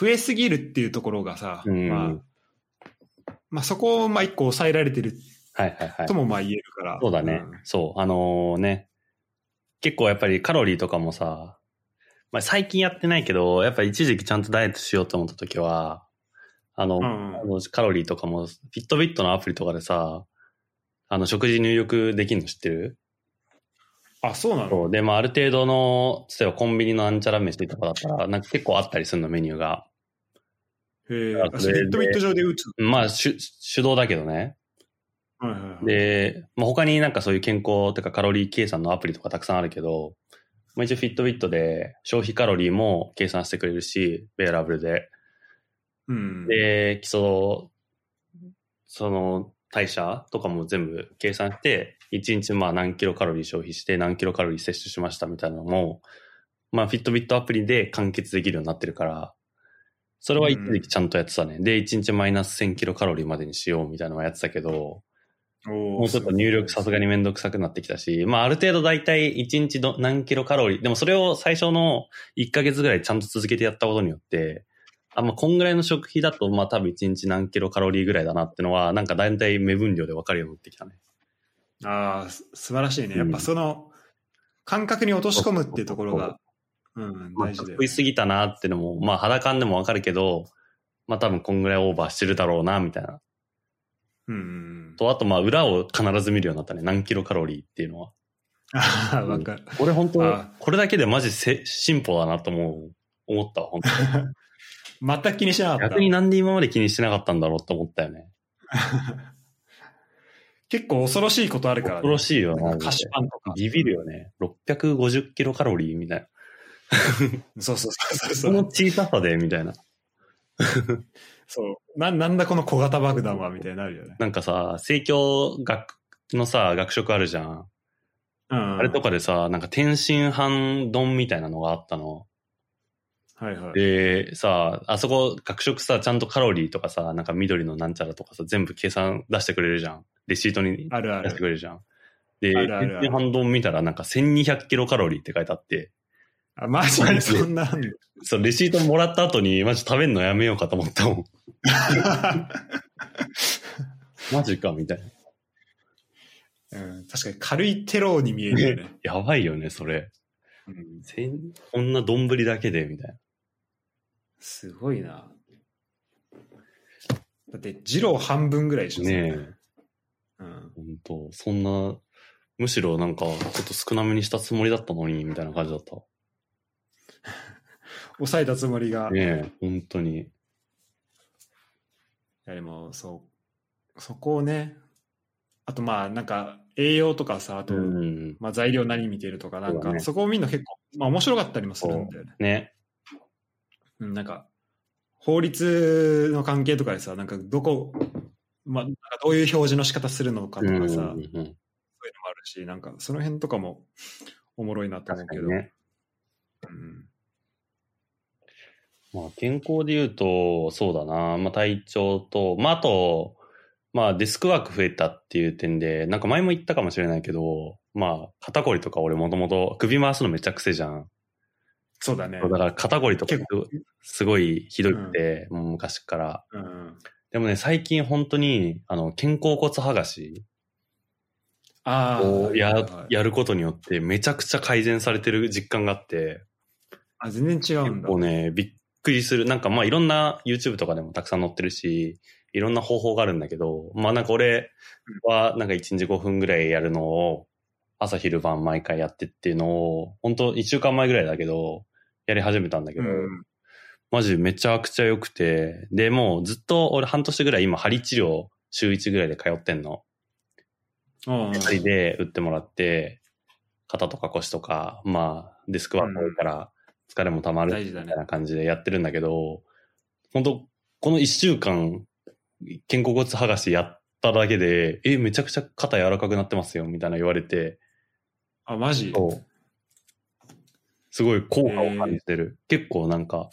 [SPEAKER 1] 増えすぎるっていうところがさ、
[SPEAKER 2] うん
[SPEAKER 1] まあ、まあそこをまあ一個抑えられてる
[SPEAKER 2] はいはいはい
[SPEAKER 1] と。もまあ言えるから。
[SPEAKER 2] そうだね。そう。あのね。結構やっぱりカロリーとかもさ、まあ、最近やってないけど、やっぱ一時期ちゃんとダイエットしようと思った時は、あの、
[SPEAKER 1] うん。う
[SPEAKER 2] あ
[SPEAKER 1] ん。
[SPEAKER 2] のカロリーとかも、フィットビットのアプリとかでさ、あの、食事入力できるの知ってる
[SPEAKER 1] あ、そうなの
[SPEAKER 2] そう。で、まあ、ある程度の、例えばコンビニのなんちゃら飯とかだったら、なんか結構あったりするの、メニューが。
[SPEAKER 1] へえ。
[SPEAKER 2] だから
[SPEAKER 1] あ
[SPEAKER 2] そ
[SPEAKER 1] そ
[SPEAKER 2] れ
[SPEAKER 1] れ
[SPEAKER 2] で
[SPEAKER 1] フィットビット上で打つ。
[SPEAKER 2] まあ、手、手動だけどね。
[SPEAKER 1] はいはいはい、
[SPEAKER 2] で、まあ、他になんかそういう健康とかカロリー計算のアプリとかたくさんあるけど、まあ、一応フィットビットで消費カロリーも計算してくれるし、ウェアラブルで。
[SPEAKER 1] うん。
[SPEAKER 2] で、基礎、その代謝とかも全部計算して、1日まあ何キロカロリー消費して何キロカロリー摂取しましたみたいなのも、まあフィットビットアプリで完結できるようになってるから、それは一時期ちゃんとやってたね。で、1日マイナス1000キロカロリーまでにしようみたいなのはやってたけど、
[SPEAKER 1] も
[SPEAKER 2] もうちょっと入力さすがにめんどくさくなってきたし、まあある程度大体1日ど何キロカロリー、でもそれを最初の1ヶ月ぐらいちゃんと続けてやったことによって、あ、まあこんぐらいの食費だと、まあ多分1日何キロカロリーぐらいだなってのは、なんか大体目分量でわかるようになってきたね。
[SPEAKER 1] ああ、す素晴らしいね。やっぱその、感覚に落とし込むっていうところが、うん、
[SPEAKER 2] まあ、
[SPEAKER 1] 大
[SPEAKER 2] か
[SPEAKER 1] 事
[SPEAKER 2] っ
[SPEAKER 1] だよ
[SPEAKER 2] こいい
[SPEAKER 1] ね。
[SPEAKER 2] すぎたなってのも、まあ、肌感でもわかるけど、まあ、多分こんぐらいオーバーしてるだろうな、みたいな。
[SPEAKER 1] うんうん
[SPEAKER 2] と、あと、まあ、裏を必ず見るようになったね。何キロカロリーっていうのは。
[SPEAKER 1] ああ、わかる。
[SPEAKER 2] これ本当
[SPEAKER 1] あ、
[SPEAKER 2] これだけでマジせ進歩だなと思う、思ったわ、本当に
[SPEAKER 1] 全く気にしなかった
[SPEAKER 2] 逆。になんで今まで気にしてなかったんだろうと思ったよね。
[SPEAKER 1] 結構恐ろしいことあるからね。
[SPEAKER 2] 恐ろしいよ
[SPEAKER 1] なん
[SPEAKER 2] な。
[SPEAKER 1] か菓子パンとか。
[SPEAKER 2] ビビるよね。650キロカロリーみたいな。
[SPEAKER 1] そうそうそうそ。
[SPEAKER 2] そうの小ささで、みたいな。
[SPEAKER 1] そうな。なんだこの小型爆弾はみたいになるよね。
[SPEAKER 2] なんかさ、生協学のさ、学食あるじゃん。
[SPEAKER 1] うん。
[SPEAKER 2] あれとかでさ、なんか天津飯丼みたいなのがあったの。
[SPEAKER 1] はいはい。
[SPEAKER 2] で、さ、あそこ学食さ、ちゃんとカロリーとかさ、なんか緑のなんちゃらとかさ、全部計算出してくれるじゃん。レシートに
[SPEAKER 1] あるあ
[SPEAKER 2] 出して
[SPEAKER 1] る。
[SPEAKER 2] くれるじゃん。で、
[SPEAKER 1] あるあるある
[SPEAKER 2] 天津飯丼見たらなんか1200キロカロリーって書いてあって、
[SPEAKER 1] あ、マジでそんなあんの
[SPEAKER 2] そう、レシートもらった後に、マジ食べんのやめようかと思っ たもん。マジか、みたいな。
[SPEAKER 1] うん。確かに軽いテロに見えるよね。
[SPEAKER 2] やばいよね、それ。
[SPEAKER 1] うん
[SPEAKER 2] せんこんな丼だけで、みたいな。
[SPEAKER 1] すごいな。だって、ジロー半分ぐらいでしょ、
[SPEAKER 2] ねえ。
[SPEAKER 1] それうん。
[SPEAKER 2] 本当そんな、むしろなんか、ちょっと少なめにしたつもりだったのに、みたいな感じだった。
[SPEAKER 1] 抑えたつもりが。
[SPEAKER 2] ねえ、本当に。
[SPEAKER 1] いやでもそうそこをねあとまあなんか栄養とかさあと、
[SPEAKER 2] うん。
[SPEAKER 1] まあ、材料何見てるとかなん
[SPEAKER 2] そうだ
[SPEAKER 1] か
[SPEAKER 2] ね
[SPEAKER 1] そこを見るの結構、まあ、面白かったりもするんだよね、
[SPEAKER 2] ね。
[SPEAKER 1] うん、なんか法律の関係とかでさなんかどこ、まあ、なんかどういう表示の仕方するのかと
[SPEAKER 2] う
[SPEAKER 1] か
[SPEAKER 2] ん
[SPEAKER 1] さ、
[SPEAKER 2] う
[SPEAKER 1] そう
[SPEAKER 2] ん
[SPEAKER 1] いうのも
[SPEAKER 2] うん。
[SPEAKER 1] あるしなんかその辺とかもおもろいなと思
[SPEAKER 2] 確
[SPEAKER 1] う
[SPEAKER 2] か
[SPEAKER 1] けど、
[SPEAKER 2] にね。
[SPEAKER 1] うん、
[SPEAKER 2] まあ、健康で言うと、そうだな。まあ、体調と、まあ、あと、まあ、デスクワーク増えたっていう点で、なんか前も言ったかもしれないけど、まあ、肩こりとか俺もともと首回すのめっちゃくせじゃん。
[SPEAKER 1] そうだね
[SPEAKER 2] だから肩こりとか
[SPEAKER 1] 結構
[SPEAKER 2] すごいひどくて、もう昔から。
[SPEAKER 1] うん、
[SPEAKER 2] でもね、最近本当に、あの、肩甲骨剥がし
[SPEAKER 1] あ
[SPEAKER 2] を
[SPEAKER 1] あ
[SPEAKER 2] や,、
[SPEAKER 1] はいはい
[SPEAKER 2] やることによって、めちゃくちゃ改善されてる実感があって、
[SPEAKER 1] あ全然違うん
[SPEAKER 2] 結
[SPEAKER 1] だ
[SPEAKER 2] 構ね、びっくりする。なんかまあいろんな YouTube とかでもたくさん載ってるし、いろんな方法があるんだけど、まあなんか俺はなんか1日5分ぐらいやるのを、朝昼晩毎回やってっていうのを、本当1週間前ぐらいだけど、やり始めたんだけ
[SPEAKER 1] う
[SPEAKER 2] ど、
[SPEAKER 1] ん、
[SPEAKER 2] マジめちゃくちゃ良くて、で、もうずっと俺半年ぐらい今、針治療週1ぐらいで通ってんの。
[SPEAKER 1] うん
[SPEAKER 2] 針で打ってもらって、肩とか腰とか、まあ、デスクワーク多いから疲れも溜まる
[SPEAKER 1] 大
[SPEAKER 2] み
[SPEAKER 1] 事だね
[SPEAKER 2] たいな感じでやってるんだけど、本当この1週間、肩甲骨剥がしやっただけで、え、めちゃくちゃ肩柔らかくなってますよ、みたいな言われて、
[SPEAKER 1] あマジ
[SPEAKER 2] すごい効果を感じてる。結構なんか、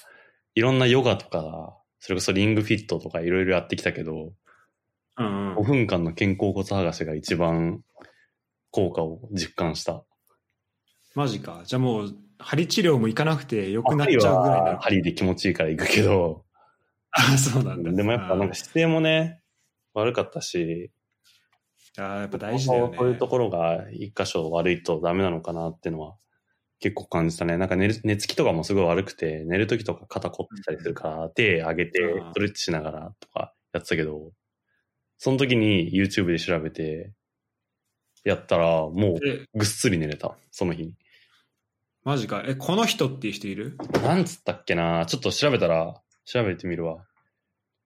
[SPEAKER 2] いろんなヨガとか、それこそリングフィットとかいろいろやってきたけど、
[SPEAKER 1] うんう
[SPEAKER 2] 5
[SPEAKER 1] ん、
[SPEAKER 2] 分間の肩甲骨剥がしが一番効果を実感した。
[SPEAKER 1] マジか。じゃあもう、針治療も行かなくて良くなっちゃうぐらい
[SPEAKER 2] 針
[SPEAKER 1] だ
[SPEAKER 2] は針で気持ちいいから行くけど、
[SPEAKER 1] あ、そうなんだ。
[SPEAKER 2] でもやっぱなんか姿勢もね、悪かったし、
[SPEAKER 1] あーやっぱ大事だよね。
[SPEAKER 2] そういうところが一箇所悪いとダメなのかなっていうのは結構感じたね。なんか寝る寝つきとかもすごい悪くて、寝るときとか肩凝ってたりするから、手上げて
[SPEAKER 1] うん
[SPEAKER 2] ストレッチしながらとかやってたけど、その時に YouTube で調べて、やったらも
[SPEAKER 1] え、
[SPEAKER 2] うぐっすり寝れた、その日に。
[SPEAKER 1] マジか。え、この人っていう人いる
[SPEAKER 2] なんつったっけなちょっと調べたら、調べてみるわ。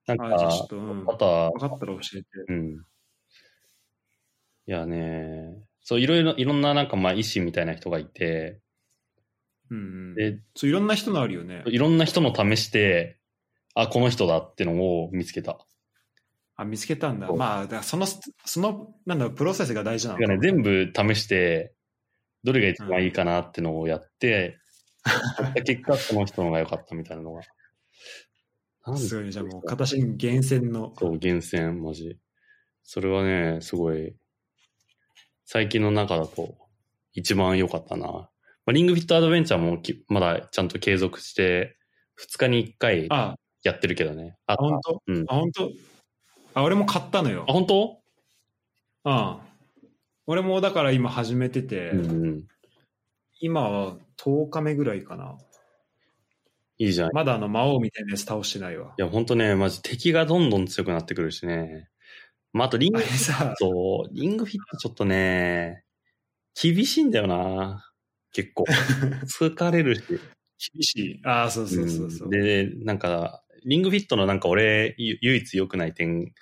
[SPEAKER 2] なん
[SPEAKER 1] あ、じゃあちょ
[SPEAKER 2] か
[SPEAKER 1] っ、と、うん。
[SPEAKER 2] ま
[SPEAKER 1] 分
[SPEAKER 2] た、
[SPEAKER 1] かったら教えて。
[SPEAKER 2] うん。いやね、そう、いろいろ、いろんななんか、まあ、医師みたいな人がいて、
[SPEAKER 1] うんうん。
[SPEAKER 2] で、
[SPEAKER 1] そう、いろんな人のあるよね。
[SPEAKER 2] いろんな人の試して、あ、この人だってのを見つけた。
[SPEAKER 1] あ、見つけたんだ。
[SPEAKER 2] そう
[SPEAKER 1] まあ、だからその、その、なんだろう、プロセスが大事な
[SPEAKER 2] だ
[SPEAKER 1] の
[SPEAKER 2] か
[SPEAKER 1] か。
[SPEAKER 2] らね、全部試して、どれが一番いいかなってのをや って、やった結果、この人の方が良かったみたいなのが。なん
[SPEAKER 1] すごいね。じゃあもう、形に厳選の。
[SPEAKER 2] そう、厳選、マジ。それはね、すごい、最近の中だと、一番良かったな。まあ、リングフィットアドベンチャーもきまだちゃんと継続して、2日に1回
[SPEAKER 1] あ、
[SPEAKER 2] やってるけどね。あ
[SPEAKER 1] あ本当
[SPEAKER 2] うん
[SPEAKER 1] あ、本当あ、俺も買ったのよ
[SPEAKER 2] あ、。本当
[SPEAKER 1] うん。俺もだから今始めてて、
[SPEAKER 2] うんうん。
[SPEAKER 1] 今は10日目ぐらいかな。
[SPEAKER 2] いいじゃん。い
[SPEAKER 1] まだあの魔王みたいなやつ倒してないわ。
[SPEAKER 2] や、ほんとね、マジ敵がどんどん強くなってくるしね。まあ、あとリン
[SPEAKER 1] あ
[SPEAKER 2] グ
[SPEAKER 1] れ、さ、
[SPEAKER 2] そう、リングフィットちょっとね、厳しいんだよな。結 構。疲れるし。
[SPEAKER 1] 厳しい。ああ、そうそうそうそうう。
[SPEAKER 2] んで、なんか、リングフィットのなんか俺、ゆ唯一良くない点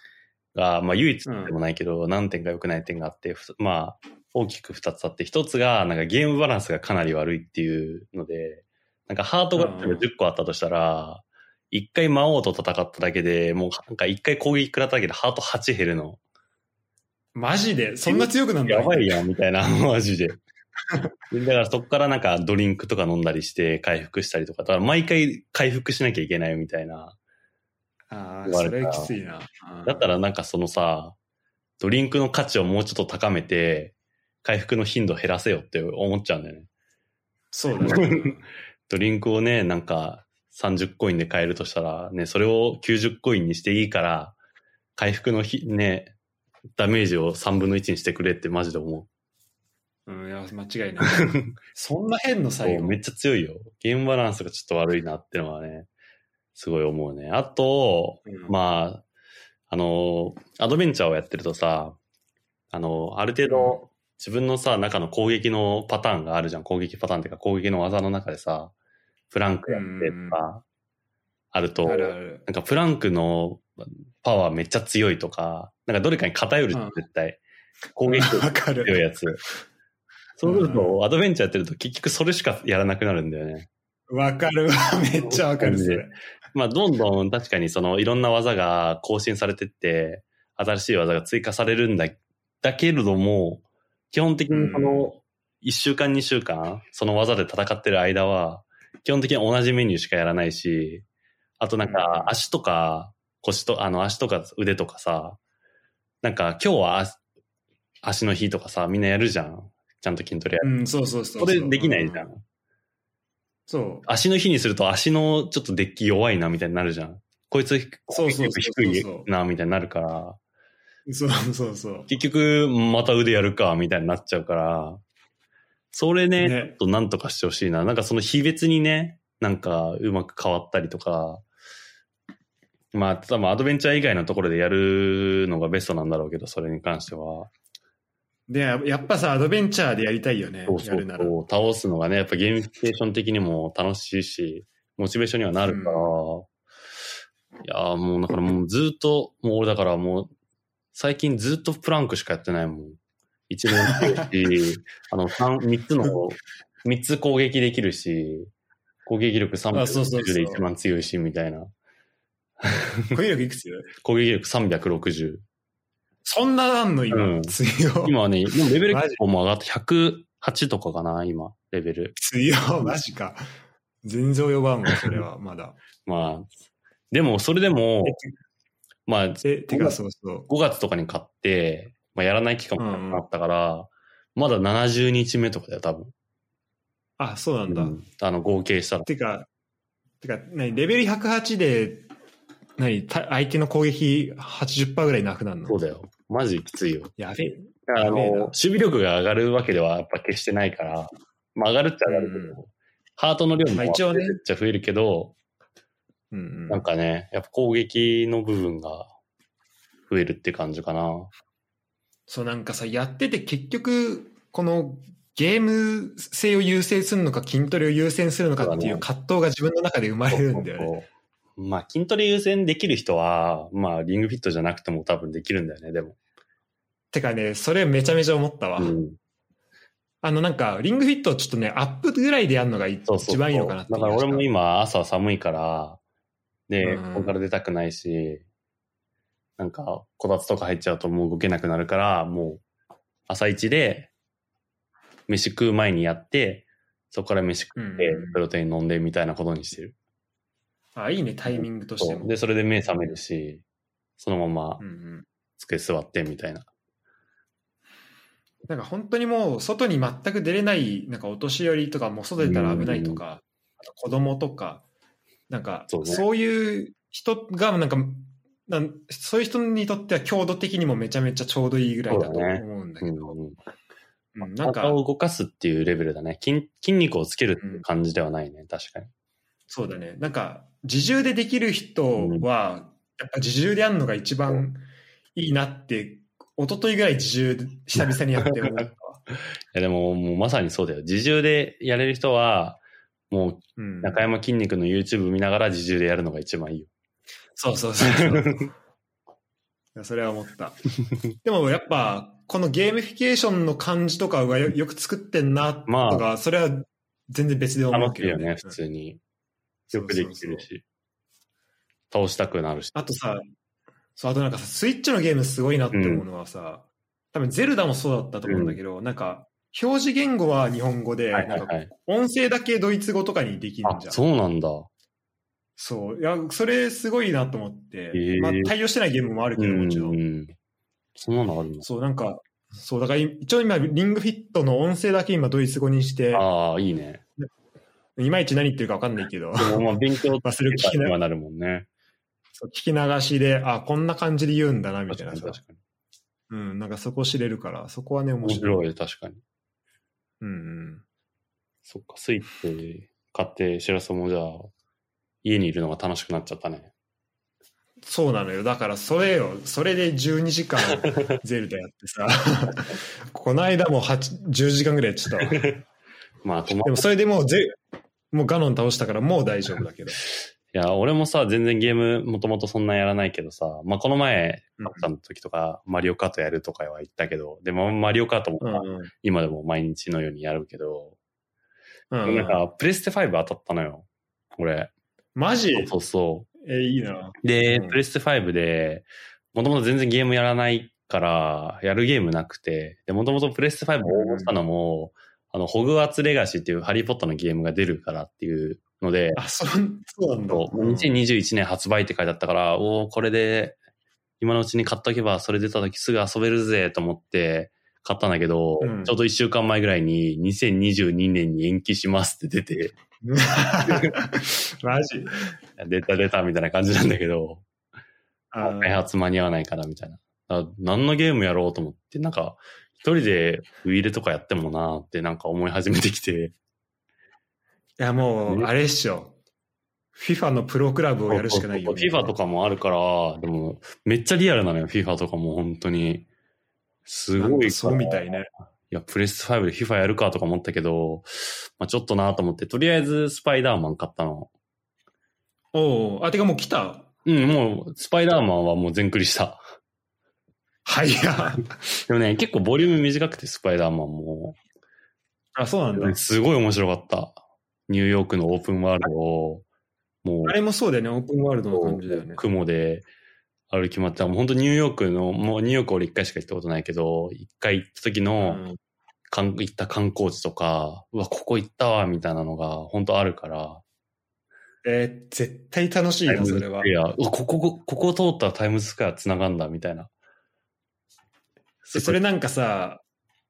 [SPEAKER 2] が、まあ唯一でもないけど、何点か良くない点があって、ふまあ、大きく二つあって、一つが、なんかゲームバランスがかなり悪いっていうので、なんかハートが
[SPEAKER 1] うん
[SPEAKER 2] 10個あったとしたら、一回魔王と戦っただけで、もうなんか一回攻撃食らっただけでハート8減るの。
[SPEAKER 1] マジでそんな強くなんだ。
[SPEAKER 2] やばいやん、みたいな、マジで。だからそこからなんかドリンクとか飲んだりして回復したりとか、だから毎回回復しなきゃいけないみたいな。
[SPEAKER 1] ああ、それきついな。うん
[SPEAKER 2] だったらなんかそのさ、ドリンクの価値をもうちょっと高めて、回復の頻度減らせよって思っちゃうんだよね。
[SPEAKER 1] そうだね。
[SPEAKER 2] ドリンクをね、なんか30コインで買えるとしたら、ね、それを90コインにしていいから、回復のひ、ね、ダメージを3分の1にしてくれってマジで思う。
[SPEAKER 1] うん、いや、間違いない。そんな変の最
[SPEAKER 2] そう
[SPEAKER 1] 後。
[SPEAKER 2] めっちゃ強いよ。ゲームバランスがちょっと悪いなってのはね、すごい思うね。あと、
[SPEAKER 1] うん
[SPEAKER 2] まあ、あの、アドベンチャーをやってるとさ、あの、ある程度、自分のさ、中の攻撃のパターンがあるじゃん。攻撃パターンっていうか、攻撃の技の中でさ、フランクやってとか、あると、
[SPEAKER 1] ある
[SPEAKER 2] な
[SPEAKER 1] ある。
[SPEAKER 2] んかフランクのパワーめっちゃ強いとか、なんかどれかに偏るじゃん
[SPEAKER 1] うん
[SPEAKER 2] 絶対。攻撃力
[SPEAKER 1] わか
[SPEAKER 2] 強い
[SPEAKER 1] る。
[SPEAKER 2] やつ。そうすると、アドベンチャーやってると結局それしかやらなくなるんだよね。
[SPEAKER 1] わかるわ。めっちゃわかる、それ。
[SPEAKER 2] まあ、どんどん確かにそのいろんな技が更新されてって、新しい技が追加されるんだ、だけれども、基本的にその、1週間2週間、その技で戦ってる間は、基本的に同じメニューしかやらないし、あとなんか
[SPEAKER 1] うん
[SPEAKER 2] 足とか腰と、あの足とか腕とかさ、なんか今日は足足の日とかさ、みんなやるじゃん。ちゃんと筋トレやる
[SPEAKER 1] うん、そうそうそうそう。
[SPEAKER 2] これできないじゃ。
[SPEAKER 1] うんそう。
[SPEAKER 2] 足の日にすると足のちょっとデッキ弱いなみたいになるじゃん。こいつ
[SPEAKER 1] そうそうそう
[SPEAKER 2] 低いなみたいになるから、
[SPEAKER 1] そうそうそう。
[SPEAKER 2] 結局また腕やるかみたいになっちゃうから、それね、
[SPEAKER 1] ね
[SPEAKER 2] ちょっとなんとかしてほしいな。なんかその日別にね、なんかうまく変わったりとか、まあ、ただまあアドベンチャー以外のところでやるのがベストなんだろうけど、それに関しては。
[SPEAKER 1] で、やっぱさ、アドベンチャーでやりたいよね。
[SPEAKER 2] そうそ
[SPEAKER 1] やる
[SPEAKER 2] う
[SPEAKER 1] なら。
[SPEAKER 2] そう、倒すのがね、やっぱゲーミフィケーション的にも楽しいし、モチベーションにはなるから、いやーもうだからもうずっと、もう俺だからもう、最近ずっとプランクしかやってないもん。一年強いし、 あの、三、三つの、三つ攻撃できるし、攻撃力
[SPEAKER 1] あそうそうそ
[SPEAKER 2] 360
[SPEAKER 1] う
[SPEAKER 2] で一番強いし、みたいな。
[SPEAKER 1] 語彙力いくつ
[SPEAKER 2] 攻撃力360。
[SPEAKER 1] そんななんの
[SPEAKER 2] う
[SPEAKER 1] 今
[SPEAKER 2] ん。
[SPEAKER 1] 強い。
[SPEAKER 2] 今はね、でもレベル
[SPEAKER 1] マジ
[SPEAKER 2] 結構もう上がって108とかかな、今、レベル。
[SPEAKER 1] 強い。マジか。全然及ばんわ、それは。まだ。
[SPEAKER 2] まあ、でも、それで も、まあ、5
[SPEAKER 1] え、てか、そうそう。
[SPEAKER 2] 月とかに買って、まあ、やらない期間も
[SPEAKER 1] うんうん
[SPEAKER 2] あったから、まだ70日目とかだよ、多分。
[SPEAKER 1] あ、そうなんだ。
[SPEAKER 2] うんあの、合計したら。
[SPEAKER 1] てか、てか、何、レベル108で、何、た相手の攻撃80%ぐらいなくなるの
[SPEAKER 2] そうだよ。マジきついよ。
[SPEAKER 1] やべえ。
[SPEAKER 2] だから、あの、
[SPEAKER 1] やべえな
[SPEAKER 2] 守備力が上がるわけではやっぱ決してないから、まあ、上がるっちゃ上がるけど、ハートの量も
[SPEAKER 1] まあ
[SPEAKER 2] めっ
[SPEAKER 1] 一応ね
[SPEAKER 2] ちゃ増えるけど、
[SPEAKER 1] うんう
[SPEAKER 2] なん
[SPEAKER 1] ん。
[SPEAKER 2] かね、やっぱ攻撃の部分が増えるって感じかな。
[SPEAKER 1] そう、なんかさ、やってて結局、この、ゲーム性を優先するのか筋トレを優先するのかっていう葛藤が自分の中で生まれるんだよね。
[SPEAKER 2] まあ、筋トレ優先できる人は、まあ、リングフィットじゃなくても多分できるんだよね、でも。
[SPEAKER 1] てかね、それめちゃめちゃ思ったわ。
[SPEAKER 2] うん
[SPEAKER 1] あのなんか、リングフィットをちょっとね、アップぐらいでやるのがい
[SPEAKER 2] そうそうそう
[SPEAKER 1] 一番いいのかなって
[SPEAKER 2] だ
[SPEAKER 1] 思い
[SPEAKER 2] か
[SPEAKER 1] まし
[SPEAKER 2] ら
[SPEAKER 1] た。
[SPEAKER 2] 俺も今、朝寒いから、で、
[SPEAKER 1] うん
[SPEAKER 2] ここから出たくないし、なんか、こたつとか入っちゃうともう動けなくなるから、もう、朝一で、飯食う前にやって、そこから飯食って
[SPEAKER 1] うん、
[SPEAKER 2] プロテイン飲んでみたいなことにしてる。
[SPEAKER 1] あ、いいね、タイミングとして
[SPEAKER 2] そう
[SPEAKER 1] も。
[SPEAKER 2] で、それで目覚めるし、そのまま
[SPEAKER 1] うんうん
[SPEAKER 2] 机座ってみたいな。
[SPEAKER 1] なんか本当にもう外に全く出れない、なんかお年寄りとかもう外出たら危ないとか、あと子供とか、なんか
[SPEAKER 2] そうね
[SPEAKER 1] そういう人がなんかなんそういう人にとっては強度的にもめちゃめちゃちょうどいいぐらいだと
[SPEAKER 2] そうだね
[SPEAKER 1] 思うんだけ
[SPEAKER 2] う
[SPEAKER 1] ど、
[SPEAKER 2] んうん
[SPEAKER 1] うんなんか
[SPEAKER 2] 体、を動かすっていうレベルだね。筋筋肉をつけるっていう感じではないね、確かに。
[SPEAKER 1] そうだね。なんか、自重でできる人は、やっぱ自重でやるのが一番いいなって、一昨日ぐらい自重で久々にやって思ったわ。
[SPEAKER 2] いやでも、もうまさにそうだよ。自重でやれる人は、も
[SPEAKER 1] うん
[SPEAKER 2] う、中山筋肉の YouTube 見ながら自重でやるのが一番いいよ。
[SPEAKER 1] そうそうそうそう。 いやそれは思った。でもやっぱ、このゲーミフィケーションの感じとかはよよ く作ってんなとか、
[SPEAKER 2] ま
[SPEAKER 1] それは全然別で思う
[SPEAKER 2] 楽し
[SPEAKER 1] け
[SPEAKER 2] い
[SPEAKER 1] ど
[SPEAKER 2] よね、普通に。
[SPEAKER 1] うん
[SPEAKER 2] よくできて
[SPEAKER 1] そうそう
[SPEAKER 2] る
[SPEAKER 1] そう
[SPEAKER 2] し。倒したくなるし。
[SPEAKER 1] あとさ、そう、あとなんかさ、スイッチのゲームすごいなって思うのはさ、多分ゼルダもそうだったと思うんだけど、なんか、表示言語は日本語で、
[SPEAKER 2] はいはい
[SPEAKER 1] なんか
[SPEAKER 2] はい。
[SPEAKER 1] 音声だけドイツ語とかにできる
[SPEAKER 2] あ
[SPEAKER 1] んじ、ゃん。
[SPEAKER 2] そうなんだ。
[SPEAKER 1] そう。いや、それすごいなと思って、
[SPEAKER 2] へえ
[SPEAKER 1] まあ対応してないゲームもある
[SPEAKER 2] う
[SPEAKER 1] けど、も
[SPEAKER 2] ん
[SPEAKER 1] ちろん
[SPEAKER 2] う。ん。そんなのあるの
[SPEAKER 1] そう、なんか、そう、だからい一応今、リングフィットの音声だけ今ドイツ語にして、
[SPEAKER 2] ああ、いいね。
[SPEAKER 1] いまいち何言ってるか分かんないけど、
[SPEAKER 2] でもまあ 勉強と
[SPEAKER 1] まあそれを聞
[SPEAKER 2] か
[SPEAKER 1] き
[SPEAKER 2] に
[SPEAKER 1] な
[SPEAKER 2] はなるもんね。
[SPEAKER 1] そう聞き流しで、あ、こんな感じで言うんだな、み
[SPEAKER 2] 確
[SPEAKER 1] たい
[SPEAKER 2] か
[SPEAKER 1] な
[SPEAKER 2] に
[SPEAKER 1] さ
[SPEAKER 2] 確。かに。
[SPEAKER 1] うん、なんかそこ知れるから、そこはね、面
[SPEAKER 2] 面
[SPEAKER 1] 白い。
[SPEAKER 2] 白い、確かに。
[SPEAKER 1] うんうん。
[SPEAKER 2] そっか、スイッチ買って、シラスもじゃあ、家にいるのが楽しくなっちゃったね。
[SPEAKER 1] そうなのよ。だから、それよ。それで12時 間ゼルダやってさ、 この間も8 10時間ぐらいやってたわ。で
[SPEAKER 2] まあ、友達
[SPEAKER 1] も、それでもうゼ、もうガノン倒したから、もう大丈夫だけど。
[SPEAKER 2] いや、俺もさ、全然ゲームもともとそんなやらないけどさ、まあ、この前、
[SPEAKER 1] うん
[SPEAKER 2] カッタの時とか、マリオカートやるとかは言ったけど、でも、マリオカートも
[SPEAKER 1] うん
[SPEAKER 2] さ
[SPEAKER 1] うん。
[SPEAKER 2] 今でも毎日のようにやるけど、
[SPEAKER 1] うんう
[SPEAKER 2] なん
[SPEAKER 1] ん、
[SPEAKER 2] か、プレステ5当たったのよ。俺。
[SPEAKER 1] マジ
[SPEAKER 2] そうそ
[SPEAKER 1] え、いいな。
[SPEAKER 2] う。で、
[SPEAKER 1] うん
[SPEAKER 2] プレステ5で、もともと全然ゲームやらないから、やるゲームなくて、で、もともとプレステ5応募したのも、あの、ホグワーツレガシーっていうハリーポッターのゲームが出るからっていうので、
[SPEAKER 1] あ、そ、そうなんだ。
[SPEAKER 2] そう
[SPEAKER 1] うん
[SPEAKER 2] 2021年発売って書いてあったから、おおこれで、今のうちに買っとけば、それ出た時すぐ遊べるぜと思って買ったんだけど、
[SPEAKER 1] うん
[SPEAKER 2] ちょうど1週間前ぐらいに、2022年に延期しますって出て、
[SPEAKER 1] マジ
[SPEAKER 2] 出た出たみたいな感じなんだけど、開発間に合わないからみたいな。あ何のゲームやろうと思って、なんか、一人でウイイレとかやってもなーってなんか思い始めてきて、
[SPEAKER 1] いやもう、あれっしょ。FIFA のプロクラブをやるしかないよ、ね。
[SPEAKER 2] FIFA とかもあるから、でも、めっちゃリアルなのよ、FIFA とかも本当に。す
[SPEAKER 1] なん
[SPEAKER 2] ごい。
[SPEAKER 1] かそうみたいね。
[SPEAKER 2] いや、プレステ5で FIFA やるかとか思ったけど、まあちょっとなと思って、とりあえずスパイダーマン買ったの。
[SPEAKER 1] おうおうあ、てかもう来た
[SPEAKER 2] うん、もう、スパイダーマンはもう全クリした。
[SPEAKER 1] はいや。
[SPEAKER 2] でもね、結構ボリューム短くて、スパイダーマンも。
[SPEAKER 1] あ、そうなんだ。
[SPEAKER 2] すごい面白かった。ニューヨークのオープンワールドを、もう
[SPEAKER 1] あ、れもそうだよね。オープンワールドの感じだよね。
[SPEAKER 2] 雲で歩き回った。もう本当ニューヨークの、もうニューヨーク俺一回しか行ったことないけど、一回行った時
[SPEAKER 1] う
[SPEAKER 2] の、
[SPEAKER 1] ん
[SPEAKER 2] かん行った観光地とか、うわ、ここ行ったわ、みたいなのが本当あるから。
[SPEAKER 1] えー絶対楽しい
[SPEAKER 2] タイ
[SPEAKER 1] な、
[SPEAKER 2] ムズ
[SPEAKER 1] それ
[SPEAKER 2] ス
[SPEAKER 1] は
[SPEAKER 2] ク。エア、うわここ、ここを通ったらタイムズスクエア繋がんだ、みたいな。
[SPEAKER 1] でそれなんかさ、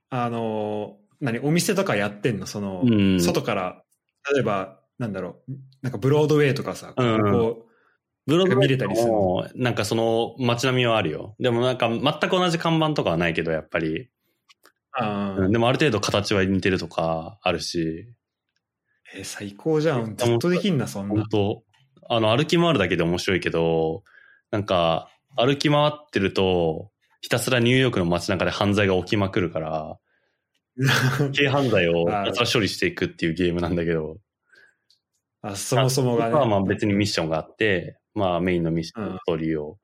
[SPEAKER 1] あのー、何、お店とかやってんのその、
[SPEAKER 2] うん。
[SPEAKER 1] 外から、例えば、なんだろう、なんかブロードウェイとかさ、こ
[SPEAKER 2] うん
[SPEAKER 1] こ
[SPEAKER 2] ブロードウェイ
[SPEAKER 1] 見れたりする
[SPEAKER 2] もなんかその街並みはあるよ。でもなんか全く同じ看板とかはないけど、やっぱり。
[SPEAKER 1] あー
[SPEAKER 2] うんでもある程度形は似てるとかあるし。
[SPEAKER 1] えー最高じゃん。ずっとできんな、そんな
[SPEAKER 2] 本。当あの、歩き回るだけで面白いけど、なんか、歩き回ってると、ひたすらニューヨークの街中で犯罪が起きまくるから、軽犯罪をひ
[SPEAKER 1] あー
[SPEAKER 2] たすら処理していくっていうゲームなんだけど、
[SPEAKER 1] あ、そもそもがね。
[SPEAKER 2] まあまあ別にミッションがあって、まあメインのミッショ
[SPEAKER 1] うん
[SPEAKER 2] ン、ストーリーを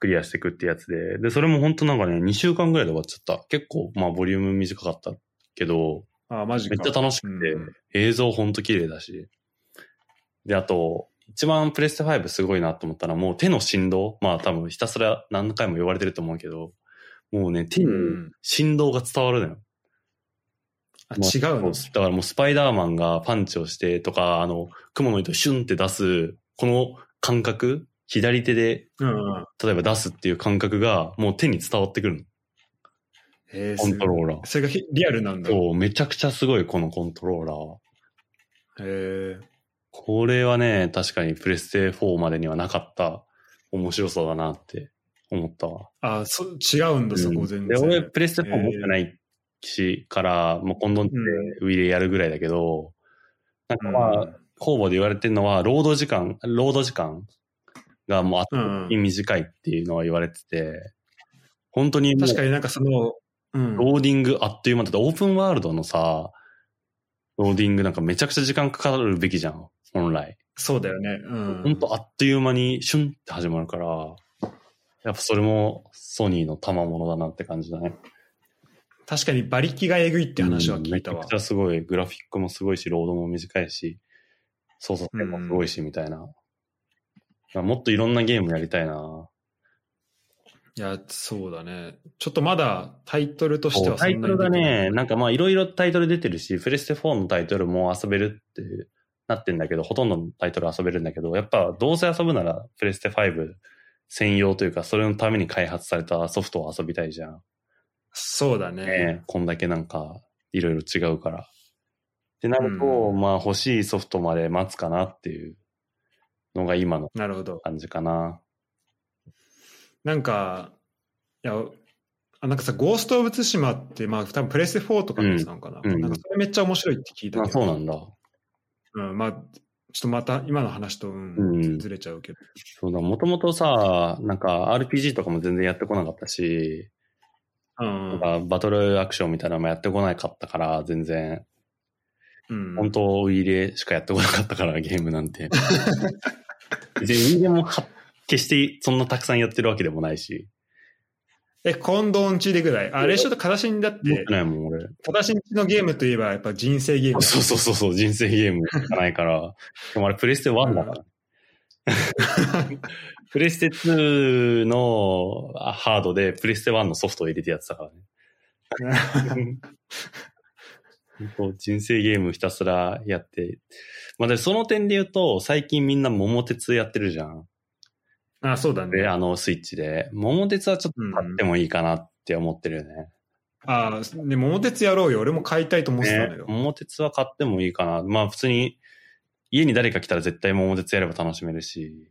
[SPEAKER 2] クリアしていくってやつで、で、それも本当なんかね、2週間ぐらいで終わっちゃった。結構、まあボリューム短かったけど、
[SPEAKER 1] あマジ
[SPEAKER 2] め
[SPEAKER 1] か。
[SPEAKER 2] っちゃ楽しくて、
[SPEAKER 1] うん
[SPEAKER 2] 映像ほんと綺麗だし。で、あと、一番プレステ5すごいなと思ったのは、もう手の振動。まあ多分ひたすら何回も言われてると思うけど、もうね、手に
[SPEAKER 1] うん
[SPEAKER 2] 振動が伝わるのよ。
[SPEAKER 1] あ違う
[SPEAKER 2] も
[SPEAKER 1] の
[SPEAKER 2] だからもうスパイダーマンがパンチをしてとか、あの、雲の糸をシュンって出す、この感覚、左手で、
[SPEAKER 1] うんうん。
[SPEAKER 2] 例えば出すっていう感覚が、もう手に伝わってくる
[SPEAKER 1] えー
[SPEAKER 2] の。コントローラー。
[SPEAKER 1] すそれがひリアルなんだ。へ
[SPEAKER 2] そう、めちゃくちゃすごい、このコントローラーは。
[SPEAKER 1] え
[SPEAKER 2] これはね、確かにプレステ4までにはなかった面白さだなって思ったわ。
[SPEAKER 1] あ、そ違うんだ、そこ全
[SPEAKER 2] で、
[SPEAKER 1] 然。
[SPEAKER 2] 俺、プレステ4持ってないし、から、もう今度ってウィでやるぐらいだけど、なんかまあ、方々で言われてるのは、労働時間、労働時間がもう圧倒的に短いっていうのは言われてて、本当にもう
[SPEAKER 1] 確かになんかその、うん。
[SPEAKER 2] ローディングあっという間だって、オープンワールドのさ、ローディングなんかめちゃくちゃ時間かかるべきじゃん、本来。
[SPEAKER 1] そうだよね。うん。
[SPEAKER 2] ほんとあっという間にシュンって始まるから、やっぱそれもソニーの賜物だなって感じだね。
[SPEAKER 1] 確かに馬力がえぐいって話は聞いた
[SPEAKER 2] うんめ
[SPEAKER 1] わ
[SPEAKER 2] ちゃくち。ゃすごい、グラフィックもすごいし、ロードも短いし、操作性もすごいし、みたいな。だからもっといろんなゲームやりたいな。
[SPEAKER 1] いや、そうだね。ちょっとまだタイトルとしては
[SPEAKER 2] タイトルがね、なんかまあいろいろタイトル出てるし、プレステ4のタイトルも遊べるってなってんだけど、ほとんどのタイトル遊べるんだけど、やっぱどうせ遊ぶならプレステ5専用というか、それのために開発されたソフトを遊びたいじゃん。
[SPEAKER 1] そうだね。
[SPEAKER 2] ね、こんだけなんかいろいろ違うから。ってなると、
[SPEAKER 1] うん
[SPEAKER 2] まあ欲しいソフトまで待つかなっていうのが今の
[SPEAKER 1] なるほど。
[SPEAKER 2] 感じかな。
[SPEAKER 1] なんか、いや、あなんかさ、ゴースト・オブ・ツシマって、まあ、多分プレステ4とかのやつなのかな。
[SPEAKER 2] うんうん
[SPEAKER 1] なんかそれめっちゃ面白いって聞いた
[SPEAKER 2] あ
[SPEAKER 1] け
[SPEAKER 2] そ
[SPEAKER 1] ど、
[SPEAKER 2] うなんだ。
[SPEAKER 1] うん、まあ、ちょっとまた今の話と、うん
[SPEAKER 2] うん
[SPEAKER 1] ずれちゃうけど。
[SPEAKER 2] そうだ、もともとさ、なんか RPG とかも全然やってこなかったし、
[SPEAKER 1] うん
[SPEAKER 2] なん。かバトルアクションみたいなのもやってこなかったから、全然、
[SPEAKER 1] うん
[SPEAKER 2] 本当ウィーレしかやってこなかったから、ゲームなん て。別にウィーレもか決してそんなたくさんやってるわけでもないし、
[SPEAKER 1] え、今度んちでぐらい。あれ、ちょっと正しんだっ
[SPEAKER 2] 持って
[SPEAKER 1] て、
[SPEAKER 2] ないもん、俺。
[SPEAKER 1] 正しんちのゲームといえば、やっぱ人生ゲーム。
[SPEAKER 2] そうそうそうそう、人生ゲームじゃないから。でもあれ、プレステ1だから。 プレステ2のあハードで、プレステ1のソフトを入れてやってたからね。本当人生ゲームひたすらやって。まあ、でその点で言うと、最近みんな桃鉄やってるじゃん。
[SPEAKER 1] あ、そうだ
[SPEAKER 2] で、
[SPEAKER 1] ね。
[SPEAKER 2] あの、スイッチで。桃鉄はちょっと買ってもいいかなって思ってるよね。
[SPEAKER 1] あ、ね、桃鉄やろうよ。俺も買いたいと思ってた
[SPEAKER 2] ね
[SPEAKER 1] の、よ。
[SPEAKER 2] 桃鉄は買ってもいいかな。まあ普通に、家に誰か来たら絶対桃鉄やれば楽しめるし、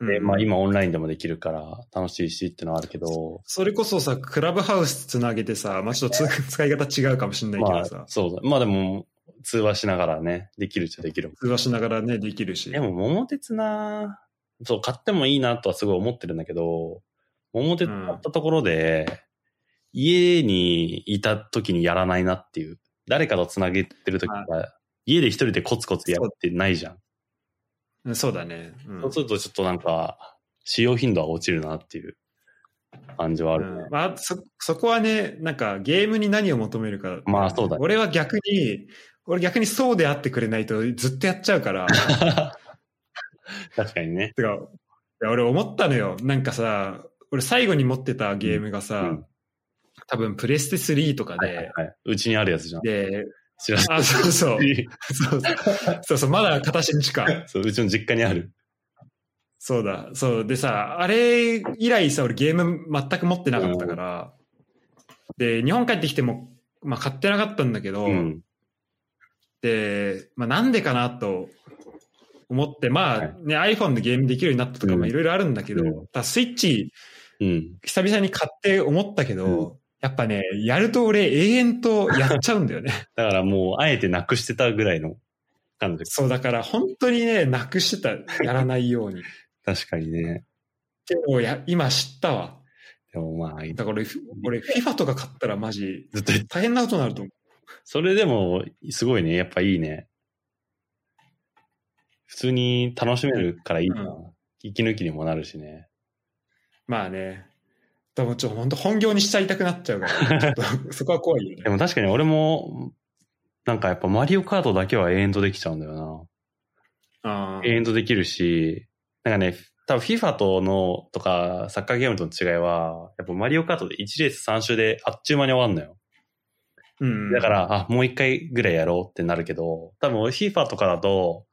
[SPEAKER 2] で、
[SPEAKER 1] うん
[SPEAKER 2] まあ今オンラインでもできるから楽しいしってのはあるけど、
[SPEAKER 1] それこそさ、クラブハウスつなげてさ、まあ、ちょっとつ使い方違うかもしれないけ
[SPEAKER 2] ま
[SPEAKER 1] どさ、
[SPEAKER 2] あそうだ。まあでも、通話しながらね、できるっちゃできるもん。
[SPEAKER 1] 通話しながらね、できるし。
[SPEAKER 2] でも桃鉄なそう、買ってもいいなとはすごい思ってるんだけど、桃鉄買ったところで、家にいた時にやらないなっていう。誰かと繋げてる時は、家で一人でコツコツやってないじゃん。
[SPEAKER 1] うんそうだね。うん
[SPEAKER 2] そうするとちょっとなんか、使用頻度は落ちるなっていう感じはあるね
[SPEAKER 1] うん。まあ、そ、そこはね、なんかゲームに何を求めるか。
[SPEAKER 2] まあそうだね
[SPEAKER 1] 俺は逆に、俺逆にそうであってくれないとずっとやっちゃう から。
[SPEAKER 2] 確かにね。
[SPEAKER 1] てか、いや俺思ったのよ。なんかさ、俺最後に持ってたゲームがさ、
[SPEAKER 2] うん
[SPEAKER 1] 多分プレステ3とか
[SPEAKER 2] はいはい
[SPEAKER 1] で、
[SPEAKER 2] はい。うちにあるやつじゃん。
[SPEAKER 1] で、
[SPEAKER 2] 知らな
[SPEAKER 1] あ、そうそう。
[SPEAKER 2] い。
[SPEAKER 1] そうそうそうそう、まだ形に近い。
[SPEAKER 2] そう、うちの実家にある。
[SPEAKER 1] そうだ、そう。でさ、あれ以来さ、俺ゲーム全く持ってなかったから、で、日本帰ってきても、まあ買ってなかったんだけど、
[SPEAKER 2] うん。
[SPEAKER 1] で、まあなんでかなと思って、まあ
[SPEAKER 2] はい
[SPEAKER 1] ね、iPhone でゲームできるようになったとか、
[SPEAKER 2] うん
[SPEAKER 1] まあいろいろあるんだけど、
[SPEAKER 2] うん
[SPEAKER 1] ただスイッチ
[SPEAKER 2] うん。
[SPEAKER 1] 久々に買って思ったけど、
[SPEAKER 2] う
[SPEAKER 1] やっぱね、やると俺永遠とやっちゃうんだよね。
[SPEAKER 2] だからもう、あえてなくしてたぐらいの感じ。
[SPEAKER 1] そう、だから本当にね、なくしてた、やらないように。
[SPEAKER 2] 確かにね。
[SPEAKER 1] でもや、今知ったわ。
[SPEAKER 2] でもまあ、
[SPEAKER 1] だから俺、俺、FIFA とか買ったらマジ、
[SPEAKER 2] ずっと、
[SPEAKER 1] 大変なことになると思
[SPEAKER 2] それでも、すごいね。やっぱいいね。普通に楽しめるからいいな。
[SPEAKER 1] うん
[SPEAKER 2] 息抜きにもなるしね。
[SPEAKER 1] う。まあね。でもちょ、本当本業にしちゃいたくなっちゃう から、ちょっとそこは怖いよ
[SPEAKER 2] で
[SPEAKER 1] ね。
[SPEAKER 2] も確かに俺も、なんかやっぱマリオカートだけは永遠とできちゃうんだよ
[SPEAKER 1] あ
[SPEAKER 2] な。
[SPEAKER 1] ー
[SPEAKER 2] 永遠とできるし、なんかね、多分 FIFA との、とかサッカーゲームとの違いは、やっぱマリオカートで1レース3周であっちゅう間に終わんのよ。
[SPEAKER 1] うん。
[SPEAKER 2] だから、あ、もう1回ぐらいやろうってなるけど、多分 FIFA とかだと、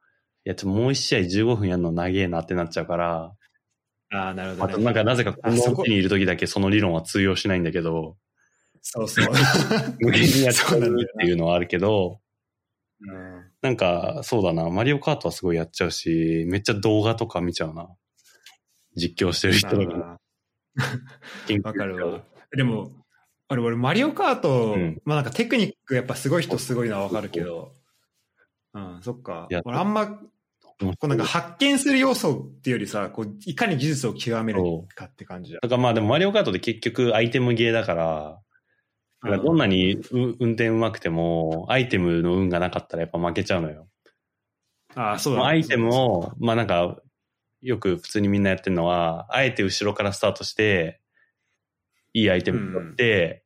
[SPEAKER 2] いや、ちょっともう1試合15分やるの長えなってなっちゃうから、
[SPEAKER 1] ああ、なるほ
[SPEAKER 2] あ
[SPEAKER 1] ど、
[SPEAKER 2] と
[SPEAKER 1] ね。
[SPEAKER 2] なんかなぜかこの
[SPEAKER 1] あそこ
[SPEAKER 2] 家にいる時だけその理論は通用しないんだけど、
[SPEAKER 1] そう そう。
[SPEAKER 2] 無限にやっちゃ
[SPEAKER 1] そうう
[SPEAKER 2] っ
[SPEAKER 1] なんだよ
[SPEAKER 2] ていうのはあるけど、
[SPEAKER 1] うん
[SPEAKER 2] なんか、そうだな、マリオカートはすごいやっちゃうし、めっちゃ動画とか見ちゃうな。実況してる人とか、
[SPEAKER 1] あ
[SPEAKER 2] 緊急
[SPEAKER 1] ーわかるわ。でも、あれ、俺、マリオカート、
[SPEAKER 2] うん
[SPEAKER 1] まあなんかテクニックやっぱすごい人すごいのはわかるけど、うん、そっか
[SPEAKER 2] いや。
[SPEAKER 1] 俺、あんま、こうなんか発見する要素っていうよりさ、こう、いかに技術を極めるかって感じだ。
[SPEAKER 2] とかまあでもマリオカートって結局アイテムゲーだから、だからどんなにう運転うまくても、アイテムの運がなかったらやっぱ負けちゃうのよ。
[SPEAKER 1] ああ、そうだ、
[SPEAKER 2] アイテムを、まあなんか、よく普通にみんなやってるのは、あえて後ろからスタートして、いいアイテム取って、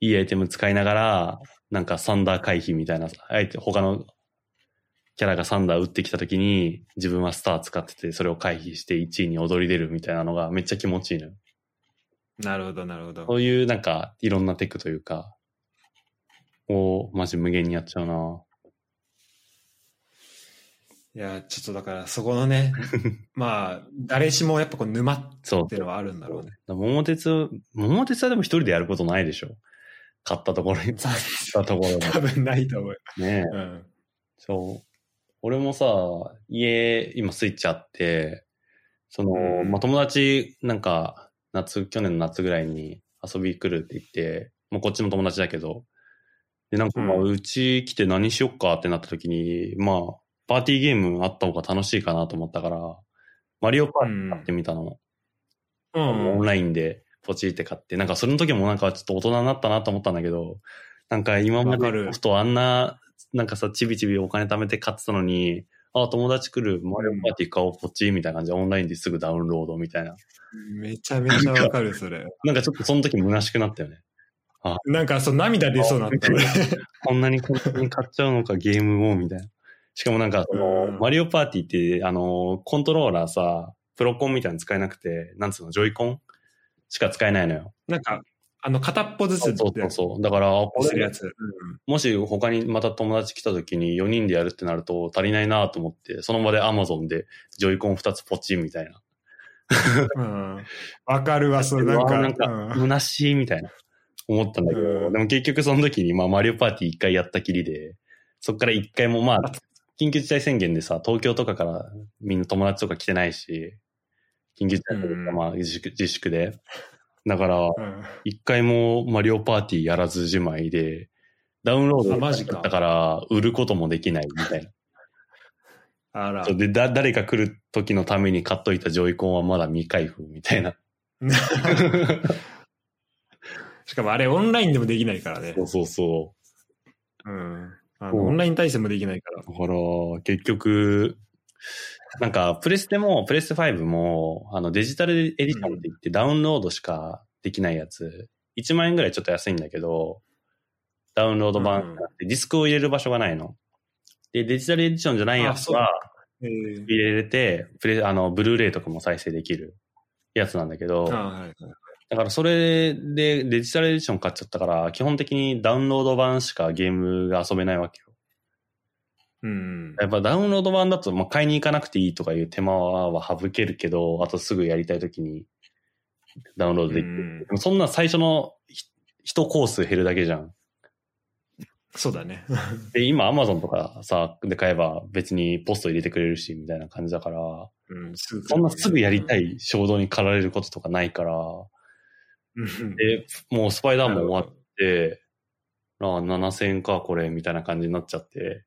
[SPEAKER 2] いいアイテム使いながら、なんかサンダー回避みたいな、あえて他のキャラがサンダー打ってきた時に、自分はスター使ってて、それを回避して1位に躍り出るみたいなのがめっちゃ気持ちいいのよ。
[SPEAKER 1] なるほど、なるほど。
[SPEAKER 2] そういうなんか、いろんなテクというか、をマジ無限にやっちゃうな。
[SPEAKER 1] いや、ちょっとだから、そこの ね、まあ、誰しもやっぱこう、沼っ
[SPEAKER 2] そう
[SPEAKER 1] て。いうのはあるんだろうね。
[SPEAKER 2] だ桃鉄、桃鉄はでも一人でやることないでしょ。買ったところに、買ったところ
[SPEAKER 1] 多分ないと思う。
[SPEAKER 2] に。ねえ
[SPEAKER 1] うん。
[SPEAKER 2] そう。俺もさ、家、今スイッチあって、その、
[SPEAKER 1] うん
[SPEAKER 2] まあ、友達、なんか、夏、去年の夏ぐらいに遊び来るって言って、もうこっちの友達だけど、で、なんか、まあ、
[SPEAKER 1] うん
[SPEAKER 2] うち来て何しよっかってなった時に、まあ、パーティーゲームあった方が楽しいかなと思ったから、マリオパーティー買ってみたの。
[SPEAKER 1] うん
[SPEAKER 2] オンラインでポチって買って、なんかその時もなんかちょっと大人になったなと思ったんだけど、なんか今ま
[SPEAKER 1] わか
[SPEAKER 2] で
[SPEAKER 1] る
[SPEAKER 2] ソフトあんな、なんかさ、ちびちびお金貯めて買ってたのに、あ、友達来る、マリオパーティー買おう、ポチみたいな感じでオンラインですぐダウンロードみたいな。
[SPEAKER 1] めちゃめちゃわかる、それ。
[SPEAKER 2] なんかちょっとその時虚しくなったよね。
[SPEAKER 1] なんか、そう、涙出そうになった。
[SPEAKER 2] こんなに簡単に買っちゃうのか、ゲームを、みたいな。しかもなんか、その
[SPEAKER 1] うん
[SPEAKER 2] マリオパーティーって、あの、コントローラーさ、プロコンみたいなの使えなくて、なんつうの、ジョイコンしか使えないのよ。
[SPEAKER 1] なんか、あの、片っぽずつ
[SPEAKER 2] そ
[SPEAKER 1] っ
[SPEAKER 2] う
[SPEAKER 1] て
[SPEAKER 2] そうそう。だから、あこ
[SPEAKER 1] する
[SPEAKER 2] れ
[SPEAKER 1] やつ。うん
[SPEAKER 2] もし他にまた友達来た時に4人でやるってなると足りないなと思って、その場で Amazon でジョイコン2つポチみたいな。
[SPEAKER 1] うん。わかるわ、そう、なん
[SPEAKER 2] う
[SPEAKER 1] か。
[SPEAKER 2] わなんか
[SPEAKER 1] うん
[SPEAKER 2] 虚しいみたいな思ったんだけど、
[SPEAKER 1] うん
[SPEAKER 2] でも結局その時にまあマリオパーティー1回やったきりで、そっから1回もまあ、緊急事態宣言でさ、東京とかからみんな友達とか来てないし、緊急事態宣言でまあ自粛,、自粛で。だから、
[SPEAKER 1] うん
[SPEAKER 2] 一回もマリオパーティーやらずじまいで、ダウンロー
[SPEAKER 1] あマジ
[SPEAKER 2] ド
[SPEAKER 1] か
[SPEAKER 2] だから売ることもできないみたい
[SPEAKER 1] あら
[SPEAKER 2] な。。で、だ、誰か来る時のために買っといたジョイコンはまだ未開封みたいな。
[SPEAKER 1] しかもあれ、オンラインでもできないからね
[SPEAKER 2] そ。うそうそ
[SPEAKER 1] うん。あ
[SPEAKER 2] そう
[SPEAKER 1] のオンライン対戦もできないから
[SPEAKER 2] う。。だから、結局、なんか、プレステも、プレステ5も、あの、デジタルエディションって言ってダウンロードしかできないやつ、1万円ぐらいちょっと安いんだけど、ダウンロード版があって、ディスクを入れる場所がないの。で、デジタルエディションじゃないやつは、
[SPEAKER 1] えー
[SPEAKER 2] 入れれて、プレあのブルーレイとかも再生できるやつなんだけど、
[SPEAKER 1] あはいはい
[SPEAKER 2] だからそれでデジタルエディション買っちゃったから、基本的にダウンロード版しかゲームが遊べないわけよ。
[SPEAKER 1] うん。
[SPEAKER 2] やっぱダウンロード版だと、まあ、買いに行かなくていいとかいう手間は省けるけど、あとすぐやりたいときにダウンロードできる。
[SPEAKER 1] うん
[SPEAKER 2] でもそんな最初のひ一コース減るだけじゃん。
[SPEAKER 1] そうだね。
[SPEAKER 2] で、今 Amazon とかさ、で買えば別にポスト入れてくれるし、みたいな感じだから、
[SPEAKER 1] うんすぐ
[SPEAKER 2] そんなすぐやりたい衝動に駆られることとかないから、
[SPEAKER 1] うん
[SPEAKER 2] で、もうスパイダーマン終わって、ああ、7000円か、これ、みたいな感じになっちゃって、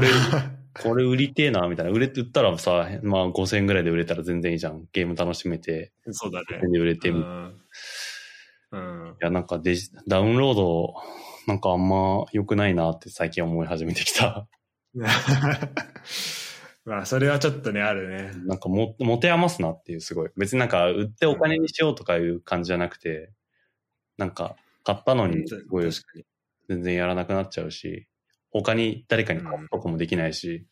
[SPEAKER 2] れ、これ売りてえな、みたいな。売れて、売ったらさ、まあ5000円ぐらいで売れたら全然いいじゃん。ゲーム楽しめて、
[SPEAKER 1] そうだね
[SPEAKER 2] 全。然売れて、
[SPEAKER 1] う
[SPEAKER 2] みたいな。い
[SPEAKER 1] んうん。
[SPEAKER 2] や、なんかデジ、ダウンロード、なんかあんま良くないなって最近思い始めてきた。
[SPEAKER 1] まあ、それはちょっとね、あるね。
[SPEAKER 2] なんかも、持て余すなっていう、すごい。別になんか、売ってお金にしようとかいう感じじゃなくて、なんか、買ったのに、す
[SPEAKER 1] 確か
[SPEAKER 2] ごい
[SPEAKER 1] に。
[SPEAKER 2] 全然やらなくなっちゃうし、他に誰かに買うとかもできないし、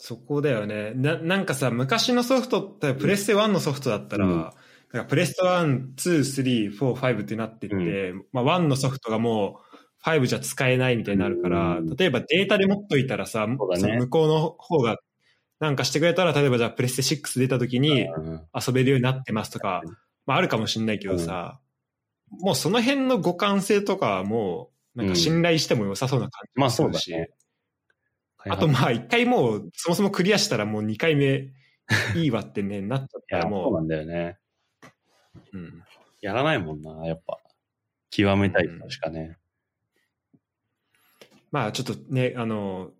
[SPEAKER 1] そこだよね。な、なんかさ、昔のソフトって、プレステ1のソフトだったら、
[SPEAKER 2] うん
[SPEAKER 1] なんかプレステ1、2、3、4、5ってなってって、まあ1のソフトがもう5じゃ使えないみたいになるから、
[SPEAKER 2] うん
[SPEAKER 1] 例えばデータで持っといたらさ、
[SPEAKER 2] そうだね
[SPEAKER 1] その向こうの方がなんかしてくれたら、例えばじゃあプレステ6出た時に
[SPEAKER 2] うん
[SPEAKER 1] 遊べるようになってますとか
[SPEAKER 2] う、
[SPEAKER 1] まああるかもしんないけどさ、もうその辺の互換性とかはもう、なんか信頼しても良さそうな感じ
[SPEAKER 2] まあ
[SPEAKER 1] もす
[SPEAKER 2] そう
[SPEAKER 1] る
[SPEAKER 2] だ
[SPEAKER 1] し、
[SPEAKER 2] ね。
[SPEAKER 1] あとまあ一回もうそもそもクリアしたらもう二回目いいわってね、なっちゃっ
[SPEAKER 2] い
[SPEAKER 1] た
[SPEAKER 2] や、
[SPEAKER 1] ら
[SPEAKER 2] そう
[SPEAKER 1] も
[SPEAKER 2] なんだよね。
[SPEAKER 1] う、うん、
[SPEAKER 2] やらないもんな、やっぱ。極めたい人しかね。
[SPEAKER 1] まあちょっとね、あの、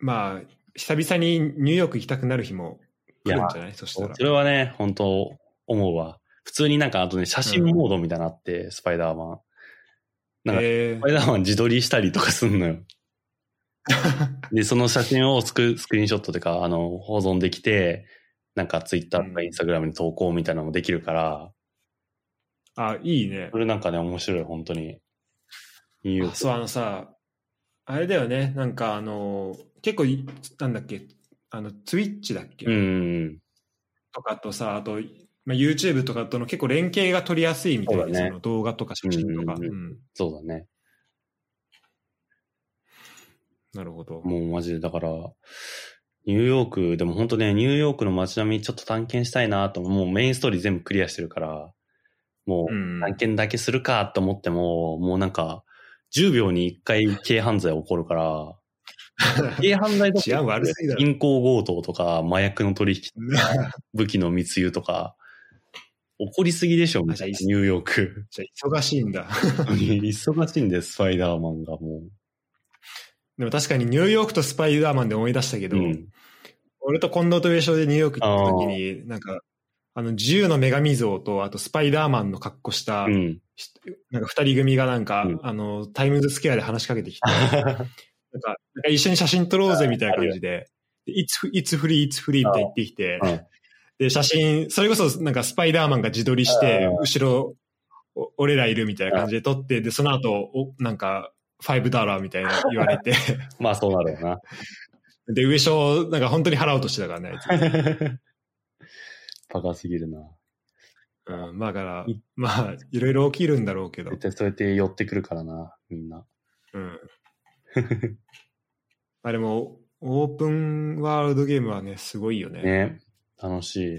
[SPEAKER 1] まあ、久々にニューヨーク行きたくなる日も来るんじゃないそしたら
[SPEAKER 2] そ。れはね、本当思うわ。普通になんか、あとね、写真モードみたいなのあって、スパイダーマン。なんか
[SPEAKER 1] え
[SPEAKER 2] ス パイダーマン自撮りしたりとかすんのよ。で、その写真をスクスクリーンショットとか、あの、保存できて、なんかツイッターとか
[SPEAKER 1] うん
[SPEAKER 2] インスタグラムに投稿みたいなのもできるか
[SPEAKER 1] ー、
[SPEAKER 2] ら、
[SPEAKER 1] あ、いいね
[SPEAKER 2] そ。れなんかね、面白い、本当に。ニューヨー
[SPEAKER 1] あ
[SPEAKER 2] ク
[SPEAKER 1] そう、あのさ、あれだよね、なんかあの、結構い、なんだっけ、あの、ツイッチだっけ、
[SPEAKER 2] うんうん
[SPEAKER 1] とかとさ、あと、まあ、YouTube とかとの結構連携が取りやすいみたいな、
[SPEAKER 2] そ
[SPEAKER 1] そ,、
[SPEAKER 2] うだね
[SPEAKER 1] の動画とか写真とか。
[SPEAKER 2] う
[SPEAKER 1] うんん
[SPEAKER 2] うんそうだね。
[SPEAKER 1] なるほど。
[SPEAKER 2] もうマジで、だから、ニューヨーク、でも本当ね、ニューヨークの街並みちょっと探検したいなと、もうメインストーリー全部クリアしてるから、もう
[SPEAKER 1] うん
[SPEAKER 2] 探検だけするかと思っても、もうなんか、10秒に1回軽犯罪起こるから、 軽犯罪と
[SPEAKER 1] 治安
[SPEAKER 2] か
[SPEAKER 1] 悪すぎだ、ろ
[SPEAKER 2] 銀行強盗とか、麻薬の取引、武器の密輸とか、起こりすぎでしょ、みた
[SPEAKER 1] あ
[SPEAKER 2] いな、
[SPEAKER 1] じゃあ
[SPEAKER 2] ニューヨーク。
[SPEAKER 1] じゃあ忙しいんだ。
[SPEAKER 2] 忙しいんです、スパイダーマンがも
[SPEAKER 1] でも確かにニューヨークとスパイダーマンで思い出したけ
[SPEAKER 2] う。
[SPEAKER 1] ど、
[SPEAKER 2] うん。
[SPEAKER 1] 俺と近藤と上昇でニューヨーク行った時に、なんか、あの、自由の女神像と、あとスパイダーマンの格好した、
[SPEAKER 2] うん。
[SPEAKER 1] ひなんか二人組がなんか、
[SPEAKER 2] うん
[SPEAKER 1] あの、タイムズスクエアで話しかけてきて、 なんか、なんか一緒に写真撮ろうぜみたいな感じで、でいつ、いつフリー、いつフリーみたいに言ってきて
[SPEAKER 2] うん、
[SPEAKER 1] で、写真、それこそなんかスパイダーマンが自撮りして
[SPEAKER 2] うん、
[SPEAKER 1] 後ろ、お俺らいるみたいな感じで撮って、で、その後、おなんか、ファイブダーラーみたいな言われて、
[SPEAKER 2] まあそうなるよな。
[SPEAKER 1] で、上昇、なんか本当に払おうとしてたからね、あいつ
[SPEAKER 2] バカすぎるな。
[SPEAKER 1] うん、まあだから
[SPEAKER 2] い、
[SPEAKER 1] まあ、いろいろ起きるんだろうけど
[SPEAKER 2] 絶、対そうやって寄ってくるからな、みんな。
[SPEAKER 1] うん。まあでも、オープンワールドゲームはね、すごいよね。
[SPEAKER 2] ね。楽しい。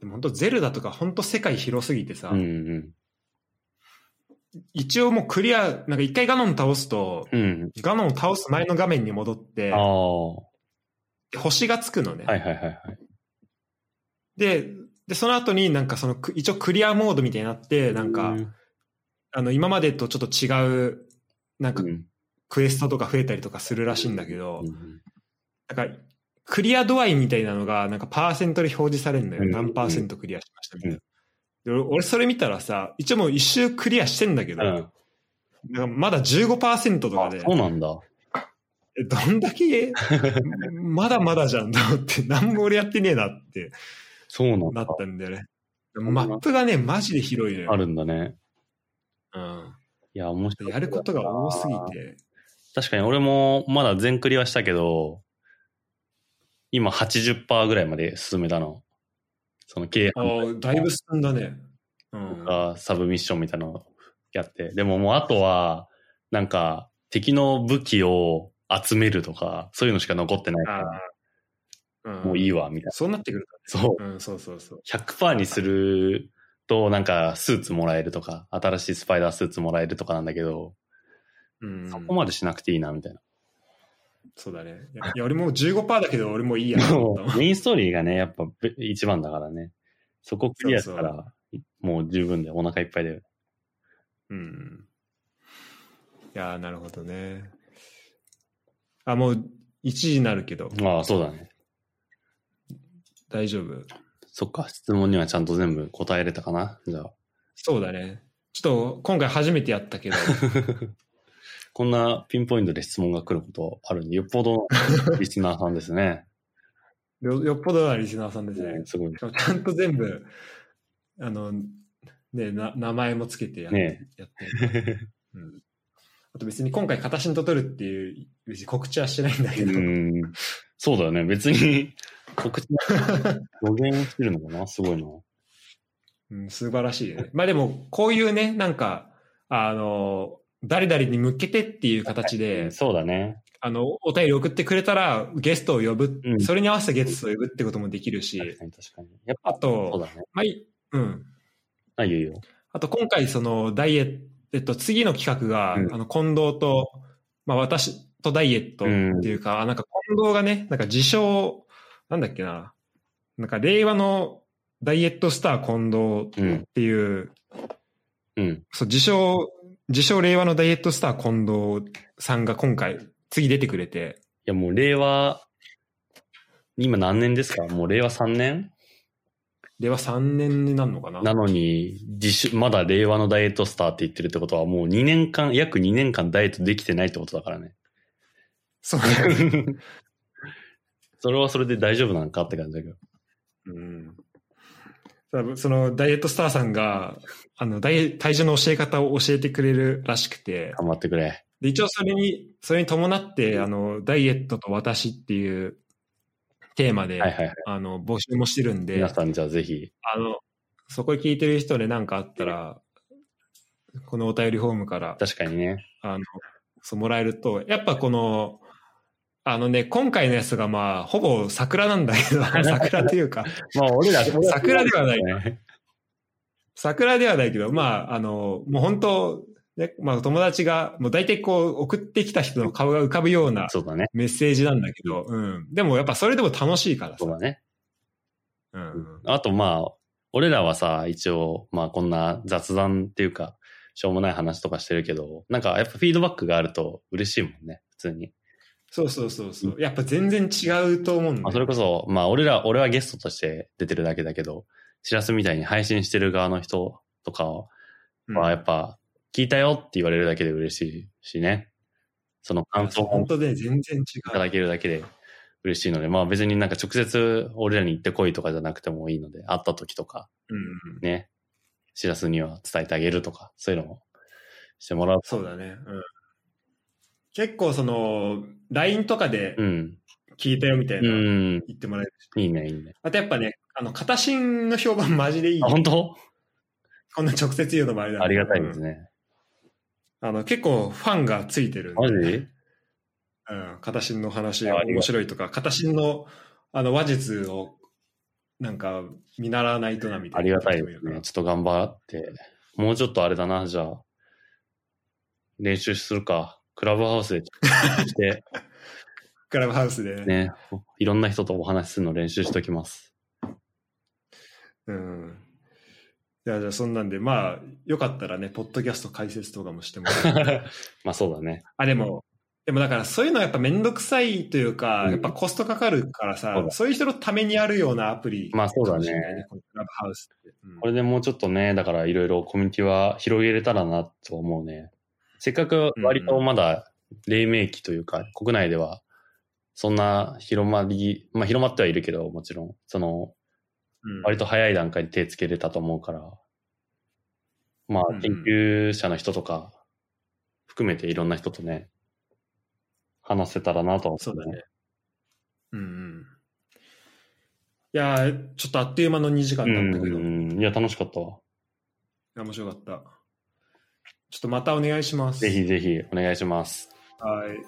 [SPEAKER 1] でも本当ゼルダとか本当世界広すぎてさ、
[SPEAKER 2] うんうん。
[SPEAKER 1] 一応もうクリア、なんか一回ガノン倒すと、
[SPEAKER 2] うん。
[SPEAKER 1] ガノンを倒す前の画面に戻って
[SPEAKER 2] あ、あ。は
[SPEAKER 1] 星がつくのね。
[SPEAKER 2] いはいはいはい。
[SPEAKER 1] で、で、その後になんかそのく、一応クリアモードみたいになって、なんか、
[SPEAKER 2] うん
[SPEAKER 1] あの、今までとちょっと違う、なん
[SPEAKER 2] う
[SPEAKER 1] か
[SPEAKER 2] ん。
[SPEAKER 1] クエストとか増えたりとかするらしいんだけど、
[SPEAKER 2] うん
[SPEAKER 1] なんか、クリア度合いみたいなのが、なんかパーセントで表示されるのよ。
[SPEAKER 2] うん
[SPEAKER 1] 何パーセントクリアしましたみたいな。
[SPEAKER 2] う
[SPEAKER 1] で俺、俺それ見たらさ、一応もう一周クリアしてんだけど、
[SPEAKER 2] うん。
[SPEAKER 1] なんかまだ15%とか
[SPEAKER 2] あ、
[SPEAKER 1] で、
[SPEAKER 2] そうなんだ。
[SPEAKER 1] えどんだ け、まだまだじゃんと思って、何も俺やってねえなって
[SPEAKER 2] そうなん
[SPEAKER 1] な
[SPEAKER 2] だ
[SPEAKER 1] っ。たんだよね。マップがね、マジで広いのよ。
[SPEAKER 2] あるんだね。
[SPEAKER 1] うん
[SPEAKER 2] いや、面白い。
[SPEAKER 1] やることが多すぎ。て。
[SPEAKER 2] 確かに俺もまだ全クリはしたけど、今80%ぐらいまで進めたの。その軽
[SPEAKER 1] ああ、だいぶ進んだね。うん。
[SPEAKER 2] がサブミッションみたいなのやって。でももうあとは、なんか敵の武器を集めるとか、そういうのしか残ってないか
[SPEAKER 1] あ
[SPEAKER 2] ら、
[SPEAKER 1] あん
[SPEAKER 2] もういいわ、みたい
[SPEAKER 1] そうなってくる
[SPEAKER 2] な。そう。
[SPEAKER 1] と。うん、そうそうそう。
[SPEAKER 2] 100%にすると、なんかスーツもらえるとか、新しいスパイダースーツもらえるとかなんだけど、
[SPEAKER 1] うん、
[SPEAKER 2] そこまでしなくていいな、みたいな。
[SPEAKER 1] そうだね。いや、いや俺もう15%だけど、俺もうい いやと思
[SPEAKER 2] も
[SPEAKER 1] ったもん。
[SPEAKER 2] うメインストーリーがね、やっぱべ一番だからね。そこクリアした
[SPEAKER 1] そ
[SPEAKER 2] ら、もう十分でお腹いっぱいだよ。
[SPEAKER 1] うん。いやー、なるほどね。あ、もう1時になるけど、
[SPEAKER 2] ああ、そうだね。
[SPEAKER 1] 大丈夫。
[SPEAKER 2] そっか、質問にはちゃんと全部答えれたかな、じゃあ。
[SPEAKER 1] そうだね。ちょっと今回初めてやったけど、
[SPEAKER 2] こんなピンポイントで質問が来ることあるんで、よっ ぽどリスナーさんですね。
[SPEAKER 1] よよっぽどなリスナーさんですね。
[SPEAKER 2] すごい
[SPEAKER 1] し。かもちゃんと全部、あの、ね、な名前もつけてや,、
[SPEAKER 2] ね
[SPEAKER 1] やってる、うん。あと別に今回形にととるっていう、別に告知はしてないんだ
[SPEAKER 2] う
[SPEAKER 1] けど、
[SPEAKER 2] ん。そうだよね。別に告知、予言をしてるのかなすごいな。
[SPEAKER 1] うん、素晴らしいね。 まあでも、こういうね、なんか、あの、誰々に向けてっていう形で、
[SPEAKER 2] そうだね。
[SPEAKER 1] あの、お便り送ってくれたら、ゲストを呼ぶ、
[SPEAKER 2] うん
[SPEAKER 1] それに合わせてゲストを呼ぶってこともできる
[SPEAKER 2] 確
[SPEAKER 1] し、
[SPEAKER 2] かに確かに。やっぱ、
[SPEAKER 1] あと、
[SPEAKER 2] そうだね。
[SPEAKER 1] まあいうん。
[SPEAKER 2] あ、いいよいいよ。
[SPEAKER 1] あと今回、その、ダイエット、えっと、次の企画が、
[SPEAKER 2] うん
[SPEAKER 1] あの、近藤と、まあ私とダイエットっていうか、なんか近藤がね、なんか自称、なんだっけな。なんか令和のダイエットスター近藤っていう、
[SPEAKER 2] うん。
[SPEAKER 1] そう、自称、自称令和のダイエットスター近藤さんが今回、次出てくれて、
[SPEAKER 2] いや、もう令和、今何年ですかもう令和3年
[SPEAKER 1] 令和3年になるのかな
[SPEAKER 2] なのに、自主、まだ令和のダイエットスターって言ってるってことは、もう2年間、約2年間ダイエットできてないってことだからね。
[SPEAKER 1] そう。
[SPEAKER 2] それはそれで大丈夫なのかって感じだけど。
[SPEAKER 1] うん。多分そのダイエットスターさんが、あの、ダイエ体重の教え方を教えてくれるらしくて、
[SPEAKER 2] 頑張ってくれ。
[SPEAKER 1] で一応それに、それに伴って、あの、ダイエットと私っていうテーマで、
[SPEAKER 2] はいはいはい。
[SPEAKER 1] あの、募集もしてるんで、
[SPEAKER 2] 皆さんじゃあぜひ。
[SPEAKER 1] あの、そこで聞いてる人で何かあったら、このお便りフォームから、
[SPEAKER 2] 確かにね。
[SPEAKER 1] あの、そうもらえると、やっぱこの、あのね、今回のやつがまあ、ほぼ桜なんだ けど、桜というか、
[SPEAKER 2] まあ 俺ら、俺ら
[SPEAKER 1] 桜ではない
[SPEAKER 2] ね。
[SPEAKER 1] 桜ではないけど、まあ、あの、もう本当、ね、まあ友達が、もう大体こう、送ってきた人の顔が浮かぶような
[SPEAKER 2] そうだね。
[SPEAKER 1] メッセージなんだけど、うん。でもやっぱそれでも楽しいからさ
[SPEAKER 2] そう。だね。
[SPEAKER 1] うん。
[SPEAKER 2] あとまあ、俺らはさ、一応、まあこんな雑談っていうか、しょうもない話とかしてるけど、なんかやっぱフィードバックがあると嬉しいもんね、普通に。
[SPEAKER 1] そうそうそうそう。やっぱ全然違うと思うんだよ
[SPEAKER 2] まあ、それこそ、まあ俺ら、俺はゲストとして出てるだけだけど、しらすみたいに配信してる側の人とかは、
[SPEAKER 1] うん
[SPEAKER 2] やっぱ、聞いたよって言われるだけで嬉しいしね。その感想を
[SPEAKER 1] 本当ね、全然違
[SPEAKER 2] いただ
[SPEAKER 1] う。
[SPEAKER 2] けるだけで嬉しいので、まあ別になんか直接俺らに行ってこいとかじゃなくてもいいので、会った時とか、
[SPEAKER 1] うん。
[SPEAKER 2] ね、知らすには伝えてあげるとか、そういうのもしてもらう。
[SPEAKER 1] そうだね。うん。結構その、LINE とかで
[SPEAKER 2] うん。
[SPEAKER 1] 聞いたよみたいうな、
[SPEAKER 2] ん。
[SPEAKER 1] 言ってもらえるし。
[SPEAKER 2] いいね、いいね。
[SPEAKER 1] あとやっぱね、あの、片心の評判マジでいい
[SPEAKER 2] あ、。本当
[SPEAKER 1] こんな直接言うのもあれだ
[SPEAKER 2] ありがたいです
[SPEAKER 1] ね。
[SPEAKER 2] ね。
[SPEAKER 1] うんあの、結構ファンがついてるんで。
[SPEAKER 2] マジ
[SPEAKER 1] うん、片心の話
[SPEAKER 2] あ
[SPEAKER 1] が
[SPEAKER 2] ありがとう
[SPEAKER 1] 面白いとか、片心のあの話術をなんか見習わないとなみた
[SPEAKER 2] あ
[SPEAKER 1] い
[SPEAKER 2] り
[SPEAKER 1] な
[SPEAKER 2] が
[SPEAKER 1] 人
[SPEAKER 2] た
[SPEAKER 1] も
[SPEAKER 2] い
[SPEAKER 1] るか
[SPEAKER 2] で
[SPEAKER 1] ら。
[SPEAKER 2] すね。ちょっと頑張って。もうちょっとあれだな、じゃあ。練習するか。クラブハウスでして、
[SPEAKER 1] クラブハウスでね。
[SPEAKER 2] ね、いろんな人とお話しするの練習しときます。
[SPEAKER 1] うん。いや、じゃあそんなんで、まあ、よかったらね、ポッドキャスト解説とかもしてもら って。
[SPEAKER 2] まあそうだね。
[SPEAKER 1] あ、でも、でもだからそういうのはやっぱめんどくさいというか、
[SPEAKER 2] うん
[SPEAKER 1] やっぱコストかかるからさ、
[SPEAKER 2] そうだ
[SPEAKER 1] そういう人のためにあるようなアプリ
[SPEAKER 2] まあそうだね
[SPEAKER 1] かもしれない。このクラブハウスって。うん
[SPEAKER 2] これでもうちょっとね、だからいろいろコミュニティは広げれたらなと思うね。せっかく割とまだ黎明期というか、国内ではそんな広まり、まあ広まってはいるけど、もちろん、その
[SPEAKER 1] うん
[SPEAKER 2] 割と早い段階で手つけれたと思うから、まあ
[SPEAKER 1] うんうん
[SPEAKER 2] 研究者の人とか含めていろんな人とね、話せたらなとは
[SPEAKER 1] そ
[SPEAKER 2] 思
[SPEAKER 1] うだね。うんうん。いやー、ちょっとあっという間の2時間
[SPEAKER 2] う
[SPEAKER 1] だったけど、い
[SPEAKER 2] ん、いや、楽しかったわ。
[SPEAKER 1] や面白かった。ちょっとまたお願いします。
[SPEAKER 2] ぜひぜひお願いします。
[SPEAKER 1] はい。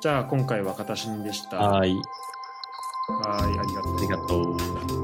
[SPEAKER 1] じゃあ、今回は片新でした。
[SPEAKER 2] はい、
[SPEAKER 1] はい、ありがとう
[SPEAKER 2] ありがとう。